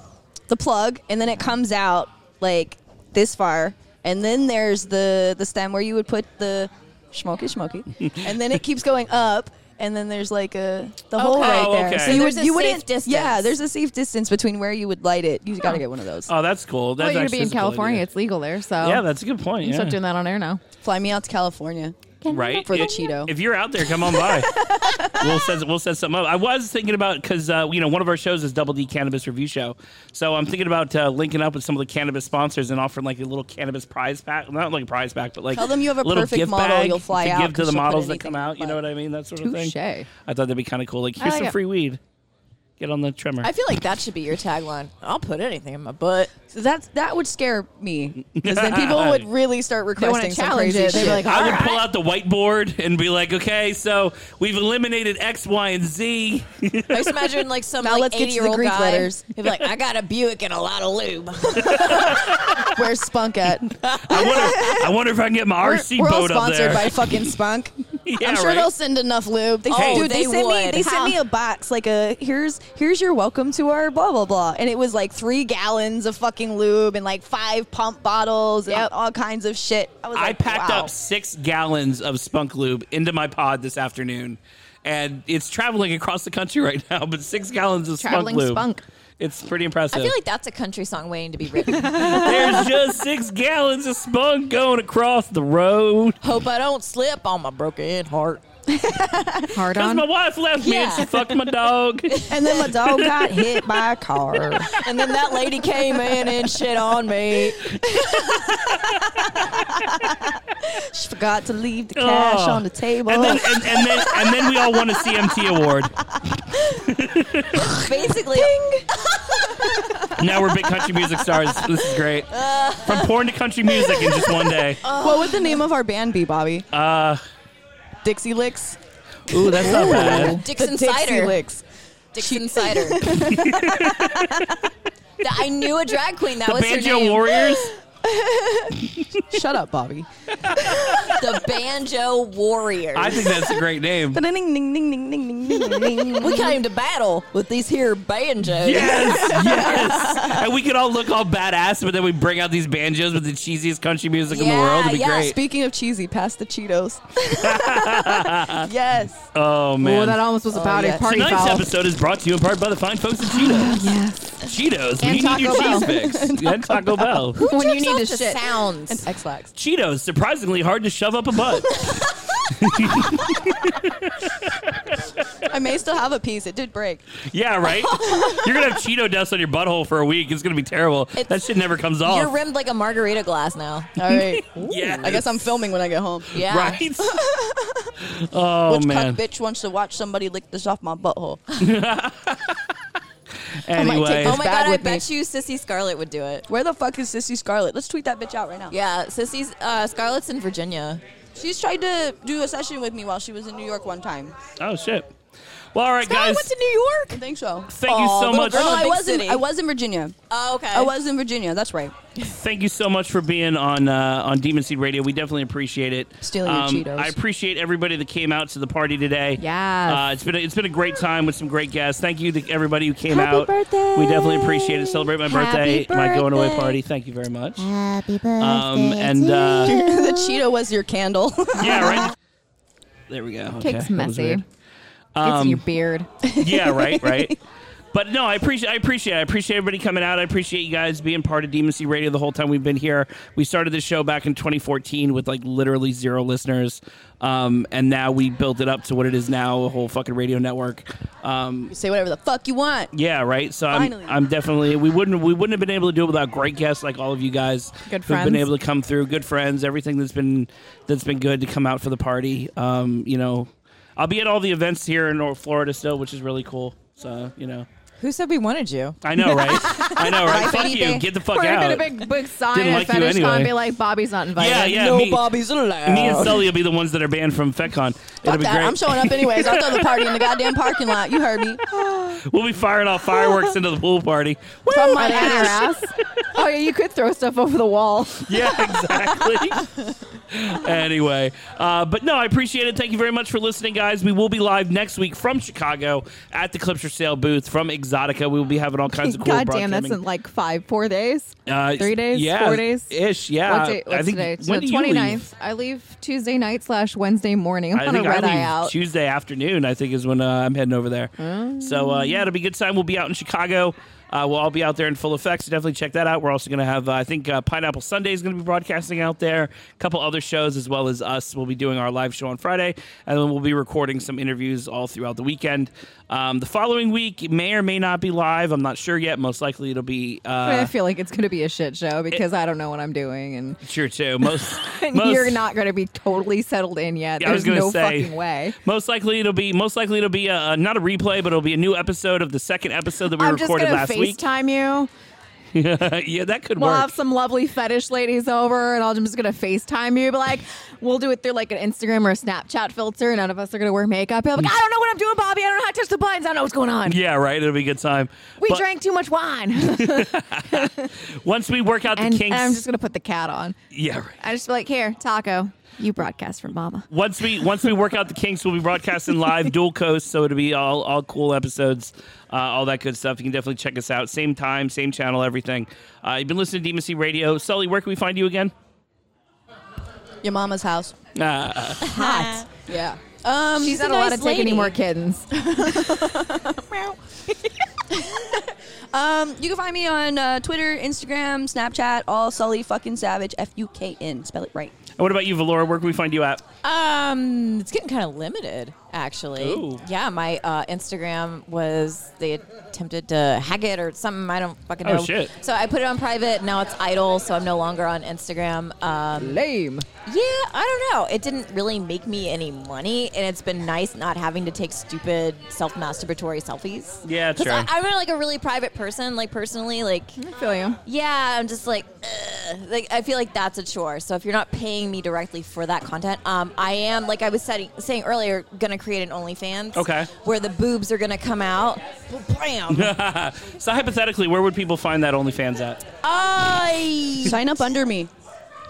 the plug, and then it comes out like this far, and
[laughs]
then there's the the stem where you would put the smoky smoky, and then it keeps going up. and then there's like a [laughs] the hole right there.
Oh, okay.
So
And
you
there's
would
a
you
safe
wouldn't yeah. There's a safe distance between where you would light it. You got to get one of those.
Oh, that's cool. That's
well, you're
actually
be in
a cool
California.
idea.
It's legal there, so
Yeah, that's a good point.
You
yeah.
start doing that on air now.
Fly me out to California. [laughs]
right
for
[laughs]
the
If-
Cheeto.
If you're out there, come on
[laughs]
by. we'll set we'll set something up. I was thinking about because uh, you know one of our shows is Double D Cannabis Review Show, so I'm thinking about uh, linking up with some of the cannabis sponsors and offering like a little cannabis prize pack, not like a prize pack, but like
Tell them you have a
little
perfect
gift
model,
bag
you'll fly
to
out
give to
'cause
the
she'll put
models that
anything
come out. You know what I mean? That sort of
Touche.
thing. I thought that'd be kind of cool. Like
I
here's
like
some
it.
free weed. Get on the trimmer. [laughs]
I feel like that should be your tagline. I'll put anything in my butt. So that's that would scare me because then people
[laughs]
would really start requesting some crazy shit.
I would pull out the whiteboard and be like, okay, so we've eliminated X, Y, and Z.
I just imagine like some
Now
like
let's get to the
eighty year old
Greek
guy.
letters.
He'd be like, I got a Buick and a lot of lube.
[laughs] Where's Spunk at?
I wonder, I wonder if I can get my
We're-
RC
we're, all
boat up
sponsored
there.
by fucking Spunk. [laughs]
Yeah,
I'm sure
right?
they'll send enough lube. They,
Hey.
dude,
They
they, sent me
would.
they sent me a box like a here's here's your welcome to our blah blah blah, and it was like three gallons of fucking lube and like five pump bottles and all kinds of shit. I
[laughs]
was
I
like,
packed
wow.
up six gallons of spunk lube into my pod this afternoon, and it's traveling across the country right [laughs] now. But six gallons of
Traveling
spunk lube,
spunk.
it's pretty impressive.
I feel like that's a country song waiting to be [laughs] written.
[laughs] There's just six gallons of spunk going across the road.
Hope I don't slip on my broken heart.
Hard
Because my wife left me and she
Yeah.
fucked my
[laughs]
dog.
and then my dog
[laughs]
got hit by a car.
And then that lady came in and shit on me.
[laughs] She forgot to leave the cash
Oh.
on the table.
And
[laughs]
then, and, and then, and then we all won a CMT award.
Basically,
Now we're big country music stars. This is great.
Uh.
From porn to country music in just one
[laughs]
day.
Oh,
What would the name of our band be, Bobby?
Uh,
Dixie Licks.
ooh, that's not bad.
Dixon
The Dixie
Cider.
Licks.
Dixon Cider. That- I knew a drag queen. That
The
was her
Banjo
name.
Warriors? [laughs] Shut up, Bobby.
the Banjo Warriors.
I think that's a [laughs] great name.
[laughs] we came to battle with these here banjos.
Yes, yes. And we could all look all badass, but then we bring out these banjos with the cheesiest country music in the world. It'd be great.
Speaking of cheesy, pass
[laughs]
the Cheetos. [laughs] yes.
oh man,
Oh, that almost was a powder party
Tonight's
foul.
episode is brought to you in part by the fine folks at Cheetos. Cheetos,
And
we need your
Taco Bell.
cheese fix.
[laughs]
and, Taco Bell.
when you need to
to
shit.
sounds. And
X-Lax.
Cheetos, surprisingly hard to shove up a
[laughs]
butt.
I may still have a piece. It did break.
yeah, right. You're gonna have Cheeto dust on your butthole for a week. It's gonna be terrible. that shit never comes off.
You're rimmed like a margarita glass now.
All right.
[laughs] Yes.
I guess I'm filming when I get home.
Yeah.
Right? [laughs] oh
Which
man.
cuck bitch wants to watch somebody lick this off
[laughs]
my butthole?
anyway,
oh my god, I
with me.
bet you Sissy Scarlett would do it.
Where the fuck is Sissy Scarlett? Let's tweet that bitch out right now.
Yeah, Sissy's uh, Scarlett's in Virginia.
She's tried to do a session with me while she was in New York one time.
oh shit. Well, all right,
I
guys.
went to New York. I think so.
Thank you so much.
No,
From a
I
big
was in,
city.
I was in Virginia.
Oh, okay.
I was in Virginia. That's right.
Thank you so much for being on uh, on Demon Seed Radio. We definitely appreciate it. Um,
Stealing your Cheetos.
I appreciate everybody that came out to the party today. Yeah, uh, it's been a, it's been a great time with some great guests. Thank you to everybody who came
Happy
out.
birthday.
We definitely appreciate it. Celebrate my
Happy
my going away
birthday.
party. Thank you very much.
Happy birthday.
Um, and uh,
[laughs] the Cheeto was your candle.
[laughs] yeah, right. There we go. Okay,
Cake's
that was
messy.
weird.
It's in
Um,
your beard.
[laughs] yeah, right, right. [laughs] But no, I appreciate, I appreciate, it. I appreciate everybody coming out. I appreciate you guys being part of Demoncy Radio the whole time we've been here. We started this show back in 2014 with like literally zero listeners, um, and now we built it up to what it is now—a whole fucking radio network. Um,
Say whatever the fuck you want.
yeah, right. So I'm,
Finally.
I'm definitely we wouldn't we wouldn't have been able to do it without great guests like all of you guys.
Good
who've
friends.
been able to come through, good friends, everything that's been that's been good to come out for the party. Um, you know, I'll be at all the events here in North Florida still, which is really cool. So you know,
Who said we wanted you?
I know, right? I know, right?
Hi,
fuck
baby.
you, get the fuck
We're
out.
gonna put a big, big sign
Didn't
at
like you
FetishCon
anyway.
and be like, Bobby's not invited.
yeah, yeah. me,
allowed.
Me and Sully will be the ones that are banned from FetCon. It'll
Fuck
be
that.
great.
I'm showing up anyways. I'll [laughs] throw the party in the goddamn parking lot. You heard me.
[laughs] we'll be firing off fireworks into the pool party.
From my ass. oh yeah, you could throw stuff over the wall.
Yeah, exactly. anyway, uh, but no, I appreciate it. Thank you very much for listening, guys. We will be live next week from Chicago at the Clipster Sale booth from Exotic. Exotica. We will be having
[laughs]
all kinds of cool
God damn, that's
broadcoming-
in like five, four days.
Uh,
Three days?
yeah,
Four days?
ish. Yeah,
What day- what's
I think
today?
when
the
do you leave?
29th. I leave Tuesday night slash Wednesday morning. I'm
I
on a
think I
red
leave
eye out.
Tuesday afternoon. I think is when uh, I'm heading over there.
Oh.
So uh, yeah, it'll be a good time. We'll be out in Chicago. Uh, we'll all be out there in full effect. So definitely check that out. We're also going to have, uh, I think, uh, Pineapple Sunday is going to be broadcasting out there. A couple other shows as well as us. We'll be doing our live show on Friday, and then we'll be recording some interviews all throughout the weekend. Um, the following week may or may not be live. I'm not sure yet. Most likely it'll be.
I mean, I
Uh,
feel like it's going to be a shit show because I don't know what I'm doing, and, [laughs]
sure too. Most,
and
most
you're not going to be totally settled in yet.
Yeah, I was
There's
gonna
no
say-
fucking way.
Most likely it'll be most likely it'll be a, not a replay, but it'll be a new episode of the second episode that we
I'm just
recorded
going to
last week.
FaceTime you.
[laughs] yeah, that could
We'll
work.
have some lovely fetish ladies over, and I'll, I'm just gonna FaceTime you. But like, we'll do it through like an Instagram or a Snapchat filter. None of us are gonna wear makeup. You'll be like, I don't know what I'm doing, Bobby. I don't know how to touch the buttons. I don't know what's going on.
Mm. yeah, right. It'll be a good time.
We
But
drank too much
[laughs]
wine.
once we work out the
and, and
kinks.
I'm just gonna put the cat on.
yeah, right.
I just be like, here, Taco, you broadcast from Mama.
Once we once we work out the kinks, we'll be broadcasting live dual coast, so it'll be all all cool episodes, uh, all that good stuff. You can definitely check us out. Same time, same channel, everything. Uh, you've been listening to Demon Sea Radio. Sully, where can we find you again?
Your mama's house.
Uh,
Hot. yeah.
Um, she's
she's a
not allowed
nice
to take any
lady.
more
[laughs]
kittens.
Um, you can find me on uh, Twitter, Instagram, Snapchat, all Sully fucking Savage, F U K N. Spell it right.
and what about you, Valora? Where can we find you at?
[laughs] Um, it's getting kind of limited, actually.
Ooh.
Yeah, my uh, Instagram was they attempted to hack it or something. I don't fucking
Oh,
know.
shit.
So I put it on private. Now it's idle, so I'm no longer on Instagram. Um,
Lame.
Yeah, I don't know. It didn't really make me any money, and it's been nice not having to take stupid self-masturbatory selfies.
Yeah,
'Cause
true.
I, I'm like a really private person, like personally, like. I
feel you.
Yeah, I'm just like, ugh. like I feel like that's a chore. So if you're not paying me directly for that content, um, I am like I was setting, saying earlier, gonna create an OnlyFans.
Okay.
Where the boobs are gonna come out. Blam.
[laughs] so hypothetically, where would people find that OnlyFans at?
I
sign up under me.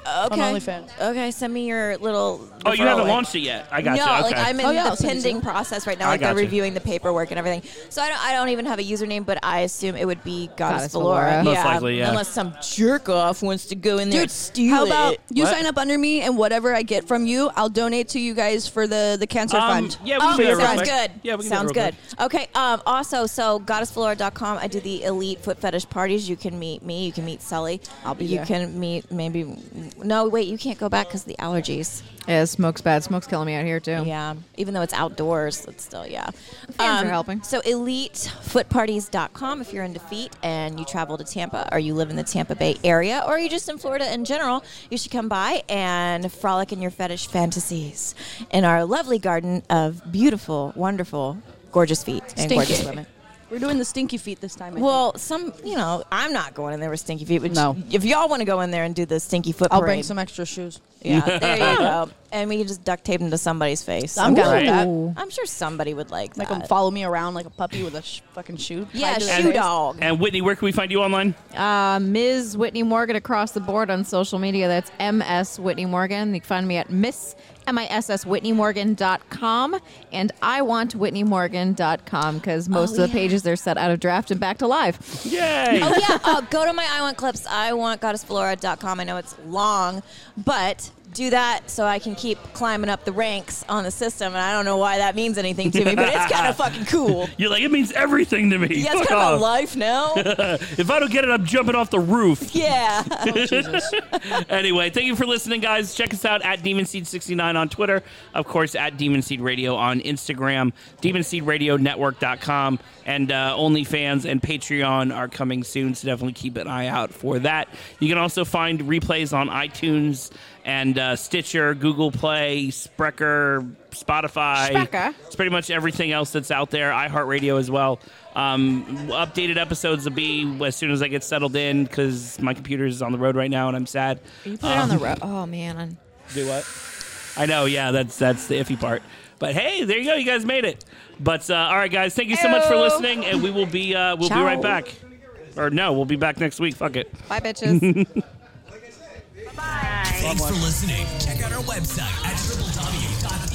Okay.
OnlyFans.
Okay, send me your little.
Oh, you haven't
referral link.
launched it yet. I got
no,
you. Okay.
like I'm in
I'll
the
send it to
pending process right now.
I
Like they're
gotcha.
reviewing the paperwork and everything. So I don't, I don't even have a username, but I assume it would be Goddess,
Goddess Valora.
Valora.
Most likely, yeah.
Unless some jerk off wants to go in there
Dude,
and steal
how about
it.
you sign up under me and whatever I get from you, I'll donate to you guys for the the cancer
Um,
fund. Oh,
yeah, we can do that real
sounds
quick.
good.
Yeah, we can do that Sounds real good. Okay. Um, also, so goddessflora.com. I do the elite foot fetish parties. You can meet me. You can meet Sully. I'll
be
You
there.
can meet maybe. No, wait. You can't go back because the allergies.
Yeah, smoke's bad. Smoke's killing me out here too.
Yeah, even though it's outdoors, it's still yeah. Um,
fans are helping.
So elitefootparties.com if you're in defeat and you travel to Tampa or you live in the Tampa Bay area or you're just in Florida in general, you should come by and frolic in your fetish fantasies in our lovely garden of beautiful, wonderful, gorgeous feet and
Stinky.
gorgeous women.
We're doing the stinky feet this time. I think.
Well, some you know, I'm not going in there with stinky feet. Which no. if y'all want to go in there and do the stinky foot,
I'll bring
parade-
some extra shoes.
Yeah, there you go. And we can just duct tape them to somebody's face.
I'm down with that.
Ooh. I'm sure somebody would like
Make
that.
them follow me around like a puppy with a sh- fucking shoe.
Yeah,
tied to their
shoe
face.
dog.
And Whitney, where can we find you online?
Uh, Ms. Whitney Morgan across the board on social media. That's MS Whitney Morgan. You can find me at Miss M-I-S-S Whitney Morgan.com and I want Whitney Morgan.com because most
Oh,
of the
yeah.
pages they're set out of draft and back to live.
Yay!
Oh yeah, uh, go to my I want clips. I want goddessflora.com. I know it's long, but do that so I can keep climbing up the ranks on the system. And I don't know why that means anything to me, but it's
[laughs]
kind of fucking cool.
You're like, it means everything to me.
Yeah,
Fuck
it's kind of
off.
a life now.
[laughs] if I don't get it, I'm jumping off the roof.
Yeah.
[laughs] anyway, thank you for listening, guys. Check us out at Demon Seed 69 on Twitter. Of course, at Demon Seed Radio on Instagram, demonseedradionetwork.com, and uh, OnlyFans and Patreon are coming soon, so definitely keep an eye out for that. You can also find replays on iTunes and uh, Stitcher, Google Play, Sprecher, Spotify.
Sprecher.
It's pretty much everything else that's out there. iHeartRadio as well. Um, updated episodes will be as soon as I get settled in because my computer is on the road right now and I'm sad.
You put it on the
Um,
road. Oh man.
[laughs] Do what? I know. Yeah, that's that's the iffy part. But hey, there you go. You guys made it. But uh, all right, guys, thank you so much for
Ayo.
listening, and we will be uh, we'll be
Ciao.
right back. Or no, we'll be back next week. Fuck it.
Bye, bitches.
Thanks for listening. Check out our website at E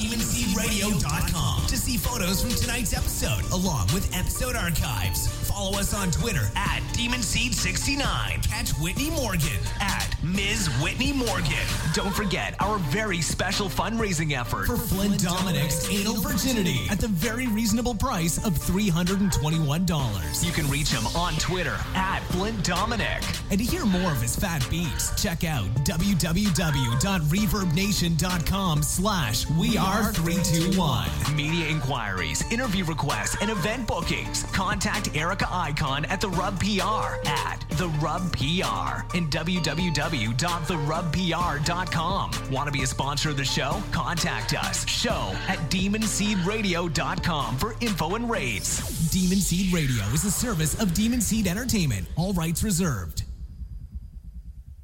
www.demonseedradio.com to see photos from tonight's episode along with episode archives. Follow Follow us on Twitter at DemonSeed69. Catch Whitney Morgan at Ms. Whitney Morgan.
Don't forget our very special fundraising effort.
For Flynn Dominic's anal virginity at the very reasonable price of $321.
You can reach him on Twitter at Flint Dominic.
And to hear more of his fat beats, check out www.reverbnation.com slash we are 321.
Media inquiries, interview requests, and event bookings. Contact Erica Icon at The Rub PR at The Rub PR and www.therubpr.com. Want to be a sponsor of the show? Contact us. Show at demonseedradio.com for info and rates.
Demon Seed Radio is a service of Demon Seed Entertainment. All rights reserved.